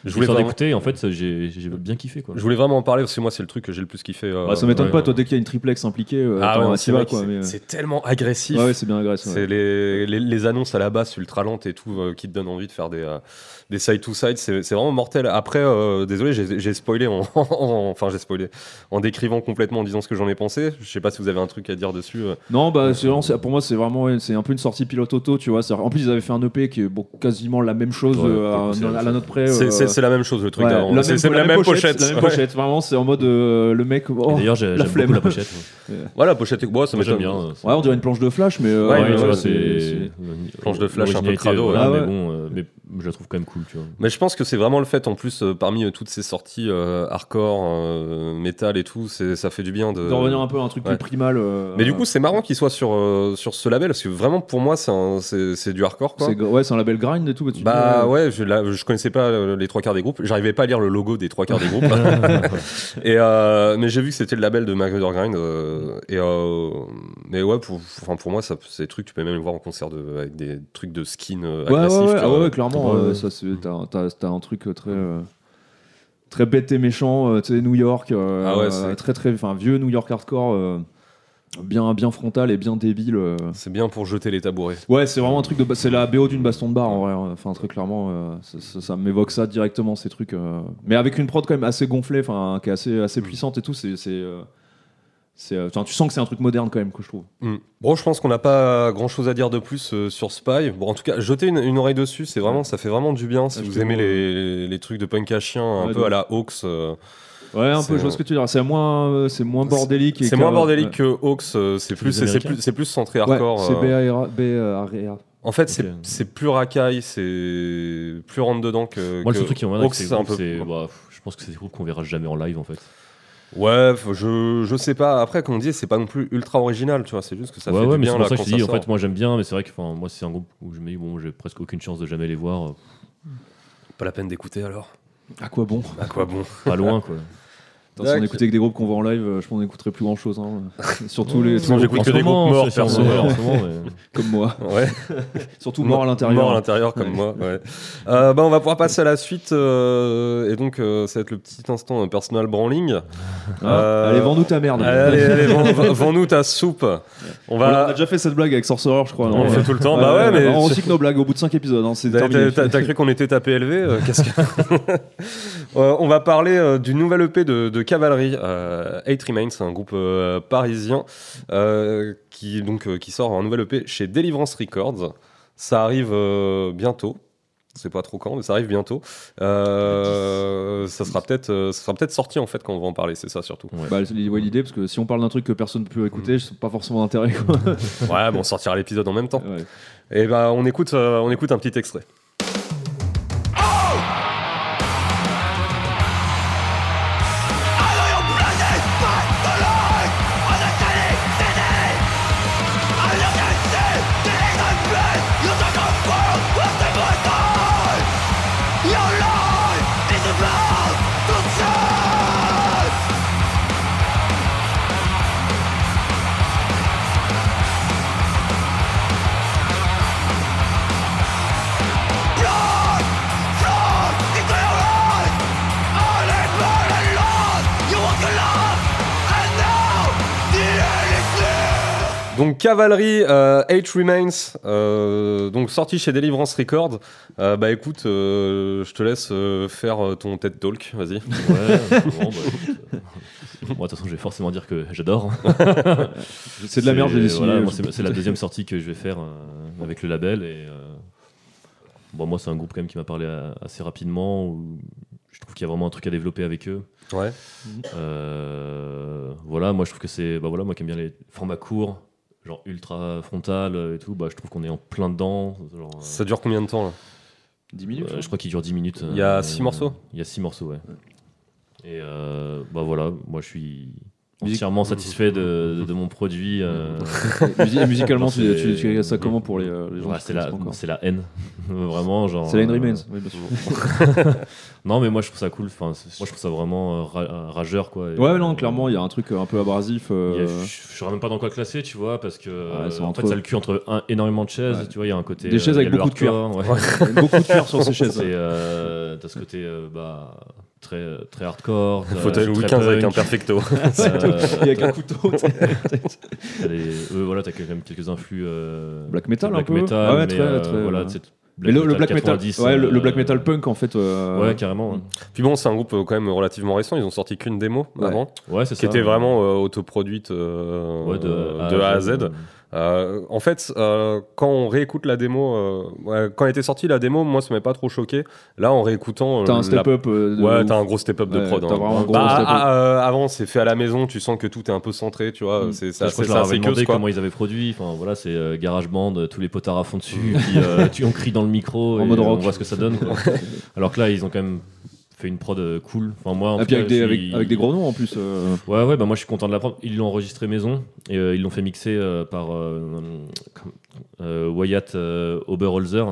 je voulais voulais vraiment- écouter. En fait, ça, j'ai j'ai bien kiffé, quoi. Je voulais vraiment en parler parce que moi, c'est le truc que j'ai le plus kiffé. euh, bah, ça m'étonne ouais, pas, ouais. toi, dès qu'il y a une triplex impliquée, euh, Ah t'en- ouais, t'y c'est vas, vrai que quoi. mais, c'est euh, c'est tellement agressif. Ouais, ouais, c'est bien agressif. C'est les, les, les annonces à la basse ultra lentes et tout euh, qui te donnent envie de faire des, euh, des side to side. C'est c'est vraiment mortel. Après, euh, désolé, j'ai j'ai spoilé en, *laughs* en- enfin j'ai spoilé en décrivant complètement, en disant ce que j'en ai pensé. Je sais pas si vous avez un truc à dire dessus. euh. Non, bah, c'est vraiment- c'est- pour moi, c'est vraiment ouais, c'est un peu une sortie pilote auto, tu vois. C'est-à-dire- En plus, ils avaient fait un EP qui est bon, quasiment la même chose Ouais, euh, pour le coup, c'est la à, même à la note près. euh, C'est c'est- c'est la même chose le truc ouais, d'avant. la C'est même- c'est la, même pochette. La même Ouais. pochette, vraiment, c'est en mode euh, le mec. oh, Et D'ailleurs, j'ai- la j'aime flemme. beaucoup *laughs* la pochette. *laughs* Voilà, pochette. Bon, ça Moi, j'aime m'étonne bien. euh, Ouais, on dirait une planche de flash, mais. euh, Ouais, Ouais, mais tu ouais, vois, c'est- c'est. Planche de flash un peu Originalité, crado, voilà, ouais. mais Ah ouais. bon, euh, mais je la trouve quand même cool, tu vois. Mais je pense que c'est vraiment le fait, en plus, euh, parmi euh, toutes ces sorties euh, hardcore, euh, métal et tout, c'est- ça fait du bien de. de revenir un peu à un truc ouais. plus primal. euh, Mais du euh, coup, c'est marrant qu'il soit sur, euh, sur ce label, parce que vraiment, pour moi, c'est un- c'est c'est du hardcore, quoi. c'est ouais, c'est un label grind et tout. tu dis, Bah euh, ouais, je, là, je connaissais pas euh, les trois quarts des groupes. J'arrivais pas à lire le logo des trois quarts des *laughs* groupes. et euh, mais j'ai vu que c'était le label de McGregor Grind. euh, et euh, mais ouais, pour, enfin, pour moi, ça, c'est des trucs tu peux même les voir en concert de, avec des trucs de skin euh, Ouais, ouais, agressifs. ouais, tu ah vois. ouais, ouais, clairement, Ouais, euh, ouais. ça c'est t'as- t'as t'as un truc euh, très euh, très bête et méchant, euh, tu sais New York, euh, Ah ouais, c'est- très très, enfin vieux New York hardcore, euh, bien bien frontal et bien débile. euh. C'est bien pour jeter les tabourets. Ouais, c'est vraiment un truc de, ba- c'est la BO d'une baston de bar en vrai. hein. Enfin très clairement, euh, ça, ça- ça m'évoque ça directement ces trucs, euh. mais avec une prod quand même assez gonflée, enfin qui est assez Mm. assez puissante et tout. C'est c'est euh, c'est, euh, enfin, tu sens que c'est un truc moderne quand même que je trouve. Hmm. Bon, je pense qu'on n'a pas grand chose à dire de plus euh, sur Spy. Bon, en tout cas, jetez une, une oreille dessus, c'est vraiment, ça fait vraiment du bien si Ah, je vous te aimez vois. les, les trucs de punk à chien, un Ouais, peu donc. à la Hawks. euh, Ouais, un C'est- peu, je vois ce que tu veux dire. C'est moins, euh, c'est moins bordélique. et C'est que- moins bordélique ouais. que Hawks, euh, c'est plus, les c'est Américains. plus, c'est plus centré Ouais, hardcore. c'est euh, B.A.R.A. B.A.R.A.. En fait, c'est- Ok. c'est plus racaille, c'est plus rentre dedans que. Moi, que le seul truc qui m'emmerde Hawks, avec ces c'est un groupes, peu- c'est. bah, pff, je pense que c'est des groupes qu'on verra jamais en live en fait. Ouais, faut- je, je sais pas. Après, comme on dit, c'est pas non plus ultra original, tu vois. C'est juste que ça ouais, fait ouais, du mais bien c'est pour là ça quand que je ça dis, en sort. fait, moi j'aime bien, mais c'est vrai que enfin, moi c'est un groupe où je me dis, bon, j'ai presque aucune chance de jamais les voir, euh, Pas la peine d'écouter alors. À quoi bon À quoi *laughs* bon *laughs* pas loin quoi. Putain, Si on D'accord. écoutait que des groupes qu'on voit en live, euh, je pense qu'on n'écouterait plus grand chose. *laughs* Surtout les. Sinon, j'écoute En que ce des moment, groupes morts, c'est- c'est en perso. vrai, en ce moment, mais- Comme moi. Ouais. Surtout mort à Mort à l'intérieur. l'intérieur comme Ouais. moi. Ouais. Euh, bah, on va pouvoir passer à la suite euh, et donc euh, ça va être le petit instant euh, personal branling. Hein Euh, Allez, vends-nous ta merde. Allez, *laughs* allez, vend- vend- vends-nous ta soupe. On On a va. déjà fait cette blague avec Sorcerer, je crois. On non le fait Ouais. tout le temps. bah ouais, mais On tu- recycle nos blagues au bout de 5 épisodes. hein, c'est T'as- terminé. t'as- T'as t'as cru qu'on était tapé élevé *laughs* euh, Qu'est-ce que... *laughs* Euh, on va parler euh, du nouvel EP de, de Cavalerie. Euh, Eight Remains, c'est un groupe euh, parisien euh, qui, donc, euh, qui sort un nouvel EP chez Deliverance Records. Ça arrive euh, bientôt. C'est pas trop quand, mais ça arrive bientôt. Euh, ça sera peut-être euh, ça sera peut-être sorti en fait quand on va en parler, c'est ça surtout. Bah, c'est- ouais, l'idée, parce que si on parle d'un truc que personne ne peut écouter, Mm. c'est pas forcément d'intérêt. *laughs* quoi. Ouais, bon, on sortira l'épisode en même temps. Ouais. Et ben, on écoute, euh, on écoute un petit extrait. Donc Cavalerie, euh, Eight Remains, euh, donc sorti chez Deliverance Records. Euh, bah écoute, euh, je te laisse euh, faire euh, ton TED Talk, vas-y. Ouais, bon, bah, écoute, euh, moi, de toute façon, je vais forcément dire que j'adore. *laughs* C'est de la merde, j'ai dessiné. voilà, moi, c'est c'est la deuxième sortie que je vais faire euh, avec le label. Et, euh, bon, moi, c'est un groupe quand même qui m'a parlé à- assez rapidement. Où je trouve qu'il y a vraiment un truc à développer avec eux. Ouais. Euh, voilà, moi, je trouve que c'est. Bah, voilà, moi qui aime bien les formats courts, genre ultra frontal euh, et tout, bah, je trouve qu'on est en plein dedans. genre, euh, Ça dure combien de temps là 10 minutes. euh, je crois qu'il dure 10 minutes. euh, Il y a six morceaux Il y a 6 morceaux, ouais. Et euh, bah voilà, moi je suis Musique- entièrement satisfait de, de mon produit. euh, Musi- *laughs* musicalement, Non, tu, c'est- tu, tu regardes Mm. ça comment pour les, euh, les gens voilà, qui c'est connaissent la, pas encore c'est la haine. *laughs* vraiment, genre. C'est la Henry euh, Mains. *laughs* Oui, bien sûr. Non, mais moi je trouve ça cool. Enfin, c'est- moi je trouve ça vraiment euh, ra- rageur, quoi. Et, Ouais, non, euh, clairement, il y a un truc euh, un peu abrasif. il y a- euh, *laughs* Ah, je, je saurais même pas dans quoi classer, tu vois, parce que euh, c'est en entre- fait ça le cul entre un, énormément de chaises, Ouais. tu vois, il y a un côté. Des chaises euh, il y avec a le beaucoup de cuir. hardcore, *laughs* ouais. beaucoup de cuir *laughs* sur ces C'est, chaises. euh, T'as ce côté euh, bah, très, très *laughs* hardcore. t'as- Fauteuil Louis Euh, très XV avec un punk. perfecto. Euh, Il y a qu'un couteau. t'as les- euh, voilà, t'as quand même quelques influs. euh, Black metal, black un peu. metal, Ouais, mais, très, euh, très, voilà, ouais. tu sais, Mais le, le black metal, 90, ouais, le, le euh, black metal punk en fait. euh, Ouais, carrément. ouais. *laughs* Puis bon, c'est un groupe euh, quand même relativement récent, ils ont sorti qu'une démo Ouais. avant, Ouais, c'est ça. qui était vraiment euh, autoproduite euh, Ouais, de, euh, de A à Z. Euh, en fait, euh, quand on réécoute la démo, euh, ouais, quand était sortie la démo, moi ça m'avait pas trop choqué. Là, en réécoutant, euh, T'as un la step up. euh, de Ouais, ouf. t'as un gros step-up de Ouais, prod. t'as hein. vraiment un gros Bah, step-up. ah, euh, avant, c'est fait à la maison, tu sens que tout est un peu centré, tu vois. Mm. C'est Ça, ça, je crois c'est que je leur ça, avais c'est que demandé quoi. comment ils avaient produit. Enfin, voilà, c'est euh, GarageBand, euh, tous les potards à fond dessus, puis euh, tu, on crie dans le micro En et mode on rock. voit ce que ça donne. quoi. Alors que là, ils ont quand même fait une prod euh, cool. Enfin, moi, en Et tout Ah, puis cas, avec des, je avec, suis- avec des gros noms en plus. euh, Ouais, ouais, bah moi je suis content de la prendre. Ils l'ont enregistré maison et euh, ils l'ont fait mixer euh, par euh, euh, Wyatt euh, Oberholzer.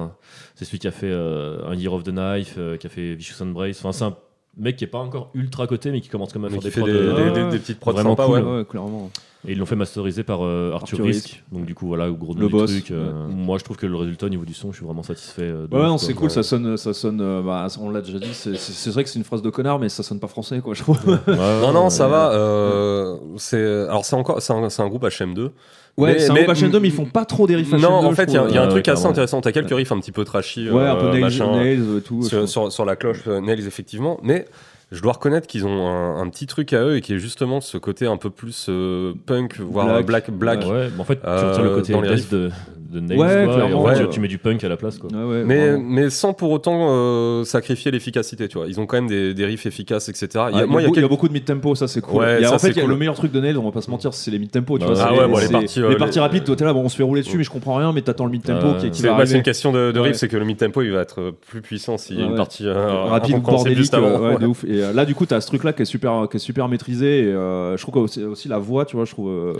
C'est celui qui a fait euh, un Year of the Knife, euh, qui a fait Vicious Embrace. Enfin, c'est un mec qui est pas encore ultra coté, mais qui commence quand même à Mais faire qui des fait prods. des, des- ouais, euh, des- ouais. des petites prods Vraiment sympas, cool. ouais. Ouais, clairement. Et ils l'ont fait masteriser par euh, Arthur, Arthur Risk. Risk. Donc, du coup, voilà, gros nom Le du boss. truc. euh, Ouais. Moi je trouve que le résultat au niveau du son, je suis vraiment satisfait. euh, de Ouais, ouf, non, quoi. c'est cool, ça sonne, ça sonne euh, bah, on l'a déjà dit, c'est- c'est c'est vrai que c'est une phrase de connard, mais ça sonne pas français, quoi, je trouve. Ouais, ouais, Non, ouais. non, ça va. euh, c'est alors c'est encore c'est un, c'est un groupe HM2. *laughs* Ouais, Mais- c'est un mais- groupe H&M, mais ils font pas trop des riffs non, H&M, en je fait, il y, a- trouve. y a un Ouais, truc assez clairement. intéressant. T'as quelques riffs un petit peu trashy, Ouais, euh, un peu nails, machin, nails, euh, tout. je sur, trouve. sur- sur la cloche euh, Nails effectivement, mais je dois reconnaître qu'ils ont un, un petit truc à eux et qui est justement ce côté un peu plus euh, punk, voire black Black. black. Ouais, mais en fait, tu Euh, retires le côté dans les death riffs. de, de Nails, Ouais, quoi, et en clairement, fait, ouais. tu mets du punk à la place, quoi. Ouais, ouais, Mais, vraiment. mais sans pour autant euh, sacrifier l'efficacité, tu vois. Ils ont quand même des, des riffs efficaces, etc. Il y a- Ah, moi, il y a beau- quelques- beaucoup de mid-tempo, ça c'est cool. Ouais, Il y a- ça, en fait, c'est il y a cool. Bah le meilleur truc de Nails, on va pas se mentir, c'est les mid-tempo. tu Ah vois, ouais, c'est- bon, les c'est- parties, euh, les les- parties rapides, toi t'es là, bon, on se fait rouler dessus, mais je comprends rien, mais t'attends le mid-tempo Ah, qui, qui C'est va bah, c'est arriver. une question de, de riff, Ouais. c'est que le mid-tempo, il va être plus puissant s'il y a Ouais, une ouais. partie euh, rapide ou incompréhensible bordélique juste avant. euh, ouais, Ouais. de ouf et euh, là du coup t'as ce truc là qui est super qui est super maîtrisé et, euh, je trouve que aussi, aussi la voix tu vois je trouve euh,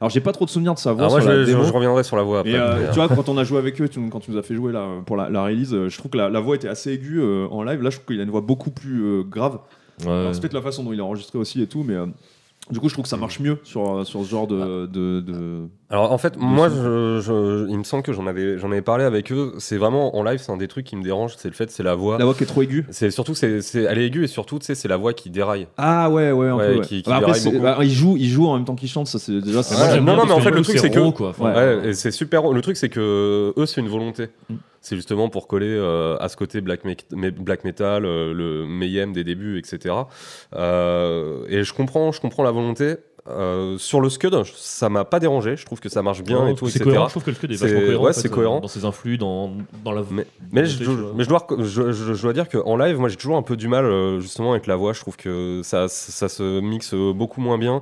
alors j'ai pas trop de souvenirs de sa voix Alors Ah, moi, sur la je, je- démo. je reviendrai sur la voix après. Et euh, mais, euh, tu vois, quand on a joué avec eux, tu- quand tu nous as fait jouer là, pour la, la release, euh, je trouve que la, la voix était assez aiguë euh, en live. Là, je trouve qu'il a une voix beaucoup plus euh, grave. Ouais. Alors, C'est peut-être la façon dont il est enregistré aussi et tout, mais euh, du coup, je trouve que ça marche mieux sur, euh, sur ce genre Ah. de. de, de- Alors en fait, moi, je, je- il me semble que j'en avais, j'en avais parlé avec eux. C'est vraiment en live, c'est un des trucs qui me dérange, c'est le fait, c'est la voix. La voix qui est trop aiguë. C'est surtout, c'est, c'est- elle est aiguë et surtout, tu sais, c'est la voix qui déraille. Ah ouais, ouais, un Ouais, peu. Ouais. qui- qui Bah, après, déraille c'est- beaucoup. bah, il, joue, il joue en même temps qu'il chante, ça c'est déjà. c'est Ah, moi, ouais. j'aime- non, non, mais en fait, le truc, c'est que- raw, quoi. Enfin, Ouais, et c'est super. Le truc, c'est que eux, c'est une volonté. Mm. C'est justement pour coller euh, à ce côté black, me- me- black metal, euh, le mayhem des débuts, etc. Euh, et je comprends, je comprends la volonté. Euh, sur le Scud, ça m'a pas dérangé. Je trouve que ça marche bien Ouais, et tout, c'est etc. cohérent, je trouve que le Scud est vachement C'est- cohérent. ouais, en fait, c'est euh, cohérent. Dans ses influx, dans, dans la. Mais- Mais, Dans je, le texte, mais je, dois, rec- je, je- je dois dire qu'en live, moi j'ai toujours un peu du mal euh, justement avec la voix. Je trouve que ça, ça se mixe beaucoup moins bien.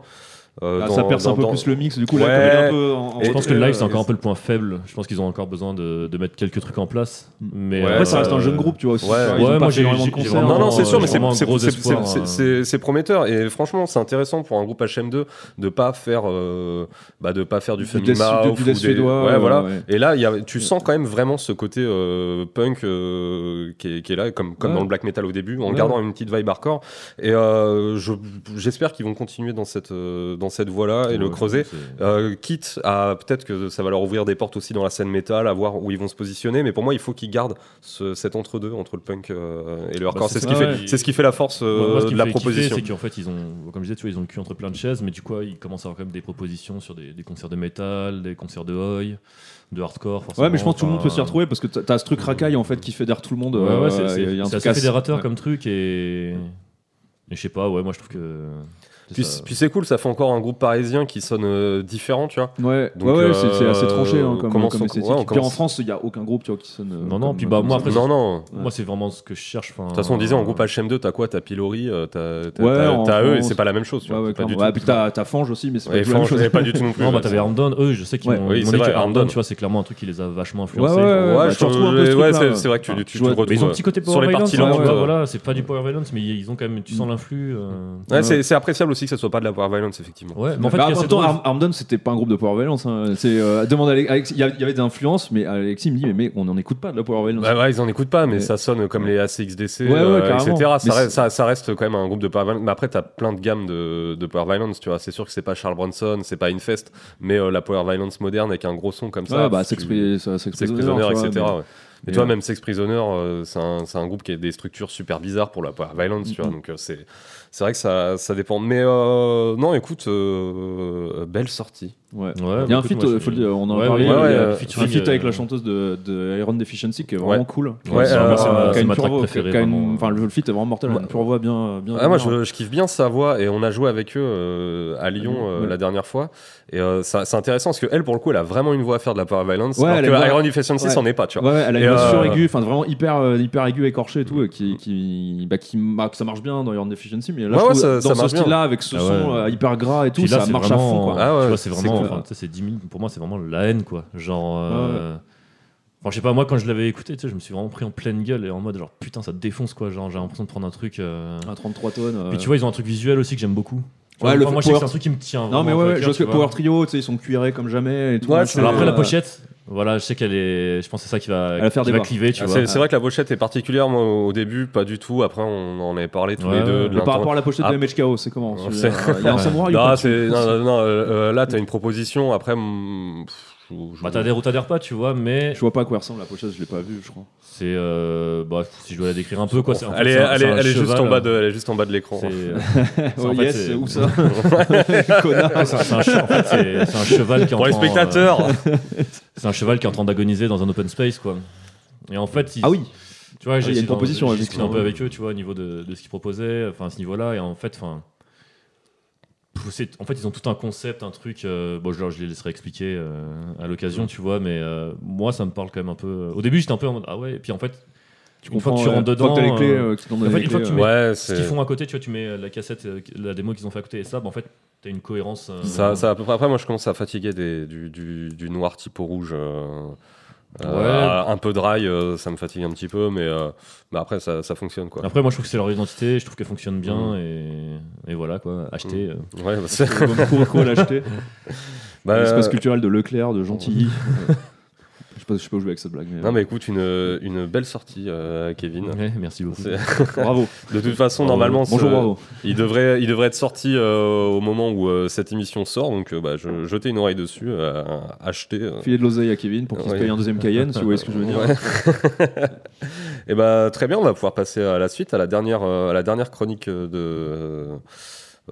euh, Ah, dans- ça perce un dans- peu dans- plus le mix, du coup, là, Ouais. comme il est un peu en- en- Et- je pense que le euh, live, c'est et- encore un peu le point faible. Je pense qu'ils ont encore besoin de, de mettre quelques trucs en place. Mais Mm. Ouais, Après, ça reste un euh, jeune groupe, tu vois. aussi, ouais. tu vois, ils Ouais, ont pas moi, fait j'ai- énormément de j'ai concerts. euh, vraiment- Non, non, c'est sûr, mais j'ai c'est- vraiment un c'est gros c'est- espoir, c'est- euh. c'est- c'est prometteur. Et franchement, c'est intéressant pour un groupe HM2 de pas faire, euh, bah, de pas faire du Du death- Femima du- ou du death des- suédois, ouais, euh, voilà. ouais. Et là, il y a- tu sens quand même vraiment ce côté euh, punk euh, qui, est, qui est là, comme, comme Ouais. dans le black metal au début, en Ouais. gardant une petite vibe hardcore. Et euh, je- j'espère qu'ils vont continuer dans cette, euh, dans cette voie-là et le ouais, creuser. c'est- Euh, quitte à peut-être que ça va leur ouvrir des portes aussi dans la scène métal, à voir où ils vont se positionner. Mais pour moi, il faut qu'ils gardent ce- cet entre-deux entre le punk euh, et le hardcore. c'est c'est ce ça, qui ouais. fait, c'est ce qui fait la force euh, Moi, moi, ce qui de me la fait kiffer, proposition. c'est qu'en fait, ils ont, comme je disais, tu vois, ils ont le cul entre plein de chaises, mais du coup, ils commencent à avoir quand même des propositions sur des, des concerts de métal, des concerts de hoi, de hardcore. Forcément. Ouais, mais je pense que tout le monde peut s'y Enfin, retrouver parce que t'as t'as ce truc racaille en fait qui fédère tout le monde. Ouais, euh, ouais, c'est- il y a- il y a un c'est c'est truc assez fédérateur ouais. comme truc et. et je sais pas, ouais, moi je trouve que. c'est Puis, ça. puis c'est cool, ça fait encore un groupe parisien qui sonne euh, différent, tu vois. Ouais, Donc, ouais, ouais, euh, c'est- c'est assez tranché hein, comme, comment comme on- esthétique. ouais, on Et puis en commence- France, il n'y a aucun groupe tu vois, qui sonne. euh, Non, non, comme- puis bah, comme moi, ça. après, non, non. Moi, c'est vraiment ce que je cherche. De toute façon, on disait en groupe HM2, t'as quoi T'as Pilori, euh, t'as t'as- Ouais, t'as- en t'as eux, et France. c'est pas la même chose. Tu Ouais, vois. ouais, C'est pas clairement. du Ouais, tout- puis t'as t'as Fange aussi, mais c'est pas Et du tout la même franchement, chose. c'est pas *laughs* du tout non plus. Non, bah ouais, t'avais c'est- Armdown, eux, je sais qu'ils Ouais. m'ont Oui, ils c'est m'ont dit vrai, que Armdown, Armdown. tu vois, c'est clairement un truc qui les a vachement Ouais, ouais, influencés. ouais, Ouais, bah, je tu te- retrouves un peu ce ouais, truc-là, c'est- ouais. c'est vrai que tu- Enfin, tu- tu vois, le retrouves. Mais ils ont un petit côté Sur Power les Violence, parties hein, lentes, tu vois, euh. voilà, c'est pas du Power Violence, mais ils ont quand même, tu sens l'influx. euh. Ouais, c'est c'est appréciable aussi que ça soit pas de la War Violence, effectivement. Ouais, mais en fait, Bah, il y a en même cette temps, drôle- Arm- Armdown, c'était pas un groupe de Power Violence. hein. C'est euh, demande à Alex- Alex- il y avait il y avait des influences, mais Alexis me dit mais, mais on n'en écoute pas de la Power Violence. Bah ouais, ils en écoutent pas, mais Ouais. ça sonne comme les ACXDC, Ouais, ouais, euh, etc. carrément. Mais Ça reste, c'est- ça- ça reste quand même un groupe de Power Violence. Mais après, t'as plein de gammes de, de Power Violence, tu vois. C'est sûr que c'est pas Charles Bronson, c'est pas Infest, mais euh, la Power Violence moderne avec un gros son comme Ouais, ça. bah, tu- Sex Pri- ça- Sex Sex Prisoner, Prisoner, tu vois, etc. mais- ouais. Mais mais, tu vois, euh, même Sex Prisoner, euh, c'est un, c'est un groupe qui a des structures super bizarres pour la Power Violence, tu vois. Mm-hmm. Donc, euh, c'est c'est vrai que ça, ça dépend. Mais euh, non, écoute, euh, belle sortie. Ouais. Ouais, Il y a un écoute, feat, moi, euh, je- faut le dire, on en a Ouais, parlé. ouais, ouais, il y a euh, un featuring, feat avec euh, la chanteuse de, de Iron Deficiency qui est vraiment Ouais. cool. Ouais, Ouais, c'est euh, ma- c'est ma- qui a c'est une ma pure track voix, qui a- préférée, qui a une- vraiment. Enfin, le feat est vraiment mortel, elle a une Ouais. pure voix bien. bien Ah, moi, bien. je, je kiffe bien sa voix et on a joué avec eux euh, à Lyon Lyon, euh, ouais. la dernière fois. Et euh, ça- c'est intéressant parce que elle, pour le coup, elle a vraiment une voix à faire de la Power Violence. Ouais, alors elle que a une voix- Iron Deficiency, ouais. c'en est pas, tu vois. Ouais, ouais, elle a une Et, voix euh, suraiguë, enfin vraiment hyper, euh, hyper aiguë, écorchée et tout, euh, qui, qui, bah, qui mar- que ça marche bien dans Your Deficiency, mais là, Ouais, je ouais, trouve, ça- dans ça ce marche bien. style-là, avec ce Ah son ouais. euh, hyper gras et tout, Puis là, ça c'est marche à fond. vraiment- Quoi. Ah ouais, tu vois, c'est c'est vraiment. cool. enfin, tu sais, c'est 10 000 pour moi, c'est vraiment la haine, quoi. Genre. euh, enfin, je sais pas, moi, quand je l'avais écouté, tu sais, je me suis vraiment pris en pleine gueule et en mode, genre, putain, ça défonce, quoi. Genre, j'ai l'impression de prendre un truc. euh, À 33 tonnes. euh. Puis tu vois, ils ont un truc visuel aussi que j'aime beaucoup. Tu Ouais, vois, le moi, je sais que power- c'est un truc qui me tient. non, vraiment mais à ouais, ouais, cœur, je vois tu que vois. Power Trio, tu sais, ils sont cuirés comme jamais et tout. Ouais, machin. c'est- Alors après, la Euh, pochette, voilà, je sais qu'elle est. Je pense que c'est ça qui va, Elle va faire qui des va barres. cliver, tu Ah, vois. C'est c'est vrai que la pochette est particulière, moi, au début, pas du tout. Après, on en avait parlé tous Ouais, les deux. de mais ouais. Par l'intention. rapport à la pochette Ah, de MHKO, c'est comment on celui-là Il y a un samouraï ou Non, pas c'est- non, non, non, euh, euh, là, t'as une proposition. Après, mm, pff, je- je- Bah, t'adhères ou t'adhères pas, tu vois, mais Je vois pas à quoi ressemble la pochette, je l'ai pas vue, je *laughs* crois. c'est. euh, bah, si je dois la décrire un peu, quoi. c'est- en fait, elle est, c'est un- elle c'est est, un elle est juste cheval, euh, en bas de, elle est juste en bas de l'écran. c'est- Oh, en fait, yes, *laughs* c'est- où ça Connard. C'est un- c'est un, che- en fait, c'est- c'est un cheval qui est en *laughs* Pour les train, euh, spectateurs, *laughs* C'est un cheval qui est en train d'agoniser dans un open space, quoi. Et en fait, ils- Ah oui tu vois, il y a j'ai une essayé d'en- proposition, j'ai ouais, discuté un justement, peu ouais. avec eux, tu vois, au niveau de, de ce qu'ils proposaient, enfin à ce niveau-là, et en fait, enfin, pff, c'est- en fait, ils ont tout un concept, un truc. euh, bon, je, leur- je les laisserai expliquer euh, à l'occasion, tu vois, mais euh, moi, ça me parle quand même un peu. Au début, j'étais un peu en mode ah ouais, et puis en fait, Tu Une fois que tu rentres dedans, les clés, euh, euh, que tu donnes en fait, les une fois clés, que tu euh, Ouais, ce c'est. qu'ils font à côté, tu vois, tu mets euh, la cassette, euh, la démo qu'ils ont fait à côté et ça, bah, en fait, t'as une cohérence. euh, Ça, ça, à peu près. Après, moi, je commence à fatiguer des, du, du, du noir type au rouge. euh, euh, un peu dry, euh, ça me fatigue un petit peu, mais, euh, mais après, ça, ça fonctionne, quoi. Mm. Après, moi, je trouve que c'est leur identité, je trouve qu'elle fonctionne bien et, et voilà quoi, acheter. euh. Ouais, bah, c'est- *laughs* tu vas courir quoi l'acheter *laughs* bah, L'espace euh, culturel de Leclerc, de Gentilly. Je sais pas- je sais pas où je vais avec cette blague, mais, euh, euh, Non, mais écoute, une, une belle sortie, euh, Kevin. Ouais, merci beaucoup. C'est- *laughs* bravo. De toute façon, normalement, euh, Bonjour, ce- bravo. Il devrait, il devrait être sorti euh, au moment où euh, cette émission sort, donc euh, bah, je, jetez une oreille dessus, euh, achetez. euh. Filer de l'oseille à Kevin pour qu'il Ouais. se paye un deuxième Cayenne, si vous voyez ce que je veux dire. Ouais. *laughs* Et bah, très bien, on va pouvoir passer à la suite, à la dernière, euh, à la dernière chronique euh, de. euh,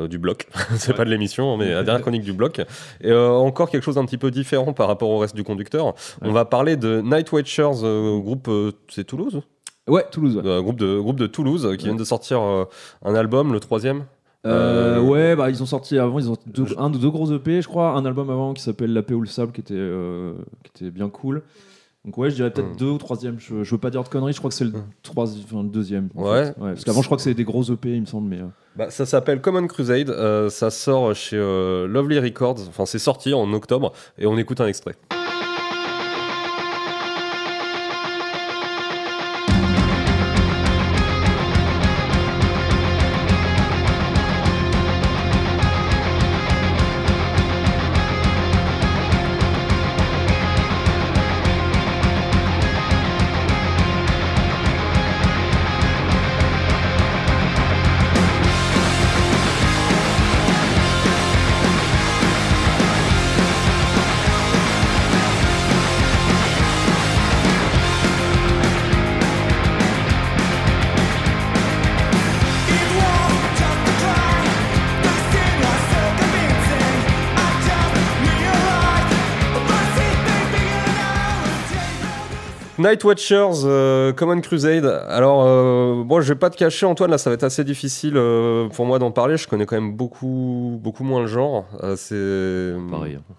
du bloc, *laughs* c'est pas de l'émission, mais la dernière chronique du bloc. Et euh, encore quelque chose d'un petit peu différent par rapport au reste du conducteur. On Ouais. va parler de Night Watchers, euh, groupe, euh, c'est Toulouse Ouais, Toulouse. Ouais, Euh, groupe, de, groupe de Toulouse euh, qui Ouais. viennent de sortir euh, un album, le troisième. Euh, Euh, ouais, bah ils ont sorti avant, ils ont sorti deux- un de deux gros EP, je crois, un album avant qui s'appelle La paix ou le sable, qui était, euh, qui était bien cool. Donc ouais, je dirais peut-être Mm. deux ou troisième. Je, je veux pas dire de conneries, je crois que c'est le Mm. troisième, enfin, le deuxième. en Ouais. fait. Parce qu'avant, je crois que c'est des gros EP, il me semble, mais. euh, Bah, ça s'appelle Common Crusade, euh, ça sort chez euh, Lovely Records, enfin c'est sorti en octobre et on écoute un extrait. Night Watchers, euh, Common Crusade. Alors, euh, bon, je vais pas te cacher, Antoine, là, ça va être assez difficile euh, pour moi d'en parler. Je connais quand même beaucoup, beaucoup moins le genre. Euh, c'est Pareil. hein.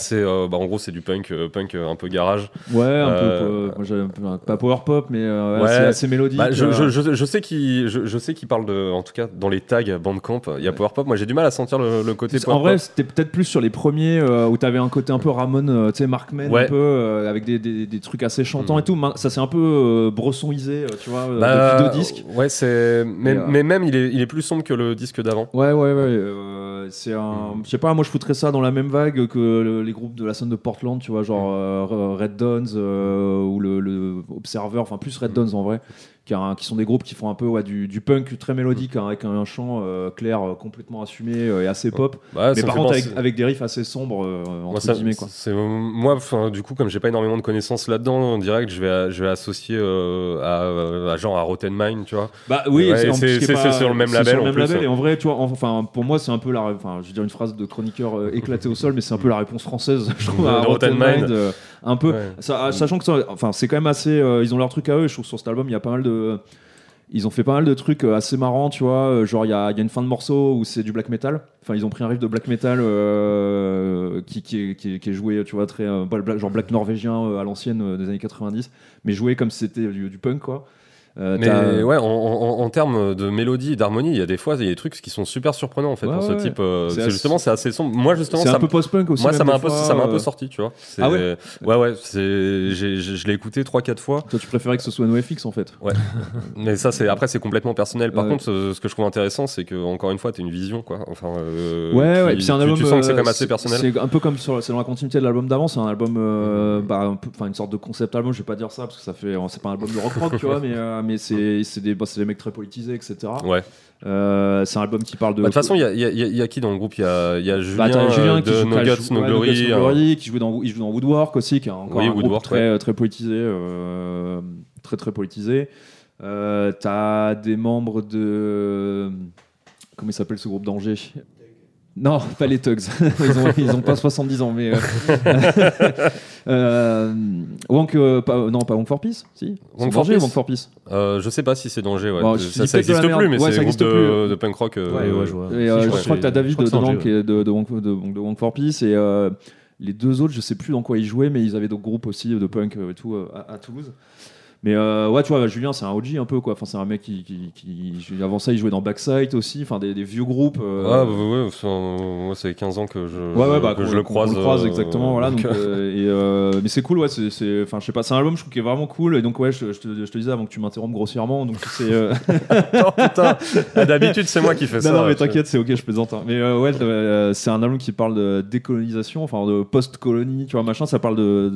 C'est, euh, bah, en gros, c'est du punk, euh, punk euh, un peu garage. Ouais, un Euh, peu. euh, moi, j'avais un peu- un- pas power pop, mais euh, Ouais. assez, assez mélodique. Bah, je, euh, je, je, je sais qu'il, je, je sais qu'il parle de, en tout cas, dans les tags Bandcamp, il y a Power Pop. Moi, j'ai du mal à sentir le, le côté. en power vrai, pop. c'était peut-être plus sur les premiers euh, où t'avais un côté un peu Ramon, euh, tu sais, Markman, Ouais. un peu, euh, avec des, des- des trucs assez chantants Mm. et tout. Main- Ça s'est un peu euh, bressonnisé, euh, tu vois, euh, Bah, depuis deux disques. Ouais, c'est. Mais, Et, euh, mais même, il est, il est plus sombre que le disque d'avant. Ouais, ouais, ouais. euh, c'est un. Mm. Je sais pas, moi je foutrais ça dans la même vague que le- les groupes de la scène de Portland, tu vois, Mm. genre euh, Red Dons euh, ou le, le Observer, enfin plus Mm. Red Dons en vrai, qui, a un- qui sont des groupes qui font un peu ouais, du, du punk très mélodique, Mm. hein, avec un, un chant euh, clair euh, complètement assumé euh, et assez pop. Bah, ça mais me par fait contre, penser- avec, avec des riffs assez sombres, euh, entre Moi, ça- guillemets, quoi. c'est- moi, enfin, du coup, comme j'ai pas énormément de connaissances là-dedans, en direct, je vais, je vais associer euh, à, euh, à genre à Rotten Mind, tu vois. Bah oui, Ouais, et en c'est- plus, ce qui est c'est- pas- c'est sur le même c'est label, sur le en plus. hein. label, et en vrai, tu vois, en- enfin, pour moi, c'est un peu la, enfin, je veux dire une phrase de chroniqueur euh, éclatée au sol, mais c'est un peu la réponse française, *laughs* je trouve, à De Rotten Rotten Mind, Mind. euh, un peu. Ouais. Ça- ah, sachant que, ça- enfin, c'est quand même assez, euh, ils ont leur truc à eux. Je trouve que sur cet album, il y a pas mal de, ils ont fait pas mal de trucs euh, assez marrants, tu vois. euh, Genre, il y a, il y a une fin de morceau où c'est du black metal. Enfin, ils ont pris un riff de black metal euh, qui, qui est, qui est- qui est joué, tu vois, très, euh, pas le black- genre black norvégien euh, à l'ancienne euh, des années 90, mais joué comme si c'était du, du punk, quoi. Euh, t'as- Mais ouais, en, en- en- en termes de mélodie et d'harmonie, il y a des fois, il y a des trucs qui sont super surprenants en fait. Ouais, pour ce ouais. type, euh, C'est c'est assez- justement, c'est assez sombre. Moi, justement, C'est ça un me- peu post-punk aussi. moi, ça même m'a des un peu, fois, ça m'a un peu euh, sorti, tu vois. C'est- Ah ouais, ouais ouais. c'est- j'ai- j'ai- je l'ai écouté 3-4 fois. Toi, tu préférais que ce soit NoFX en fait. Mais ça, c'est après, c'est complètement personnel. Par Ouais. contre, ce, ce que je trouve intéressant, c'est que encore une fois, t'as une vision, quoi. Enfin, euh, ouais, ouais, qui- et puis c'est un tu- album. Tu sens que c'est euh, quand même assez personnel. C'est un peu comme sur, c'est dans la continuité de l'album d'avant, c'est un album, euh, bah, un peu- enfin une sorte de concept album. Je vais pas dire ça parce que ça fait, euh, c'est pas un album de rock rock, *laughs* tu vois, mais euh, mais c'est c'est des, bah, c'est des mecs très politisés, etc. Ouais. Euh, c'est un album qui parle de. Bah, De toute façon, il y a, il y a- il y a- il y a qui dans le groupe Il y a, il y a Julien, Bah, t'as euh, Julien qui de joue No pas- Guts, joue- No ouais, No Glory. Guts, No hein. Glory, qui joue dans, il joue dans Woodwork aussi, qui est encore Oui, un groupe Woodwork, très, très politisé, euh, très très politisé. Euh, T'as des membres de comment il s'appelle ce groupe d'Angers Non, pas les Tugs. *laughs* ils, ont, ils ont pas 70 ans, mais. euh, *laughs* euh, Wonk, euh, pas- non, pas Wonk for Peace, si. Wonk C'est for danger, Peace. Wonk for Peace. Euh, je sais pas si c'est danger, ouais. Bon, Bah, je ça dis ça peut-être de la existe plus, merde. mais Ouais, c'est ça le groupe existe hein. de, de punk rock. euh, Ouais, ouais, je vois. Et, Si, euh, je, crois que crois que t'as David je crois que c'est dedans Angers, qui est de, de, Wonk, de, Wonk- de Wonk for Peace et euh, les deux autres, je sais plus dans quoi ils jouaient, mais ils avaient d'autres groupes aussi de punk euh, et tout euh, à, à Toulouse. Mais euh, ouais, tu vois, Julien, c'est un OG un peu quoi. Enfin, c'est un mec qui, qui, qui- avant ça, il jouait dans Backside aussi, enfin des, des vieux groupes. Ouais, euh, ouais, Ah, bah, ouais, ouais, ça, moi, c'est 15 ans que je, Ouais, ouais, bah, que qu'on- je le qu'on croise. euh, exactement. *laughs* Voilà, donc, donc, euh, et, euh, mais c'est cool, ouais. c'est- C'est, enfin, je sais pas, c'est un album, je trouve qui est vraiment cool. Et donc, ouais, je, je te, je te disais avant que tu m'interrompes grossièrement. Donc, c'est. euh, Oh, putain, Ah, d'habitude, c'est moi qui fais ça. non, non, mais tu sais. t'inquiète, c'est ok, je plaisante. hein. Mais euh, ouais, euh, c'est un album qui parle de décolonisation, enfin de post-colonie, tu vois, machin. Ça parle de,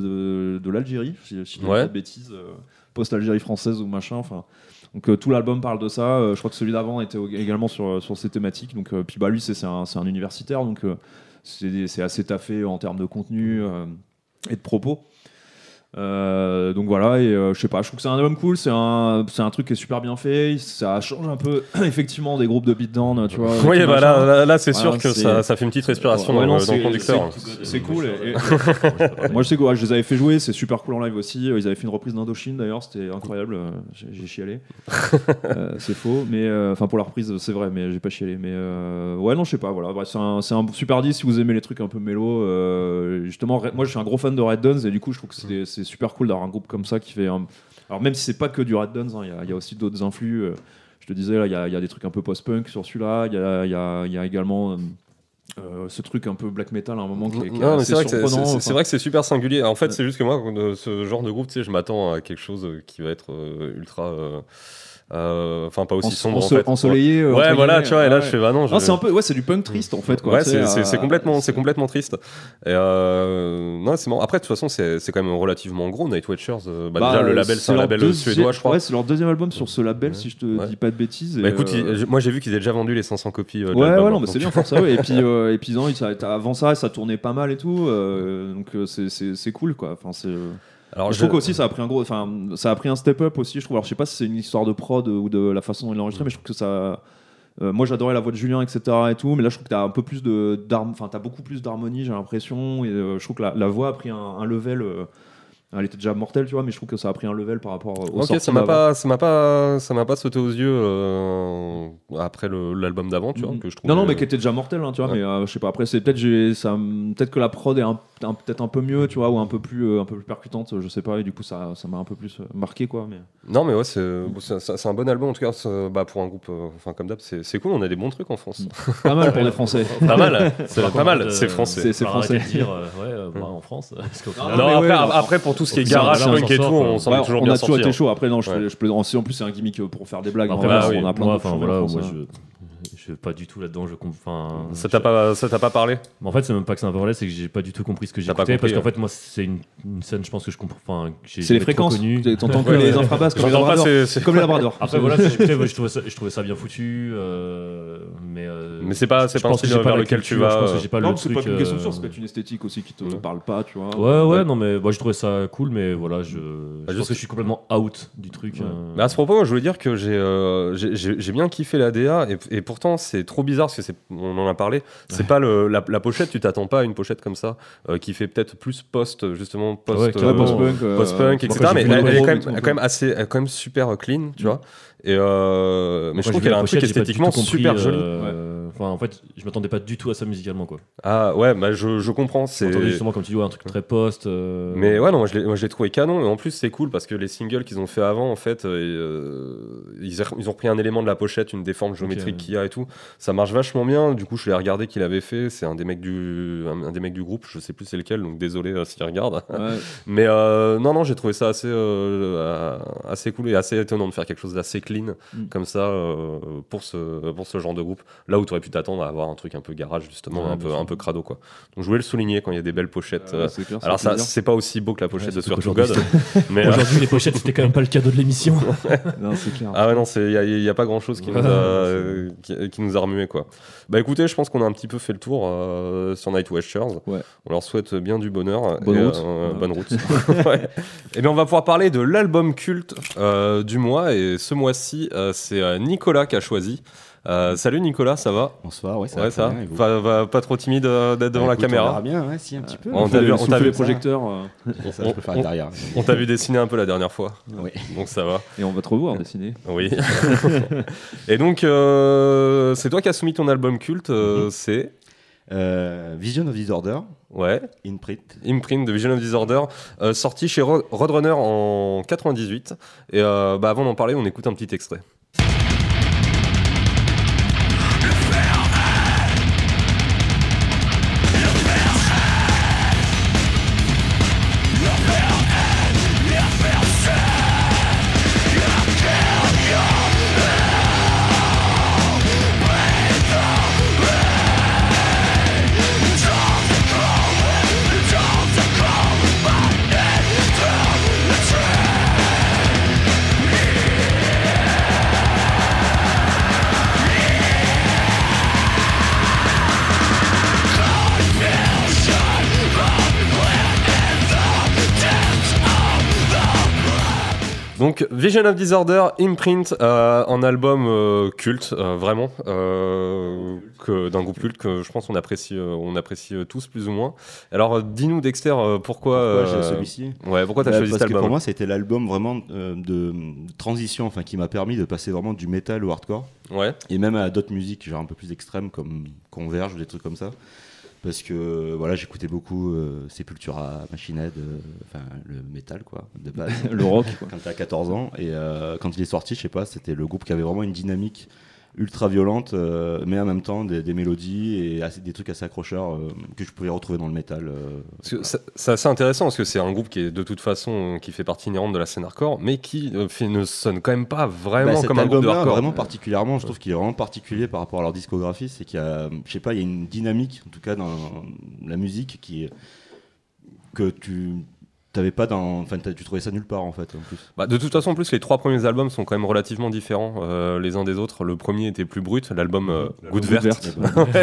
de, de l'Algérie, si, si je dis Ouais. pas de bêtises, euh, post-Algérie française ou machin, enfin. Donc euh, tout l'album parle de ça. Euh, je crois que celui d'avant était au- également sur, sur ces thématiques. Donc euh, puis bah lui c'est c'est un, c'est un universitaire, donc euh, c'est des- c'est assez taffé en termes de contenu euh, et de propos. Euh, donc voilà, et euh, je sais pas, je trouve que c'est un album cool, c'est un, c'est un truc qui est super bien fait, ça change un peu *clears throat* effectivement des groupes de beatdown, tu vois. Oui, tout bah machin. là, là, là, c'est Voilà, sûr que c'est- ça, ça fait une petite respiration euh, Ouais, dans, non, le- dans le *laughs* c'est- conducteur. hein. c'est cool, et- et- et, Moi je sais quoi, je les avais fait jouer, c'est super cool en live aussi, ils avaient fait une reprise d'Indochine d'ailleurs, c'était incroyable, euh, j'ai *laughs* j'ai chialé. Euh, c'est faux, mais euh, enfin pour la reprise c'est vrai, mais j'ai pas chialé. Mais euh, ouais, non, je sais pas, voilà, Bref, c'est un, c'est un super disque si vous aimez les trucs un peu mélo. euh, justement, Red- moi je suis un gros fan de Red Duns et du coup je trouve que c'est des- c'est super cool d'avoir un groupe comme ça qui fait un- Alors même si c'est pas que du Red Duns, hein, il y a- il y, a aussi d'autres influx. euh, je te disais, là, il y a- il y, a des trucs un peu post-punk sur celui-là, il y a, il y a- il y a également. euh, euh, ce truc un peu black metal à un moment qui, est- qui est Non, mais assez c'est vrai que c'est- surprenant, c'est- enfin. c'est vrai que c'est super singulier. En fait, Ouais. c'est juste que moi, de ce genre de groupe, tu sais, je m'attends à quelque chose euh, qui va être euh, ultra. euh, euh, Enfin, pas aussi En- sombre. ense- en fait. ensoleillé. euh, Ouais, entre voilà, guillemets. tu vois, et là, Ouais. je fais, bah non, je- Ah, c'est un peu, ouais, c'est du punk triste en fait. Quoi, ouais, tu c'est sais, c'est- euh, c'est complètement, c'est complètement triste. Et euh, non, c'est marrant. Après, de toute façon, c'est c'est quand même relativement gros. Night Watchers, euh, bah, bah, déjà le euh, label, c'est un leur label deuxième- suédois, je crois. Ouais, c'est leur deuxième album sur ce label, si je te Ouais. dis pas de bêtises. Bah et, écoute, euh, il- je- moi j'ai vu qu'ils avaient déjà vendu les 500 copies. euh, de Ouais, l'album, ouais, hein, non, mais donc- c'est bien pour ça, ouais. *laughs* Et puis, euh, et puis non, ils s'arrêtent- avant ça, ça tournait pas mal et tout. euh, donc, euh, c'est- c'est c'est cool, quoi. Enfin, c'est. euh, Alors, je trouve qu'aussi ça a pris un gros, enfin ça a pris un step up aussi. Je trouve. Alors je sais pas si c'est une histoire de prod ou de la façon dont il Mm. enregistré, mais je trouve que ça. euh, moi j'adorais la voix de Julien, etc. et tout, mais là je trouve que t'as un peu plus de d'harm- enfin t'as beaucoup plus d'harmonie, j'ai l'impression. Et euh, je trouve que la, la voix a pris un, un level. euh, elle était déjà mortelle, tu vois, mais je trouve que ça a pris un level par rapport au. Ok, ça m'a pas, ça m'a pas, ça m'a pas sauté aux yeux euh, après le- l'album d'avant, tu vois, Mhm. que je trouve. Non, non, mais qui était déjà mortel, hein, tu vois. Ouais. Mais euh, je sais pas. Après, c'est peut-être j'ai- ça, m- peut-être que la prod est un- un- peut-être un peu mieux, tu vois, ou un peu plus, euh, un peu plus percutante, je sais pas. Et du coup, ça, ça m'a un peu plus euh, marqué, quoi. *laughs* Mais Non, mais ouais, c'est, c'est- c'est- c'est un bon album en tout cas, c'est- bah, pour un groupe, euh, enfin comme d'hab, c'est, c'est cool. On a des bons trucs en France. pas mal pour les *laughs* Français. pas mal, c'est Par pas mal. contre, C'est euh, français. c'est- français. Mm. Arrêtez de dire, euh, ouais, euh, bah, en France. Parce qu'au final, Non, mais ouais, après, non. après, pour tout ce qui est Putain, garage là, on punk et s'en tout, sort, on s'en Ouais, est toujours on bien a toujours sorti. été hein. chaud. Après, non, je, Ouais. je plaisante. En plus, c'est un gimmick pour faire des blagues. Après, hein, bah voilà, oui, on a plein moi, de enfin, choses voilà, en moi, France, hein. je, je suis pas du tout là-dedans. Je comp- enfin, Ça je- t'a pas, ça t'a pas parlé. Mais en fait, c'est même pas que ça m'a parlé, c'est que j'ai pas du tout compris ce que T'as pas j'écoutais. Parce compris, hein. qu'en fait, moi, c'est une, une scène, je pense que je comprends. Enfin, que j'ai- C'est j'ai les trop fréquences. connu. Tu- T'entends que Ouais, les ouais. infrabasses comme les J'entends pas, labradors. c'est, c'est- Comme les labradors. Après, voilà, c'est- j'écoutais, moi, je, trouvais ça, je trouvais ça bien foutu. euh, mais, euh, Mais c'est pas, c'est je pas un pense que style j'ai pas vers la lequel tu culture, vas. Je pense euh, que j'ai pas Non, le c'est truc. pas qu'une question de euh, source, c'est une esthétique aussi qui te Ouais. parle pas, tu vois. Ouais, ouais, Ouais. Bah, non, mais moi je trouvais ça cool, mais voilà, je, je je pense sais- que je suis complètement out du truc. Ouais. euh. Mais Bah, à ce propos, moi, je voulais dire que j'ai euh, j'ai- j'ai j'ai bien kiffé la DA et, et pourtant c'est trop bizarre parce que c'est on en a parlé. C'est pas le, la, la pochette, tu t'attends pas à une pochette comme ça euh, qui fait peut-être plus post justement post Ouais, Tu vois, carrément. euh, post-punk. euh, post-punk, moi, etc. quand j'ai Mais vu elle, la elle est promo quand et même, tout, en elle est fait. quand euh, même assez, elle est quand même super euh, clean, tu Mm. vois. Et euh, mais je Moi, trouve j'ai vu qu'elle a la un truc pochette, j'ai pas du esthétiquement tout compris, super euh, joli. Enfin, en fait, je m'attendais pas du tout à ça musicalement, quoi. Ah ouais, bah je, je comprends. C'est J'entendais justement, comme tu dis, ouais, un truc très post. euh, Mais ouais, non, moi je l'ai- moi, je l'ai trouvé canon. Et en plus, c'est cool parce que les singles qu'ils ont fait avant, en fait, euh, et, euh, ils, a- ils ont repris un élément de la pochette, une des formes géométriques Ok, ouais. qu'il y a et tout. Ça marche vachement bien. Du coup, je l'ai regardé qu'il avait fait. C'est un des mecs du, un, un des mecs du groupe. Je sais plus c'est lequel, donc désolé euh, s'il regarde. *laughs* Ouais. Mais euh, non, non, j'ai trouvé ça assez, euh, euh, assez cool et assez étonnant de faire quelque chose d'assez clean Mm. comme ça euh, pour ce pour ce genre de groupe. Là où tu aurais pu t'attendre à avoir un truc un peu garage justement, Ouais, un bien peu sûr. un peu crado quoi. Donc je voulais le souligner quand il y a des belles pochettes. Euh, euh, c'est clair, alors fait ça, plaisir. c'est pas aussi beau que la pochette Ouais, de Swear to surtout God, *laughs* mais euh, Aujourd'hui, les pochettes, c'était quand même pas le cadeau de *laughs* l'émission. Non, c'est clair. ah ouais non, c'est il y, a pas grand chose qui nous a Ouais, euh, qui, qui nous a remué quoi. Bah écoutez, je pense qu'on a un petit peu fait le tour euh, sur Night Watchers. Ouais. On leur souhaite bien du bonheur. Bonne et, route. euh, Ouais. Bonne *laughs* route. *laughs* Ouais. Et bien on va pouvoir parler de l'album culte euh, du mois et ce mois-ci euh, c'est euh, Nicolas qui a choisi. Euh, salut Nicolas, ça va Bonsoir, ouais, ça Ouais, va. ça très bien, et vous va, va- Pas trop timide euh, d'être devant Bah, la écoute, On caméra verra bien, ouais, si, un petit peu. On On t'a t'a vu- on t'a vu les ça. projecteurs euh, Ça, je peux faire on- derrière. On t'a vu dessiner un peu la dernière fois, Oui. donc ça va. et on va te revoir dessiner. *laughs* Oui. *laughs* Et donc, euh, c'est toi qui as soumis ton album culte, Mhm. euh, c'est. Euh, Vision of Disorder, Ouais, in print. Imprint de Vision of Disorder, euh, sorti chez Ro- Roadrunner en 98. Et euh, bah, avant d'en parler, on écoute un petit extrait. Donc Vision of Disorder, Imprint, euh, un album euh, culte, euh, vraiment, euh, que- d'un groupe culte que je pense on apprécie, euh, on apprécie euh, tous plus ou moins. Alors euh, dis-nous Dexter, euh, pourquoi, Pourquoi euh, j'ai celui-ci ouais, pourquoi t'as Bah, choisi Parce cet que pour album moi, c'était l'album vraiment euh, de de transition, enfin, qui m'a permis de passer vraiment du métal au hardcore. Ouais, et même à d'autres musiques genre un peu plus extrêmes comme Converge ou des trucs comme ça parce que euh, voilà j'écoutais beaucoup euh, Sepultura, Machine Head, euh, enfin le métal quoi de base Le rock, quoi. quand t'as 14 ans et euh, quand il est sorti je sais pas c'était le groupe qui avait vraiment une dynamique ultra violente euh, mais en même temps des, des mélodies et assez- des trucs assez accrocheurs euh, que je pouvais retrouver dans le métal euh, Parce que ça- c'est assez intéressant parce que c'est un groupe qui est de toute façon euh, qui fait partie inhérente de la scène hardcore, mais qui euh, fait- ne sonne quand même pas Bah, vraiment cet comme un groupe de album-là, hardcore. Vraiment particulièrement, je trouve qu'il est vraiment particulier par rapport à leur discographie, c'est qu'il y a, je sais pas, il y a une dynamique, en tout cas dans la musique, qui que tu t'avais pas dans, enfin t'as- tu trouvais ça nulle part en fait en plus. Bah, de toute façon, en plus, les trois premiers albums sont quand même relativement différents euh, les uns des autres. Le premier était plus brut, l'album euh, Goutte Goutte Verte. *laughs*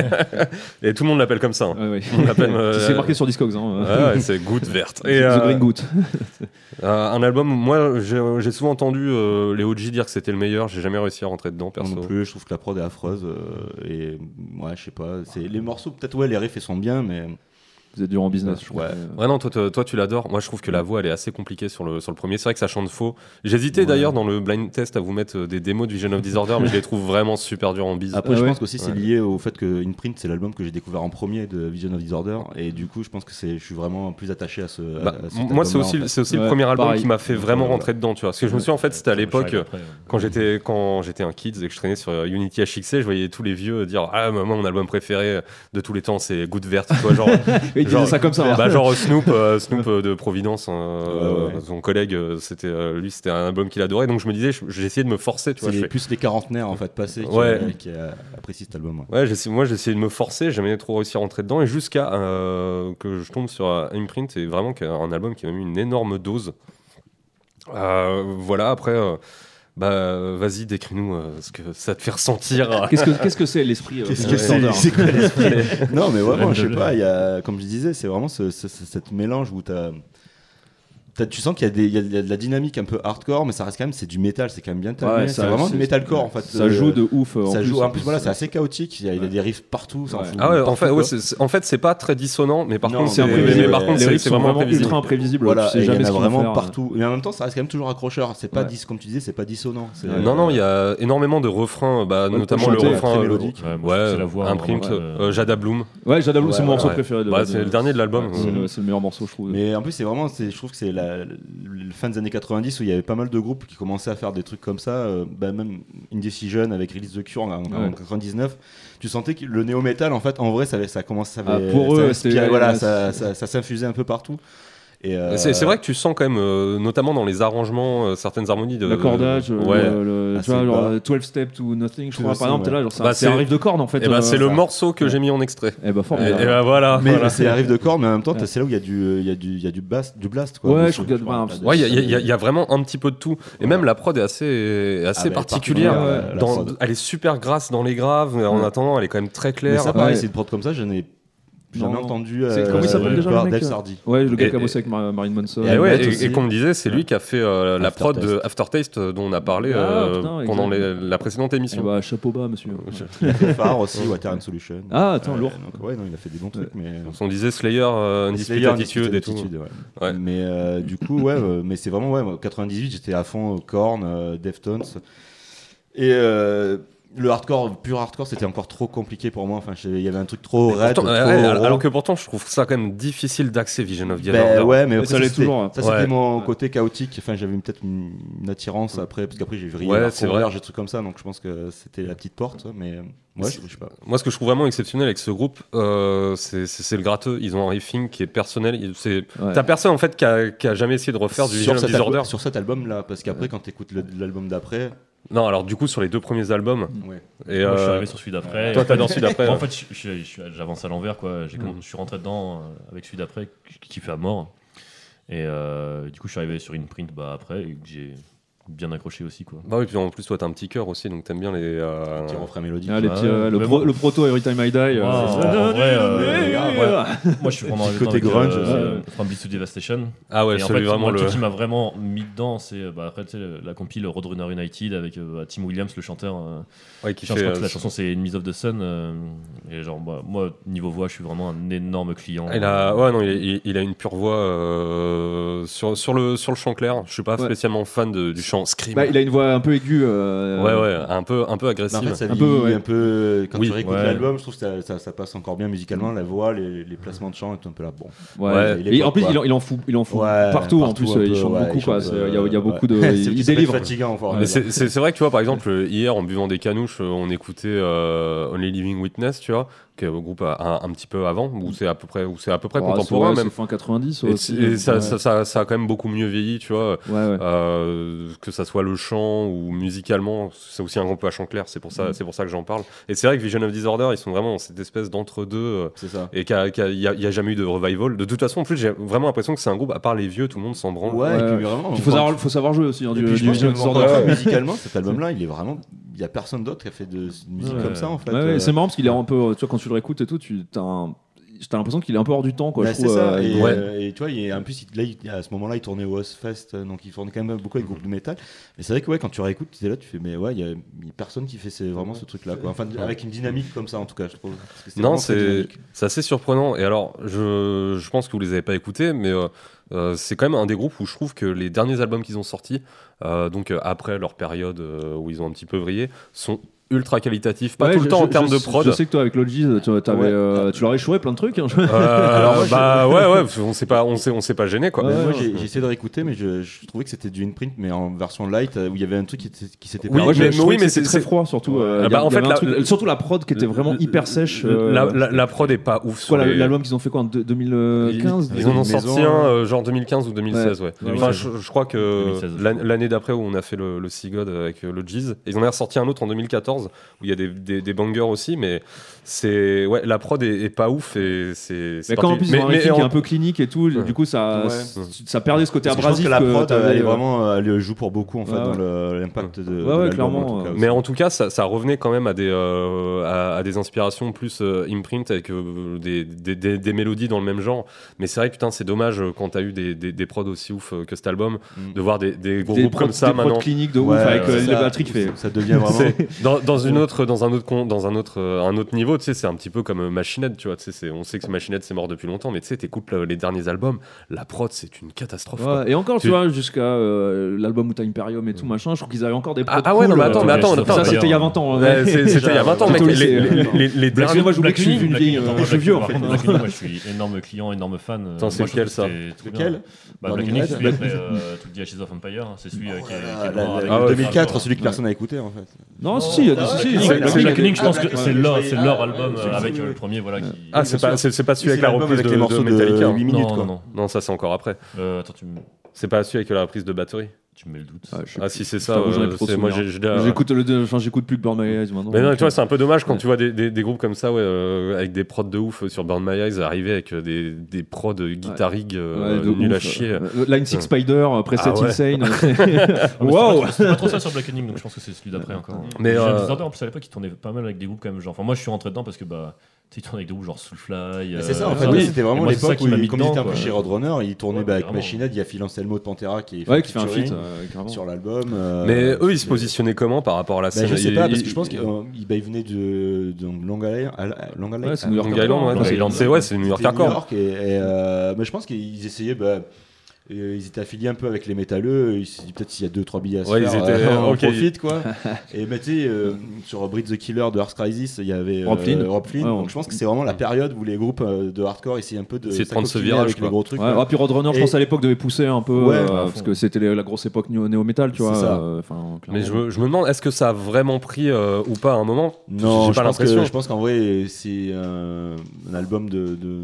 Et tout le monde l'appelle comme ça. hein. Ouais, ouais. On l'appelle, euh, C'est marqué sur Discogs. Hein. Ouais, ouais, c'est Goutte Verte. Et, *laughs* C'est euh, The Green Goot. euh, un album, moi j'ai j'ai souvent entendu euh, les OG dire que c'était le meilleur, j'ai jamais réussi à rentrer dedans Moi Non perso. plus, je trouve que la prod est affreuse euh, et ouais, je sais pas, c'est les morceaux peut-être ouais, les riffs ils sont bien, mais Vous êtes dur en business, je crois. Ouais. Ouais, non, toi, toi, toi, tu l'adores. Moi je trouve que Mm. la voix elle est assez compliquée sur le, sur le premier. C'est vrai que ça chante faux. J'hésitais d'ailleurs dans le blind test à vous mettre euh, des démos de Vision of Disorder, mais je les trouve vraiment super durs en bise. Après, Ah je ouais. pense qu'aussi c'est Ouais. lié au fait que Imprint, c'est l'album que j'ai découvert en premier de Vision of Disorder, et du coup, je pense que c'est, je suis vraiment plus attaché à ce. à- Bah, euh, à cet moi c'est album-là, aussi, en fait. c'est aussi le Ouais, premier album pareil. qui m'a fait vraiment Voilà. rentrer dedans, tu vois. Parce que je me suis en fait, c'était à Ça, moi, je l'époque. euh, suis arrivé après, ouais. Quand j'étais quand j'étais un kid et que je traînais sur euh, Unity HXC, je voyais tous les vieux dire ah moi mon album préféré de tous les temps c'est Goutte verte tu vois *laughs* genre Il disait Genre- ça comme ça. hein. bah, genre euh, Snoop euh, Snoop euh, de Providence euh, Ouais, ouais. son collègue euh, c'était euh, lui c'était un album qu'il adorait donc je me disais je- j'essayais de me forcer tu C'est vois je les- fais- plus les quarantenaires en fait passés qui, Ouais. qui, euh, apprécient cet album. ouais. Ouais, j'essa- moi j'essayais de me forcer, j'ai jamais trop réussi à rentrer dedans, et jusqu'à euh, que je tombe sur euh, Imprint, et vraiment qui est un album qui m'a mis une énorme dose. Euh, voilà, après, euh, bah vas-y, décris-nous euh, ce que ça te fait *laughs* ressentir. Qu'est-ce que qu'est-ce que c'est l'esprit euh, Qu'est-ce euh, que c'est- Thunder c'est quoi l'esprit Non, mais vraiment, Rêve je de sais pas, il y a, comme je disais, c'est vraiment ce, ce- ce- cette mélange où t'as. t'as- Tu sens qu'il y, a des- il y a- il y a de la dynamique un peu hardcore, mais ça reste quand même c'est du métal, c'est quand même bien terminé. Ouais, c'est ça- vraiment du c'est- metalcore en fait. Ça Euh, joue de ouf. euh, ça en joue. plus, en plus, voilà, c'est assez chaotique. Il y a, il y a des riffs partout. ça en Ouais. fout Ah ouais, en partout, fait, ouais, quoi. c'est- c'est- en fait, c'est pas très dissonant, mais par Non, contre, c'est c'est imprévisible, mais par ouais. contre, les c'est riffs c'est sont vraiment vraiment imprévisible. ultra imprévisibles. Voilà, tu sais et il y jamais en ce a qu'ils vont vraiment faire. partout. Mais en même temps, ça reste quand même toujours accrocheur. C'est pas Ouais. dis- comme tu disais, c'est pas dissonant. c'est- Non, non, il y a énormément de refrains, bah, Ouais, notamment pour le chanter, refrain. très euh, mélodique. Ouais, moi, Ouais, c'est la voix. Imprint, vraiment, euh, euh, Jada Bloom. Ouais, j'adore Ouais, c'est mon morceau ouais. préféré. de Bah, l'album. c'est le dernier de l'album. Ouais, C'est le- c'est le meilleur morceau, je trouve. Mais en plus, c'est vraiment, c'est- je trouve que c'est la, le fin des années 90 où il y avait pas mal de groupes qui commençaient à faire des trucs comme ça. euh, bah, même Indecision avec Release the Cure en, en- en Ouais. 99, tu sentais que le néo-metal, en fait, en vrai, ça, avait- ça commence, ça Ah, avait- pour ça eux, inspirait, c'était- voilà, ouais, ça, c'est- ça, ça s'infusait un peu partout. Et euh, C'est c'est vrai que tu sens quand même, euh, notamment dans les arrangements, euh, certaines harmonies de. L'accordage, euh, Ouais. le, le- Ah, tu vois, c'est genre, bas. 12 steps to nothing, je Tout crois. aussi, Par exemple, ouais. t'es là, genre, c'est Bah, un- c'est c'est- un riff de corde en fait. Et bah, euh, c'est le ça. morceau que j'ai mis en extrait. Eh bah, Et, formidable. et bah, voilà. Mais voilà. mais c'est arrive de corps, mais en même temps, t'as- c'est là où il y a du, euh, il y a du, il y a du blast, du blast quoi. Ouais, Du je son, trouve qu'il y a je de- crois. ouais, Ouais, il y, a- il y a- il y a vraiment un petit peu de tout. Et Ouais. même la prod est assez, assez Ah, mais particulière. particulière, ouais, la Dans- prod. elle est super grasse dans les graves, mais en Ouais. attendant, elle est quand même très Mais claire. ça, pareil, Ouais. c'est une prod comme ça, je n'ai Non, jamais non. entendu. C'est- comment il s'appelle déjà, le par mec, Del euh Sardi. Ouais, le gars Et- qui a bossé avec Ma- Marine Manson. Et, Et ouais, Matt et- aussi. et comme on disait, c'est lui qui a fait euh, la prod Aftertaste. de Aftertaste euh, dont on a parlé Ah, euh, putain, pendant exact. les- la précédente Eh émission. bah, chapeau bas, monsieur. Phare *laughs* aussi, Water and Solution. Ah, attends, Euh, lourd. donc, ouais, non, il a fait des bons trucs, mais. On disait Slayer, euh, Undisputed Slayer, Attitude et tout. Attitude, ouais. Ouais. Mais euh, du coup, ouais, euh, mais c'est vraiment, ouais, moi, 98, j'étais à fond euh, Korn, euh, Deftones. Et euh, le hardcore, pur hardcore, c'était encore trop compliqué pour moi. Enfin, je- il y avait un truc trop raide. Pourtant, trop ouais, ouais, raw. alors que pourtant, je trouve ça quand même difficile d'accès Vision of the Ben Order. ouais, mais après, ça l'est c'était- toujours, hein. Ça, c'était Ouais. mon côté chaotique. Enfin, j'avais peut-être une, une attirance après, parce qu'après, j'ai vu Ouais, Rihanna, c'est Horror, vrai. j'ai des trucs comme ça. Donc, je pense que c'était la petite porte. Mais euh, ouais, je, je sais pas. Moi, ce que je trouve vraiment exceptionnel avec ce groupe, euh, c'est c'est- c'est le gratteux. Ils ont un riffing qui est personnel. Ils- c'est- Ouais. T'as personne en fait qui a, qui a jamais essayé de refaire du Vision sur, of cet Disorder. al- sur cet album-là, parce qu'après, quand t'écoutes le- l'album d'après, Non, alors du coup, sur les deux premiers albums. ouais. Et, Moi, je suis euh, arrivé sur celui d'après. toi, t'as dans celui d'après. Moi, ouais. en fait, je- je- je suis- j'avance à l'envers, quoi. J'ai comm- Je suis rentré dedans euh, avec celui d'après, qui- qui fait à mort. Et euh, du coup, je suis arrivé sur une print bah, après, et que j'ai bien accroché aussi, quoi. Bah oui, puis en plus, toi, t'as un petit cœur aussi, donc t'aimes bien les. euh, petit refrain mélodique. Ah, les Ouais, petits, euh, le, mais pro- bon. le proto Every Time I Die. euh, Ah, c'est en ça. vrai, euh, Ah, ouais. voilà. Moi, je suis vraiment Petit arrivé dedans côté avec, grunge, euh, From Beats to Devastation. Ah ouais, et en celui fait, vraiment moi, le. truc qui m'a vraiment mis dedans, c'est euh, bah, après, tu sais, la compile Roadrunner United avec euh, Tim Williams, le chanteur. euh, Ouais, qui Je fait. crois que euh, la chanson c'est Enemies of the Sun. euh, et genre, moi, moi, niveau voix, je suis vraiment un énorme client. Ah, Il a, ouais, non, il, il- il a une pure voix euh, sur, sur, le, sur le chant clair. Je suis pas Ouais. spécialement fan de- du chant scream. Bah, il a une voix un peu aiguë. euh, Ouais, ouais, un peu, un peu Mais bah, en agressive. fait, ça Un vieillit peu, ouais. un peu. euh, Quand Oui, tu réécoutes ouais. l'album, je trouve que ça, ça- ça passe encore bien musicalement. La voix, les, les placements de chant et tout un peu là. Bon. ouais. Ouais, il est Et en pas, plus, quoi. il en, il en fout, il en fout Ouais, partout, En partout, plus, un euh, il peu, chante ouais, beaucoup. il quoi. chante, C'est- Il y a, il y a euh, beaucoup de. ouais. C'est- il c'est délivre. fatigant, faut avoir Mais raison. c'est c'est- c'est vrai que tu vois, par exemple, euh, hier, en buvant des canouches, euh, on écoutait euh, Only Living Witness, tu vois, qui est au groupe un, un petit peu avant, où c'est à peu près, où c'est à peu près Ouais, contemporain c'est- ouais, même. c'est fin 90. Et, aussi, et ça, ouais. ça, ça- ça a quand même beaucoup mieux vieilli, tu vois, Ouais, ouais. euh, que ça soit le chant ou musicalement, c'est aussi un groupe à chant clair, c'est pour, Mm. ça c'est pour ça que j'en parle. Et c'est vrai que Vision of Disorder, ils sont vraiment dans cette espèce d'entre-deux. euh, C'est ça. et qu'il n'y a, y a jamais eu de revival. De toute façon, en plus, j'ai vraiment l'impression que c'est un groupe, à part les vieux, tout le monde s'en branle. Ouais, et ouais. puis vraiment. Il faut savoir, faut savoir jouer aussi. hein, Et du, puis, je du pense que Vision of Disorder. encore, musicalement, *laughs* cet album-là, il est vraiment. Il n'y a personne d'autre qui a fait de musique Ouais. comme ça, en fait. Ouais, ouais, Euh, c'est marrant parce qu'il est un peu. Tu vois, quand tu le réécoutes et tout, tu t'as un- t'as l'impression qu'il est un peu hors du temps. Quoi, bah, je c'est trouve, ça. euh, et, il- ouais. euh, et tu vois, il est- en plus, il- là, il- à ce moment-là, il tournait au Ozfest, euh, donc il tournait quand même beaucoup avec Mhm. groupe de métal. Mais c'est vrai que ouais, quand tu réécoutes, tu es là, tu fais, mais ouais, il n'y a, il y a personne qui fait ces- vraiment ce truc-là. quoi. Enfin, avec une dynamique comme ça, en tout cas, je trouve. Parce que c'était Non, vraiment très c'est dynamique. c'est assez surprenant. Et alors, je, je pense que vous les avez pas écoutés, mais euh, euh, c'est quand même un des groupes où je trouve que les derniers albums qu'ils ont sortis, euh, donc euh, après leur période euh, où ils ont un petit peu vrillé, sont ultra qualitatifs. Pas Ouais, tout le je- temps en je- termes je- de prod. Je sais que toi, avec Logis, tu, t'avais, Ouais. euh, tu leur as échoué plein de trucs. hein. *laughs* Euh, alors, bah ouais, ouais, on s'est pas, on s'est- on s'est pas gêné quoi. Ouais, Moi, ouais, j'ai j'ai essayé de réécouter, mais je, je trouvais que c'était du imprint, mais en version light, euh, où il y avait un truc qui, était- qui s'était Oui, perdu. Moi, je- mais- je mais trouvais oui, que mais c'était c'est- très c'est- froid, surtout. Ah euh, il y bah, a- en il y fait, avait la- un truc- la- surtout la prod qui était vraiment hyper sèche. euh, La, la- la prod est pas ouf. sur quoi, la- les- l'album qu'ils ont fait quoi en deux- 2015 Ils- Ils en ont Maison, sorti hein. un euh, genre 2015 ou 2016, ouais. Ouais. Enfin, je, je crois que 2016, je l'an- crois. l'année d'après où on a fait le, le Sea God avec euh, le Jeez, ils en ont ressorti un autre en 2014 où il y a des, des, des bangers aussi, mais c'est ouais, la prod est, est pas ouf et c'est. c'est Mais quand en plus particulier. ils ont Mais- un mais rythme qui est en- un peu clinique et tout, Ouais. du coup ça, Ouais. ça perdait ce côté Parce que je pense abrasif. que la prod, t'avais, elle est euh, vraiment, elle joue pour beaucoup en fait Ouais, dans ouais. le- l'impact de. de ouais, l'album, clairement, en tout cas, euh, Mais aussi. en tout cas, ça, ça revenait quand même à des, euh, à, à des inspirations plus euh, imprint avec euh, des, des, des- des mélodies dans le même genre. Mais c'est vrai que putain, c'est dommage euh, quand t'as eu des, des, des prods aussi ouf euh, que cet album, Mm. de voir des, des gros des groupes prods- comme ça des prods maintenant. cliniques de Ouais, ouf avec ouais, euh, c'est la ça. batterie qui fait. Ça devient *laughs* vraiment. C'est- *laughs* dans, dans une autre dans un autre con- dans un autre euh, un autre niveau tu sais c'est un petit peu comme euh, Machinette tu vois tu sais c'est- on sait que Machinette c'est mort depuis longtemps mais tu sais t'écoutes euh, les derniers albums la prod c'est une catastrophe quoi. Ouais, et encore, tu, Tu- vois, jusqu'à euh, l'album où t'as Imperium et tout machin, je trouve qu'ils avaient encore des prods. ah, ah ouais non cool, mais euh, attends ouais, mais attends, ouais, attends, Ça ouais. c'était il y a 20 ans. hein. Ouais, c'est- c'était il y a 20 ans mec Plutôt les, lycée, les- hein. les- les- les Black derniers Moi, j'oublie Black que je suis une Lightning, Black vieille, Lightning, euh, attends, je suis Black vieux, Lightning, en fait. par contre, Black Lightning, moi, je suis énorme client, énorme fan. Euh, Attends, moi, c'est je lequel, trouve que c'était trop bien. Lequel bah, Black Lightning, Burning Man celui après euh, To The Ashes of Empire, hein, c'est celui euh, qui est- qui Ah, est la- droit la- avec Ah le ouais. le 2004, Black celui que personne n'a écouté en fait. Non, si, si, il y a des- si, si, ouais, il y a Black des- il y a des- Lightning, je pense Ah, que Black c'est Lightning, leur je c'est croyais- leur ah, album oui, euh, oui, avec oui, euh, le oui. premier voilà qui ah c'est bien pas sûr. c'est c'est pas celui C'est avec la l'album reprise avec de, les morceaux de de Metallica hein. huit minutes. non quoi. non non non ça c'est encore après Euh, attends tu me c'est pas celui avec la reprise de batterie tu me mets le doute Ah, je sais ah si c'est ça pas, j'en ai euh, plus trop c'est- moi souvenir. j'ai- j'ai- pas. J'écoute le, enfin j'écoute plus que Burn My Eyes maintenant. Mais non, tu vois, c'est un peu dommage quand Ouais. tu vois des, des, des groupes comme ça, ouais, euh, avec des prods de ouf euh, sur Burn My Eyes, arriver avec euh, des, des prods euh, guitar rig euh, Ouais, de nul à ouf. chier. Euh, Line Six Ouais. Spider, euh, Preset Ah ouais. Insane. Ah, mais c'est pas Wow trop- C'est pas trop ça sur Black Lightning, donc je pense que c'est celui d'après encore. Mais, Mais euh, Disorder, en plus à l'époque, il tournait pas mal avec des groupes quand même. Genre, enfin, moi je suis rentré dedans parce que bah, Tu sais, ils tournent avec des groupes genre Soulfly. Mais euh, C'est ça, en euh, fait, oui. c'était Et vraiment moi, c'est ça l'époque qui où, m'a mis il- comme il était dedans, un peu quoi. chez Roadrunner, il tournait Ouais, bah, avec vraiment. Machinette, il y a Phil Anselmo de Pantera qui est Ouais, qui fait un featuring feat, euh, carrément. sur l'album. euh, Mais eux, ils se c'est- positionnaient comment par rapport à la Bah, scène je sais Ils- pas, parce ils- que je pense qu'il euh, bah, venait de, de Long Island. à- Long Island Ouais, c'est à- New York Long Island, ouais, Long c'est- Island. c'est ouais, c'est New York hein. C'était New Hardcore. York et, et, euh, mais je pense qu'ils essayaient. bah, euh, ils étaient affiliés un peu avec les métalleux. Ils se disent peut-être s'il y a deux trois billets à se Ouais, ils faire, étaient- *laughs* euh, on ok. profite quoi. et bah, tu sais, euh, sur Breed the Killer de Earth Crisis, il y avait euh, Rob Flynn. Rob Flynn. Ouais, on- donc je pense que c'est vraiment la période où les groupes euh, de hardcore essayaient un peu de Essayer de prendre ce s'accoquiner virage, avec quoi. les gros trucs. Ouais, quoi. ah, puis Roadrunner, je Et- pense à l'époque devait pousser un peu Ouais, euh, à parce que c'était les- la grosse époque néo- néo-metal, tu vois. C'est ça. euh, enfin, Mais je clairement. me, je me demande, est-ce que ça a vraiment pris euh, ou pas à un moment Non, J'ai je pas pense, que- l'impression. je pense qu'en vrai, c'est euh, un album de. de-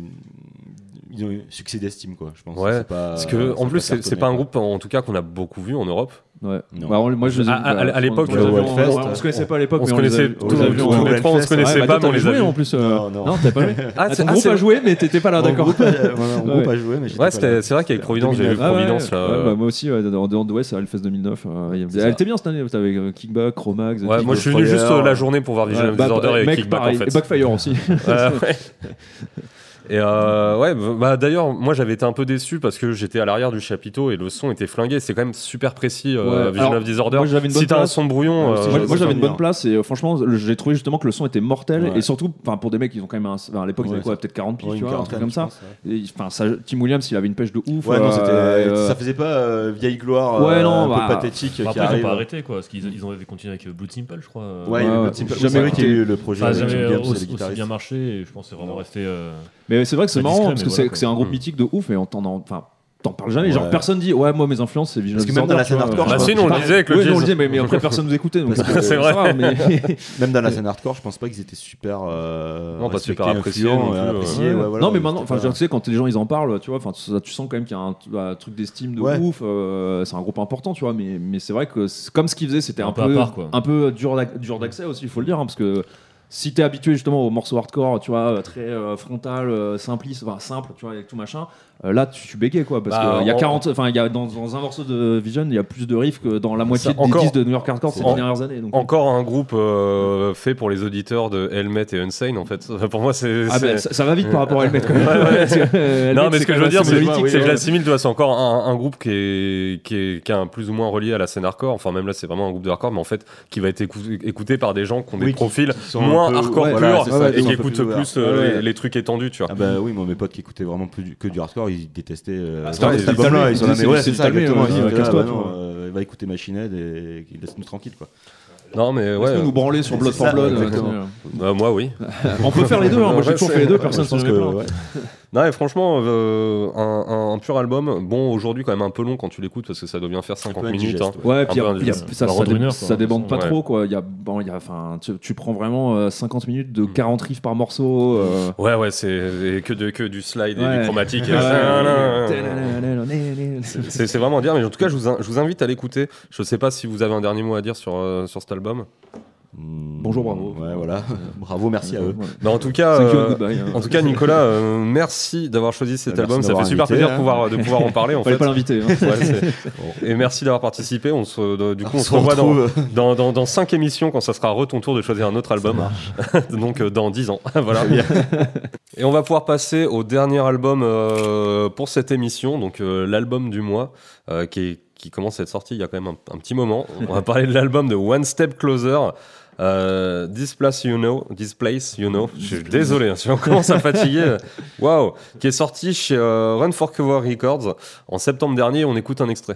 Ils ont eu succès d'estime, quoi, je pense. Ouais, C'est pas- Parce ça que, va en plus, c'est cartonner, c'est pas un quoi. groupe, en tout cas, qu'on a beaucoup vu en Europe. Ouais. Non. Bah, on- moi, je les ai À- vus, à- bah, à sur- l'époque, on les le a vus en- Hellfest, on se connaissait pas à l'époque, on mais se on les a connaissait vus- tous on les a tous vus en- on les Hellfest, trois, on se ouais. connaissait pas, Ouais, bah, mais on t'as les a joué, vus. en plus. euh, Non, non. Non, t'as pas joué. Ah, Ah, c'est- ton ah, groupe c'est- a joué, mais t'étais pas là, Mon d'accord. groupe, euh, voilà, mon Ouais. groupe a joué, mais j'étais Ouais, pas là. c'était- c'est vrai qu'avec Providence, j'ai vu Ah ouais, Providence ouais, ouais, là. bah, moi aussi, ouais, dans dans- ouais, c'est Hellfest 2009. euh, il y avait- C'est elle ça. était bien cette année, t'avais euh, Kickback, Chromax. Ouais, moi je suis venu Destroyer. juste euh, la journée pour voir Bah, Visual Disorder et Kickback en Et fait. Backfire aussi. *laughs* Euh, ouais. Et euh, ouais, bah, bah, d'ailleurs, moi j'avais été un peu déçu parce que j'étais à l'arrière du chapiteau et le son était flingué. C'est quand même super précis, euh, Ouais. Vision Alors, of Disorder. moi, j'avais une si bonne t'as un place. son brouillon, Ouais, euh, c'est- moi, je- moi, je- j'avais une bien. bonne place et euh, franchement le- j'ai trouvé justement que le son était mortel Ouais. et surtout enfin, pour des mecs ils ont quand même un, enfin, à l'époque ils Ouais, avaient quoi peut-être 40 piges Ouais, une tu vois un truc quarantaine, comme je ça pense, ouais. Et, enfin ça, Tim Williams il avait une pêche de ouf Ouais, non, c'était- euh, ça faisait pas euh, vieille gloire Ouais, euh, non, un peu bah, pathétique Bah, qui après, ils arrive. ont pas arrêté, quoi. Parce qu'ils ils ont continué avec euh, Blood Simple, je crois. euh, Ouais, il y a Ouais, eu ouais. le petit J'ai peu- c'est jamais vrai qu'il y a écouté. eu le projet Enfin, avec jamais Jim euh, Gibbs, c'est le aussi, aussi guitariste. bien marché, et je pense que c'est vraiment resté. euh, mais c'est vrai que c'est Pas marrant discret, parce mais que voilà, c'est- quoi. c'est un groupe Mm. mythique de ouf et on t'en enfin t'en parles jamais genre Ouais. personne dit ouais moi mes influences c'est Vision Parce que même Disorder, dans la tu scène vois. hardcore, Bah, je si, pense nous on pas. le disait avec le Ouais, non, on le jazz. disait, mais, mais après personne nous écoutait. *laughs* donc, Parce euh, que- C'est vrai. grave, *laughs* mais- Même dans la scène hardcore, je pense pas qu'ils étaient super. euh, Non, pas respectés, super appréciés influents, non plus, euh, ouais. appréciés, ouais, voilà, non, mais ils maintenant, étaient enfin, pas- je veux dire, tu sais, quand les gens ils en parlent, tu vois, enfin, ça, tu sens quand même qu'il y a un, un truc d'estime de Ouais. ouf. euh, c'est un groupe important, tu vois, mais, mais c'est vrai que c'est- comme ce qu'ils faisaient, c'était un, Un peu à part, quoi. un peu dur d'ac- dur d'accès aussi, il faut le dire, hein, parce que. Si t'es habitué justement aux morceaux hardcore, tu vois, très euh, frontal, euh, simpliste, enfin simple, tu vois, avec tout machin, euh, là tu suis bégay quoi, parce Bah, qu'il y a en- 40, enfin il y a dans, dans un morceau de Vision, il y a plus de riffs que dans la moitié des encore- 10 de New York Hardcore ces en- dernières années. Donc, Encore un groupe euh, fait pour les auditeurs de Helmet et Unsane en fait. *laughs* Pour moi, c'est. Ah c'est- ben, ça, ça va vite par rapport à Helmet quand même. *laughs* Parce que, euh, non, Helmet, mais ce c'est que quand je veux même dire, assez c'est monolithique, que c'est que ouais. je l'assimile, tu vois, c'est encore un, un groupe qui est, qui est, qui est un plus ou moins relié à la scène hardcore. Enfin, même là, c'est vraiment un groupe de hardcore, mais en fait, qui va être écou- écouté par des gens qui ont des Oui, qui- profils qui sont un moins peu- hardcore ouais, pur voilà, c'est ça, et ils sont qui un peu écoutent plus plus ouverts. euh, Ouais, les, ouais. les trucs étendus, tu vois. Ah bah oui, moi mes potes qui écoutaient vraiment plus du- que du hardcore, ils détestaient euh, putain, ouais, c'est cet album-là. Talmud, Ils sont là, c'est- mais ouais, c'est c'est ça, Talmud, exactement. ouais, Ils ouais, disaient, ah, casse-toi, bah non, toi. euh, va écouter Machine Head et et laisse-nous tranquille quoi. Non, mais ouais. Laisse-nous nous branler sur Blood C'est for ça, Blood. exactement. euh, euh, moi, oui. On peut faire les deux, hein, moi j'ai Ouais, toujours c'est- fait les deux, ouais, personne je pense s'en est que plaint. ouais. Non, mais franchement, euh, un, un- un pur album. Bon, aujourd'hui, quand même un peu long quand tu l'écoutes parce que ça doit bien faire 50 peu minutes. indigeste, hein. Un Ouais, puis peu il y a- indigeste. ça, Bah, ça, Roadrunner, dé- quoi, ça de toute débande pas façon, trop quoi. Il Y a, bon, il y a, enfin, tu, tu prends vraiment euh, 50 minutes de 40 riffs par morceau. euh, Ouais, ouais, c'est et que, de, que du slide et Ouais. du chromatique. Ouais. Euh, C'est c'est vraiment à dire, mais en tout cas, je vous, in- je vous invite à l'écouter. Je sais pas si vous avez un dernier mot à dire sur, euh, sur cet album. Hmm, Bonjour, bravo. Ouais, voilà. *laughs* bravo, merci à eux. Ouais. Mais en tout cas, Thank you and euh, goodbye, hein. en tout cas, Nicolas, euh, merci d'avoir choisi cet Bah, merci album. Ça fait d'avoir super invité, plaisir hein. de pouvoir, de pouvoir en parler. En Fallait fait. pas l'inviter. hein. Ouais, c'est- et merci d'avoir participé. On se, euh, du coup, on, On se se revoit dans, retrouve. dans, dans, dans cinq émissions quand ça sera re ton tour de choisir un autre album. *laughs* Donc euh, dans 10 ans. voilà. Et on va pouvoir passer au dernier album euh, pour cette émission, donc euh, l'album du mois, euh, qui, est- qui commence à être sorti il y a quand même un, un petit moment. On va parler de l'album de One Step Closer. euh, This Place You Know, This Place You Know, je suis désolé, hein, si on commence à fatiguer, waouh, qui est sorti chez euh, Run for Cover Records en septembre dernier. On écoute un extrait.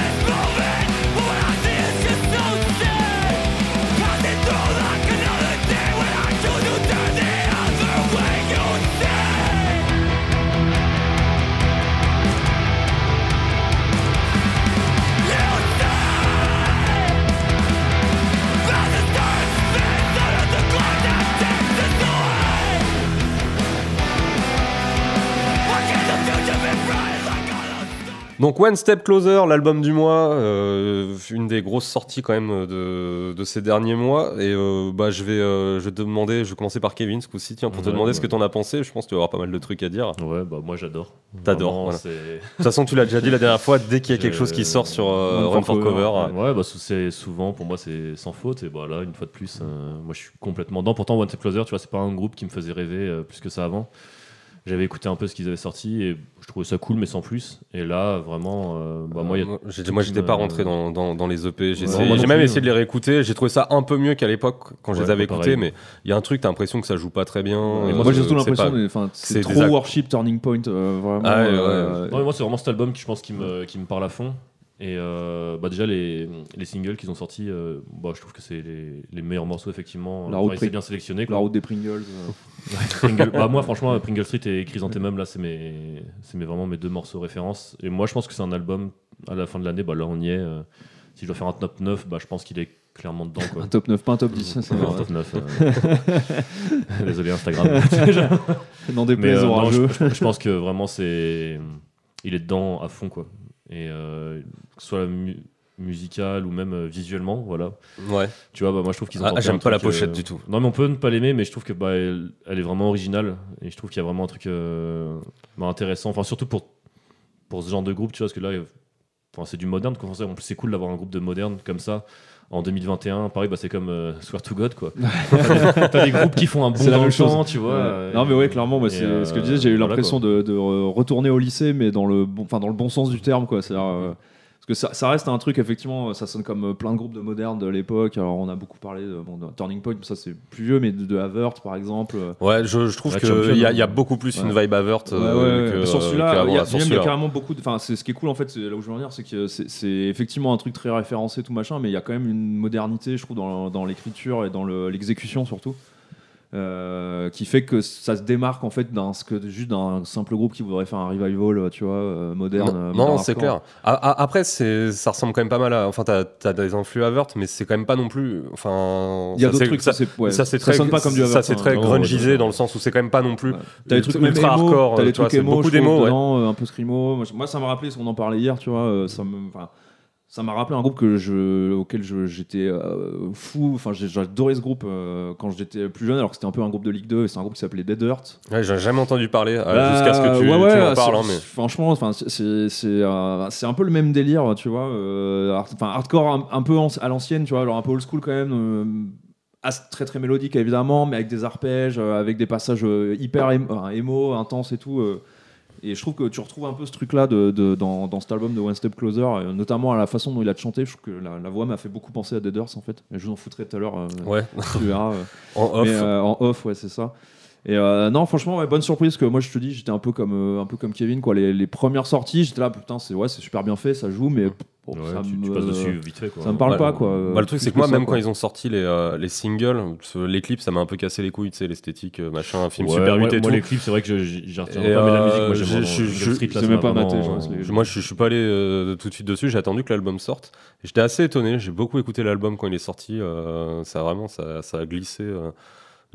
Through like another day when I choose to turn the other Donc One Step Closer, l'album du mois, euh, une des grosses sorties quand même de, de ces derniers mois. Et euh, bah, je, vais, euh, je vais te demander, je vais commencer par Kevin ce coup-ci, tiens, pour te Ouais, demander ce ouais. que t'en as pensé. Je pense que tu vas avoir pas mal de trucs à dire. Ouais, bah moi j'adore. T'adores, Vraiment, voilà. c'est- De toute façon, tu l'as déjà dit la dernière fois, dès qu'il y a quelque Je- chose qui sort sur euh, Run Run for for Cover, Cover, Ouais, bah sou- c'est souvent pour moi c'est sans faute et voilà une fois de plus euh, moi je suis complètement dedans. Pourtant One Step Closer, tu vois, c'est pas un groupe qui me faisait rêver euh, plus que ça avant. J'avais écouté un peu ce qu'ils avaient sorti et je trouvais ça cool mais sans plus. Et là vraiment euh, bah, moi il y a- Euh, j'étais- moi, j'étais une, pas euh, rentré dans, dans- dans les EP. J'ai Ouais, essayé- moi non j'ai même plus, essayé de ouais. les réécouter. J'ai trouvé ça un peu mieux qu'à l'époque quand je Ouais, les avais pas écoutés. pareil. Mais il y a un truc, t'as l'impression que ça joue pas très bien. Et euh, moi, j'ai surtout c'est l'impression pas- que enfin, c'est c'est trop des ac- worship Turning Point, euh, vraiment. Ah ouais, ouais, euh, Non, mais moi, c'est vraiment cet album qui, je pense, qui me, qui me parle à fond. Et euh, bah, déjà, les, les singles qu'ils ont sortis, euh, bah, je trouve que c'est les, les meilleurs morceaux, effectivement. La Enfin, route ils étaient pri- bien sélectionnés. La quoi. route des Pringles. euh. *laughs* Pringle- bah, moi, franchement, Pringle Street et Chrysanthemum, là, c'est mes, c'est mes, vraiment mes deux morceaux références. Et moi, je pense que c'est un album à la fin de l'année. Bah, là, on y est. euh, si je dois faire un top 9, bah, je pense qu'il est clairement dedans. Quoi. *laughs* Un top 9, pas un top 10. ça Ouais, va. un top 9. *laughs* euh. *laughs* Désolé, Instagram. Déjà. N'en déplaise euh, aux non, rageux. je, je- je pense que vraiment c'est il est dedans à fond quoi et euh, que ce soit mu- musical ou même euh, visuellement voilà Ouais. tu vois bah, moi je trouve qu'ils ont Ah, tenté j'aime un pas la truc, euh, pochette du tout. non mais on peut ne pas l'aimer mais je trouve que bah, elle, elle est vraiment originale et je trouve qu'il y a vraiment un truc euh, bah, intéressant enfin surtout pour pour ce genre de groupe tu vois parce que là euh, enfin, c'est du moderne quoi. en plus c'est cool d'avoir un groupe de moderne comme ça en 2021 pareil bah, c'est comme euh, Swear to God quoi t'as, des, t'as des groupes qui font un bon *laughs* C'est la dans même le chose. temps, tu vois euh, Ouais. Non mais ouais clairement moi Et, c'est euh, ce que je disais j'ai eu voilà, l'impression de, de re- retourner au lycée mais dans le bon enfin dans le bon sens du terme quoi c'est parce que ça, ça reste un truc effectivement ça sonne comme euh, plein de groupes de modernes de l'époque alors on a beaucoup parlé de, bon, de Turning Point ça c'est plus vieux mais de, de Havert par exemple euh, Ouais, je, je trouve Ouais, qu'il Champion, y, a- ouais. y a beaucoup plus une vibe Avert Ouais, ouais, euh, ouais. que, Mais sur euh, celui-là, qu'avant, il y a- là, sur il y a- il y a celui-là. carrément beaucoup de. Enfin, c'est ce qui est cool en fait, c'est là où je veux en venir, c'est que c'est- c'est effectivement un truc très référencé, tout machin, mais il y a quand même une modernité, je trouve, dans, dans l'écriture et dans le- l'exécution surtout. euh, qui fait que ça se démarque en fait d'un ce que juste d'un simple groupe qui voudrait faire un revival euh, tu vois euh, moderne euh, Non, moderne non, c'est clair. hardcore. A- a- Après, c'est- ça ressemble quand même pas mal à. Enfin, t'as as des influx Avert, mais c'est quand même pas non plus. Enfin, il y a ça, d'autres c'est- trucs Ça, c'est- ouais, ça, c'est très, sonne pas comme du hein. ça, c'est très Non, grungisé ouais. dans le sens où c'est quand même pas non plus. Ouais. T'as des ultra- trucs même ultra emo, hardcore, euh, t'as des tu vois, trucs c'est emo, beaucoup je trouve, d'émo, ouais. dedans, euh, un peu screamo. Moi, je- Moi, ça m'a rappelé, parce qu'on en parlait hier, tu vois, euh, ça me, enfin, ça m'a rappelé un groupe que je, auquel je- j'étais euh, fou. Enfin, j'ai- j'adorais ce groupe euh, quand j'étais plus jeune, alors que c'était un peu un groupe de Ligue 2. et C'est un groupe qui s'appelait Dead Earth. Ouais, J'ai jamais entendu parler euh, Bah, jusqu'à ce que tu, ouais, tu ouais, en parles. hein, c'est- mais... Franchement, enfin, c'est- c'est c'est, euh, c'est un peu le même délire, tu vois. euh, hard- Enfin, hardcore un, un peu en- à l'ancienne, tu vois, alors un peu old school quand même. euh, as- très très mélodique évidemment, mais avec des arpèges, euh, avec des passages euh, hyper émo, enfin, émo, intenses et tout. euh, et je trouve que tu retrouves un peu ce truc-là de, de- dans, dans cet album de One Step Closer, euh, notamment à la façon dont il a chanté. Je trouve que la, la voix m'a fait beaucoup penser à Dead Earth en fait. Et je vous en foutrai tout à l'heure. euh, Ouais, tu verras, euh. en off. Mais, euh, en off, ouais, c'est ça. Et euh, non, franchement, ouais, bonne surprise que moi je te dis, j'étais un peu comme euh, un peu comme Kevin quoi. Les, les premières sorties, j'étais là, putain, c'est ouais, c'est super bien fait, ça joue, mais bon, Ouais, ça tu, me, tu passes dessus vite fait quoi. ça me parle Ouais, pas quoi. Bah, le truc, Plus c'est que que moi, ça, même quoi. quand ils ont sorti les, euh, les singles, ce- les clips, ça m'a un peu cassé les couilles, tu sais, l'esthétique, euh, machin, film Ouais, Super 8 moi- et moi, tout. les clips, c'est vrai que je- je- j'y retiens pas, Et, mais la musique, euh, moi j'aime je- vraiment. je- Jungle je- Street, là, j'ai ça même m'a pas maté, vraiment- je pense, les- Moi, je, je suis pas allé euh, tout de suite dessus. J'ai attendu que l'album sorte. J'étais assez étonné. J'ai beaucoup écouté l'album quand il est sorti. euh, ça a vraiment, ça, ça a glissé, euh,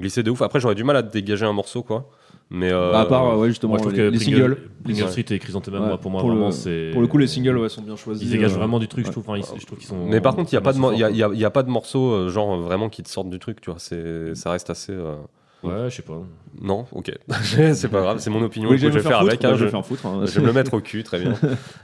glissé de ouf. Après, j'aurais du mal à dégager un morceau, quoi. Mais euh, Bah, à part euh, ouais justement Moi, je trouve les, que les Pringle- singles. Pringle Ouais. Street et Chrysanthemum, Ouais, moi, pour moi, pour le- vraiment, c'est. Pour le coup, les singles ouais, sont bien choisis. Ils dégagent euh, vraiment du truc, je ouais. trouve. Enfin, ils- je trouve qu'ils sont. Mais par contre, il n'y a, pas de vraiment mo- y a, forts. y a- y a pas de morceau euh, genre euh, vraiment qui te sortent du truc, tu vois. C'est, ça reste assez. euh, Ouais, je sais pas. Non, ok. *laughs* c'est pas grave, c'est mon opinion. Oui, écoute, j'aime je vais me faire foutre, avec. hein, bah, je je- vais faire foutre. hein. Je vais me le mettre au cul, très bien.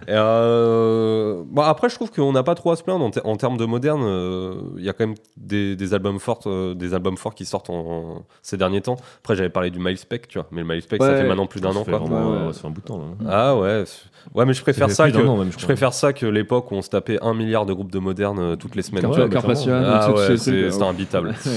Et, euh, bon, après, je trouve qu'on n'a pas trop à se plaindre en, ter- en termes de moderne. euh, Il y a quand même des, des albums forts, euh, des albums forts qui sortent en, ces derniers temps. Après, j'avais parlé du Milespec, tu vois, mais le Milespec, ça Ouais. fait maintenant plus d'un an. Ça fait quoi. vraiment- euh, Ouais, ouais. Ça fait un bout de temps, là. Ah ouais, c'est- ouais, mais je Ça préfère fait ça plus que d'un an, même, je crois. préfère ça que l'époque où on se tapait un milliard de groupes de modernes euh, toutes les semaines. Car- tu vois. mais Carpassian, Ah tout ce- ouais, ce- c'est- ce- c'était *laughs* imbitable. Ouais.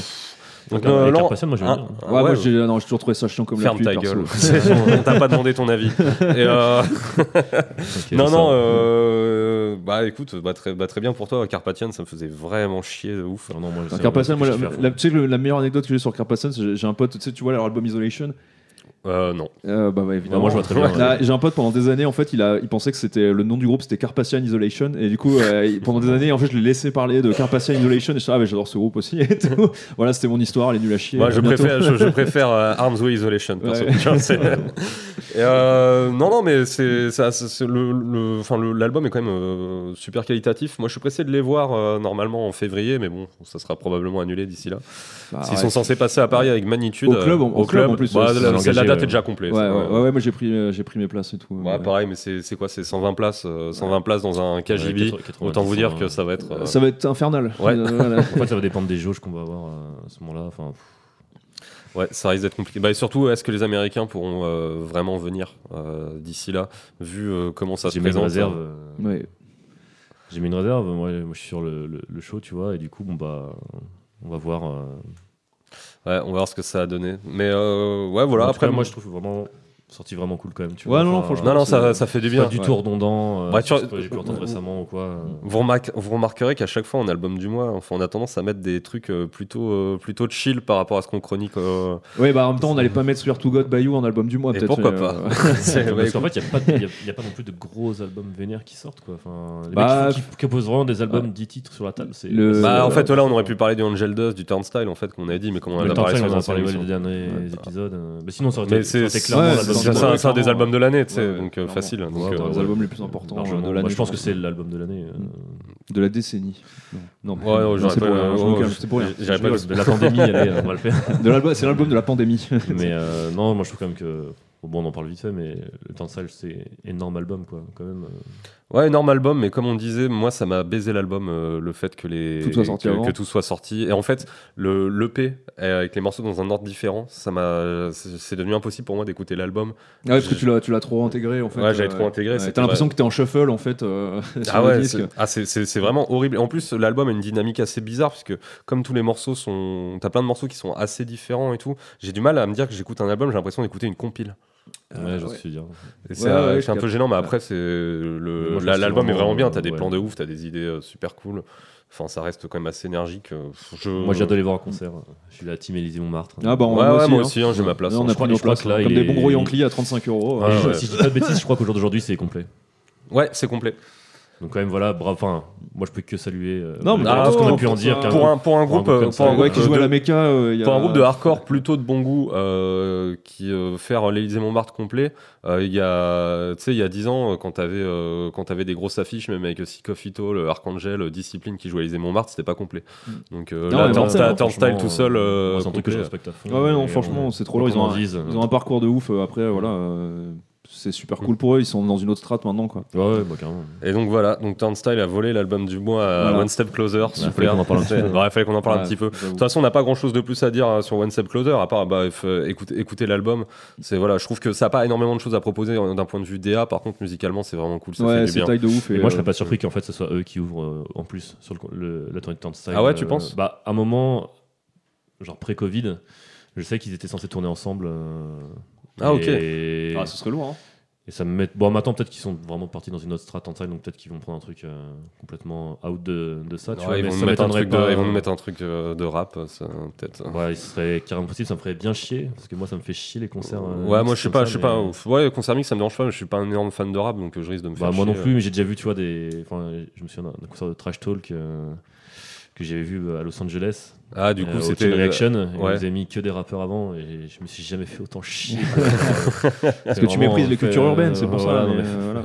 Donc, Avec euh, la Laurent- Carpassienne, moi, j'aime Ah, bien. ah, Ouais, moi, ouais, j'ai non, j'ai toujours trouvé ça chiant comme la Ferme pluie. ta perso. gueule. On t'a pas demandé ton avis. Et euh, Ok, non, ça- non, euh, bah écoute, bah, très, bah, très bien pour toi, Carpathian, ça me faisait vraiment chier de ouf. Non, non, moi, Alors, c'est- Carpassian, moi, je la, suis à fond. la- tu sais, que le- la meilleure anecdote que j'ai sur Carpassian, c'est j'ai un pote, tu sais, tu vois leur album Isolation, Euh, non. Euh, bah, bah, évidemment. moi, je vois très bien, ouais. Là, J'ai un pote pendant des années, en fait, il, a, il pensait que c'était le nom du groupe, c'était Carpathian Isolation. Et du coup, euh, il- pendant des années, en fait, je l'ai laissé parler de Carpathian Isolation. Et je disais, ah, bah, j'adore ce groupe aussi. *laughs* Et tout. voilà, c'était mon histoire, elle est nulle à chier. Moi, Bah, je À bientôt. préfère, je, je préfère euh, Arms with Isolation, perso. *laughs* Ouais. Tu vois, c'est- Et, euh, non, non, mais c'est ça, c'est- c'est le, le- enfin, le- l'album est quand même euh, super qualitatif. Moi, je suis pressé de les voir euh, normalement en février, mais bon, ça sera probablement annulé d'ici là. Bah, S'ils ouais. sont censés passer à Paris avec magnitude, Au club, en- euh, au au club, club, en plus, bah, ouais, la, c'est c'est- la engagé, date ouais. est déjà complète. Ouais, ça, ouais, ouais. ouais, ouais, moi j'ai pris, euh, j'ai pris mes places et tout. Ouais, pareil, mais c'est c'est quoi C'est 120 places, euh, 120 places dans un KGB. Ouais, 80, Autant vous dire 90, que ça va être. euh, Ça va être infernal. Ouais. Euh, voilà. *laughs* En fait, hein. ça va dépendre des jauges qu'on va avoir euh, à ce moment-là. Enfin, pff, Ouais, ça risque d'être compliqué. Bah, et surtout, est-ce que les Américains pourront euh, vraiment venir euh, d'ici là, vu euh, comment ça se j'ai mis une présente hein. réserve. euh, Ouais. J'ai mis une réserve. Moi, moi, je suis sur le, le- le show, tu vois. Et du coup, bon, bah, on va voir. euh, Ouais, on va voir ce que ça a donné. Mais euh, ouais, voilà. En tout après, cas, moi, je trouve vraiment sorti vraiment cool quand même. Tu Ouais, vois, non, non, Enfin, franchement, non, non, c'est- ça, ça fait du c'est pas bien. du Ouais. tout redondant. euh, Bah, tu- c'est pas- J'ai pu entendre récemment ou quoi. euh. Vous, remarque- vous remarquerez qu'à chaque fois en album du mois, enfin, on a tendance à mettre des trucs euh, plutôt, euh, plutôt chill par rapport à ce qu'on chronique. euh, Ouais, bah en même temps, on allait pas mettre Swear to God by You en album du mois, et peut-être. pourquoi mais, pas euh, *laughs* C'est- Parce ouais, qu'en fait, il n'y a, pas non plus de gros albums vénères qui sortent. Quoi. Enfin, les Bah, mecs qui, font- qui- qui posent vraiment des albums 10 titres sur la table. c'est Le- c'est- Bah, en Euh, fait, là, on aurait pu parler du Angel Dust, du Turnstile, en fait, qu'on a dit, mais comment on en Le a parlé Tartine, sur on en les a anciennes parlé ouais, les émissions. derniers épisodes. euh, Mais sinon, ça aurait Mais été ça aurait c'est été c'est- clairement ouais, l'album c'est du un, mois. c'est un des albums de l'année, tu sais, Ouais, donc euh, clairement. facile. Donc, Ouais, euh, dans les ouais. albums les plus importants Largement. euh, de Moi, l'année. je pense que c'est l'album de l'année. euh, de la décennie. Non, Ouais, ouais, j'aurais c'est pas- pour rien, ouais, je me ouais, calme, c'est pour rien. J'irais je pas rigole, *laughs* de la pandémie, allez, euh, on va le faire. De l'album- C'est l'album de la pandémie. *laughs* Mais euh, non, moi je trouve quand même que. bon, Bon, on en parle vite fait, mais le temps de salle, c'est énorme album, quoi, quand même. euh. Ouais, énorme album, mais comme on disait, moi ça m'a baisé l'album euh, le fait que les Tout soit sorti que, avant. que tout soit sorti. Et en fait, le l'EP euh, avec les morceaux dans un ordre différent, ça m'a c'est c'est devenu impossible pour moi d'écouter l'album. Ah ouais, parce que tu l'as, tu l'as trop intégré en fait. euh, Ouais, j'avais trop intégré, c'était T'as l'impression que t'es en shuffle en fait. euh, *laughs* sur Ah le ouais, disque. c'est- ah, c'est- c'est c'est vraiment horrible. Et en plus, l'album a une dynamique assez bizarre parce que comme tous les morceaux sont, t'as plein de morceaux qui sont assez différents et tout. J'ai du mal à me dire que j'écoute un album, j'ai l'impression d'écouter une compile. ouais, j'en Ah, ouais. suis dire. Et c'est ouais, euh, je c'est un peu capte. gênant, mais après c'est Mais le moi, je la- pense que l'album est vraiment, vraiment bien. T'as des ouais. plans de ouf, t'as des idées euh, super cool. Enfin, ça reste quand même assez énergique. euh, je- Moi, j'ai hâte d'aller voir en concert. Je suis la team Élysée Montmartre. Ah bah on Ouais, moi ouais, aussi, moi hein. aussi, hein, j'ai ma place. Non, on hein. a Je crois- pris nos je crois places, que là, hein, comme il des est- bons gros Yankees à 35 euros. Ouais, euh, Ah, Si- ouais. Si je dis pas de bêtises, je crois qu'au jour d'aujourd'hui, c'est complet. Ouais, c'est complet. Donc, quand même, voilà, bravo. Enfin, moi, je peux que saluer. euh, Non, mais voilà, bravo, ce qu'on a pour pu en ça. dire. qu'un Pour un, pour un groupe, groupe euh, comme pour ça, un Ouais, groupe qui de- joue à la Mecca. euh, il y a- pour un groupe de hardcore plutôt de bon goût euh, qui euh, faire l'Elysée Montmartre complet, euh, il y a, tu sais, il y a 10 ans, euh, quand t'avais euh, quand t'avais des grosses affiches, même avec euh, Sick of It All, Archangel, euh, Discipline qui jouait l'Elysée Montmartre, c'était pas complet. Donc euh, Non, là, mais t'as- forcément, t'as- t'as un style franchement, tout seul. euh, moi, c'est un truc que je complet. respecte à fond. Ouais, ouais, Et non, on- franchement, c'est trop on lourd. Ils ont, un, dise. ils ont un parcours de ouf. euh, Après, voilà, euh, c'est super cool pour eux. Ils sont dans une autre strate maintenant, quoi. Ouais, ouais, bah, carrément. Et donc voilà, donc Turnstile a volé l'album du mois à Voilà. One Step Closer, super. fallait qu'on en parle un petit *laughs* peu. Ouais, fallait qu'on en parle un Ouais, petit peu. j'avoue. De toute façon, on n'a pas grand chose de plus à dire euh, sur One Step Closer, à part bah, f- euh, écoutez, écoutez l'album. C'est voilà, je trouve que ça n'a pas énormément de choses à proposer euh, d'un point de vue DA. Par contre, musicalement, c'est vraiment cool, ça fait Ouais, du c'est bien. taille de ouf. Et et, moi, je serais euh, pas surpris qu'en fait, ce soit eux qui ouvrent euh, en plus sur le, co- le- la tournée de Turnstile. Ah ouais, tu penses Bah, à un moment, genre pré-Covid, je sais qu'ils étaient censés tourner ensemble. euh, Ah, ok. Et, Ah, ce serait lourd. hein. et ça me met. Bon, maintenant, peut-être qu'ils sont vraiment partis dans une autre strat Turnstile, donc peut-être qu'ils vont prendre un truc euh, complètement out de, de ça. Non, tu vois, ils, mais vont ça nous mettre un m'étonnerait truc pas. de, ils vont nous mettre un truc euh, de rap, ça, peut-être. hein. Ouais, Ouais, il serait carrément possible, ça me ferait bien chier, parce que moi, ça me fait chier les concerts. euh, moi je sais comme pas, ça, je sais mais- pas. ouf. Ouais, concert mix, ça me dérange pas, mais je suis pas un énorme fan de rap, donc euh, je risque de me faire. Bah, moi non chier, plus, mais j'ai déjà vu, tu vois, des. Enfin, je me souviens d'un d'un concert de Trash Talk euh, que j'avais vu à Los Angeles. euh. Ah, du coup, c'était. Reaction. Ils ouais. nous avaient mis que des rappeurs avant et je me suis jamais fait autant chier. Parce que tu méprises les cultures urbaines, c'est pour ça, mais, euh, *laughs* voilà.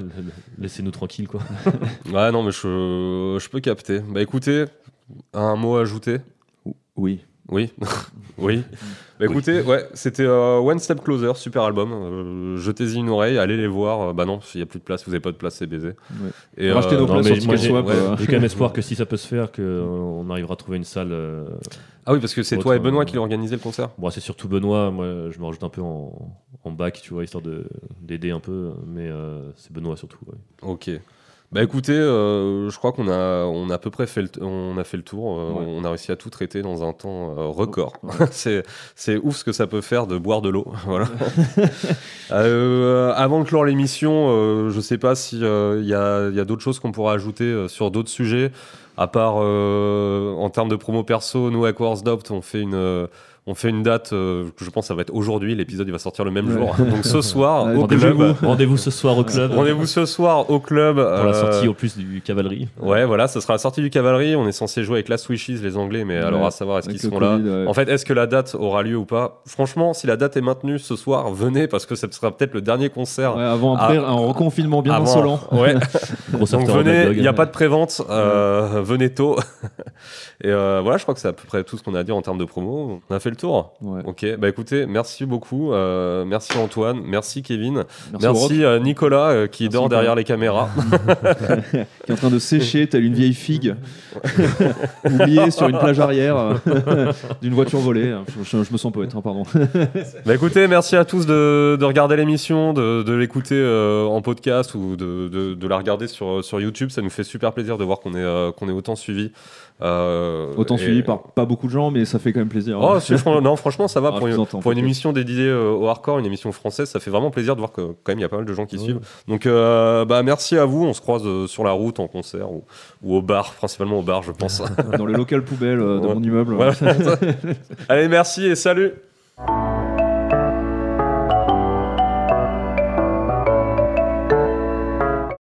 Laissez-nous tranquille, quoi. Ouais, non, mais je, je peux capter. Bah écoutez, un mot à ajouter. Oui. Oui, *laughs* oui. Bah, écoutez, ouais, c'était euh, One Step Closer, super album. Euh, Jetez-y une oreille, allez les voir. Euh, bah non, s'il n'y a plus de place, vous n'avez pas de place, c'est baisé. Ouais. Et, Rachetez nos non, places mais sur moi, Ticket j'ai- Swap, ouais. euh. J'ai quand même espoir que si ça peut se faire, qu'on arrivera à trouver une salle. euh, Ah oui, parce que c'est Autre, toi et Benoît euh, qui l'organisé le concert. Bon, c'est surtout Benoît. Moi, je me rajoute un peu en, en bac, tu vois, histoire de- d'aider un peu. Mais euh, c'est Benoît surtout. ouais. Ok. Bah écoutez, euh, je crois qu'on a, on a à peu près fait le, t- on a fait le tour. Euh, Ouais. On a réussi à tout traiter dans un temps euh, record. *laughs* c'est, c'est ouf ce que ça peut faire de boire de l'eau. *laughs* *laughs* voilà. Euh, avant de clore l'émission, euh, je sais pas si euh, il y a, il y a d'autres choses qu'on pourra ajouter euh, sur d'autres sujets. À part euh, en termes de promo perso, nous à Quartz Doubt, on fait une euh, On fait une date, euh, que je pense que ça va être aujourd'hui, l'épisode il va sortir le même Ouais. jour. Donc *laughs* ce soir, Ouais, au club. Rendez-vous rendez-vous ce soir au club. Rendez-vous ce soir au club. Pour la sortie euh, au plus du cavalerie. Ouais, voilà, ce sera la sortie du Cavalerie. On est censé jouer avec la Swishies, les Anglais, mais Ouais, alors à savoir, est-ce avec qu'ils le seront là Covid, euh, ouais. En fait, est-ce que la date aura lieu ou pas Franchement, si la date est maintenue ce soir, venez parce que ce sera peut-être le dernier concert. Ouais, avant après un reconfinement bien Ah. avant- insolent. *laughs* *laughs* Ouais. Gros Donc after venez, hot dog. il n'y a pas de prévente, euh, venez tôt. *laughs* Et euh, voilà, je crois que c'est à peu près tout ce qu'on a à dire en termes de promo. On a fait le tour. Ouais. Ok, bah écoutez, merci beaucoup. euh, merci Antoine, merci Kevin, Merci, au merci, rock, euh, Nicolas euh, qui Merci dort Nicolas. derrière les caméras. qui est en train de sécher telle une vieille figue *laughs* oubliée sur une plage arrière *laughs* euh, d'une voiture volée. Je, je- je me sens poète, hein, pardon. Bah écoutez, merci à tous de, de regarder l'émission, de, de l'écouter euh, en podcast ou de, de- de la regarder sur, euh, sur YouTube. Ça nous fait super plaisir de voir qu'on est, euh, qu'on est autant suivi. Euh, Autant et- suivi par pas beaucoup de gens, mais ça fait quand même plaisir. hein, Oh, c'est- fran- non, franchement, ça va. Ah, pour je une, vous entends, pour une peut-être. émission dédiée euh, au hardcore, une émission française, ça fait vraiment plaisir de voir que quand même il y a pas mal de gens qui Ouais. suivent. Donc, euh, bah, merci à vous. On se croise euh, sur la route, en concert ou, ou au bar, *laughs* principalement au bar, je pense. *laughs* Dans le local poubelle euh, de Ouais. mon immeuble. Voilà. Allez, merci et salut!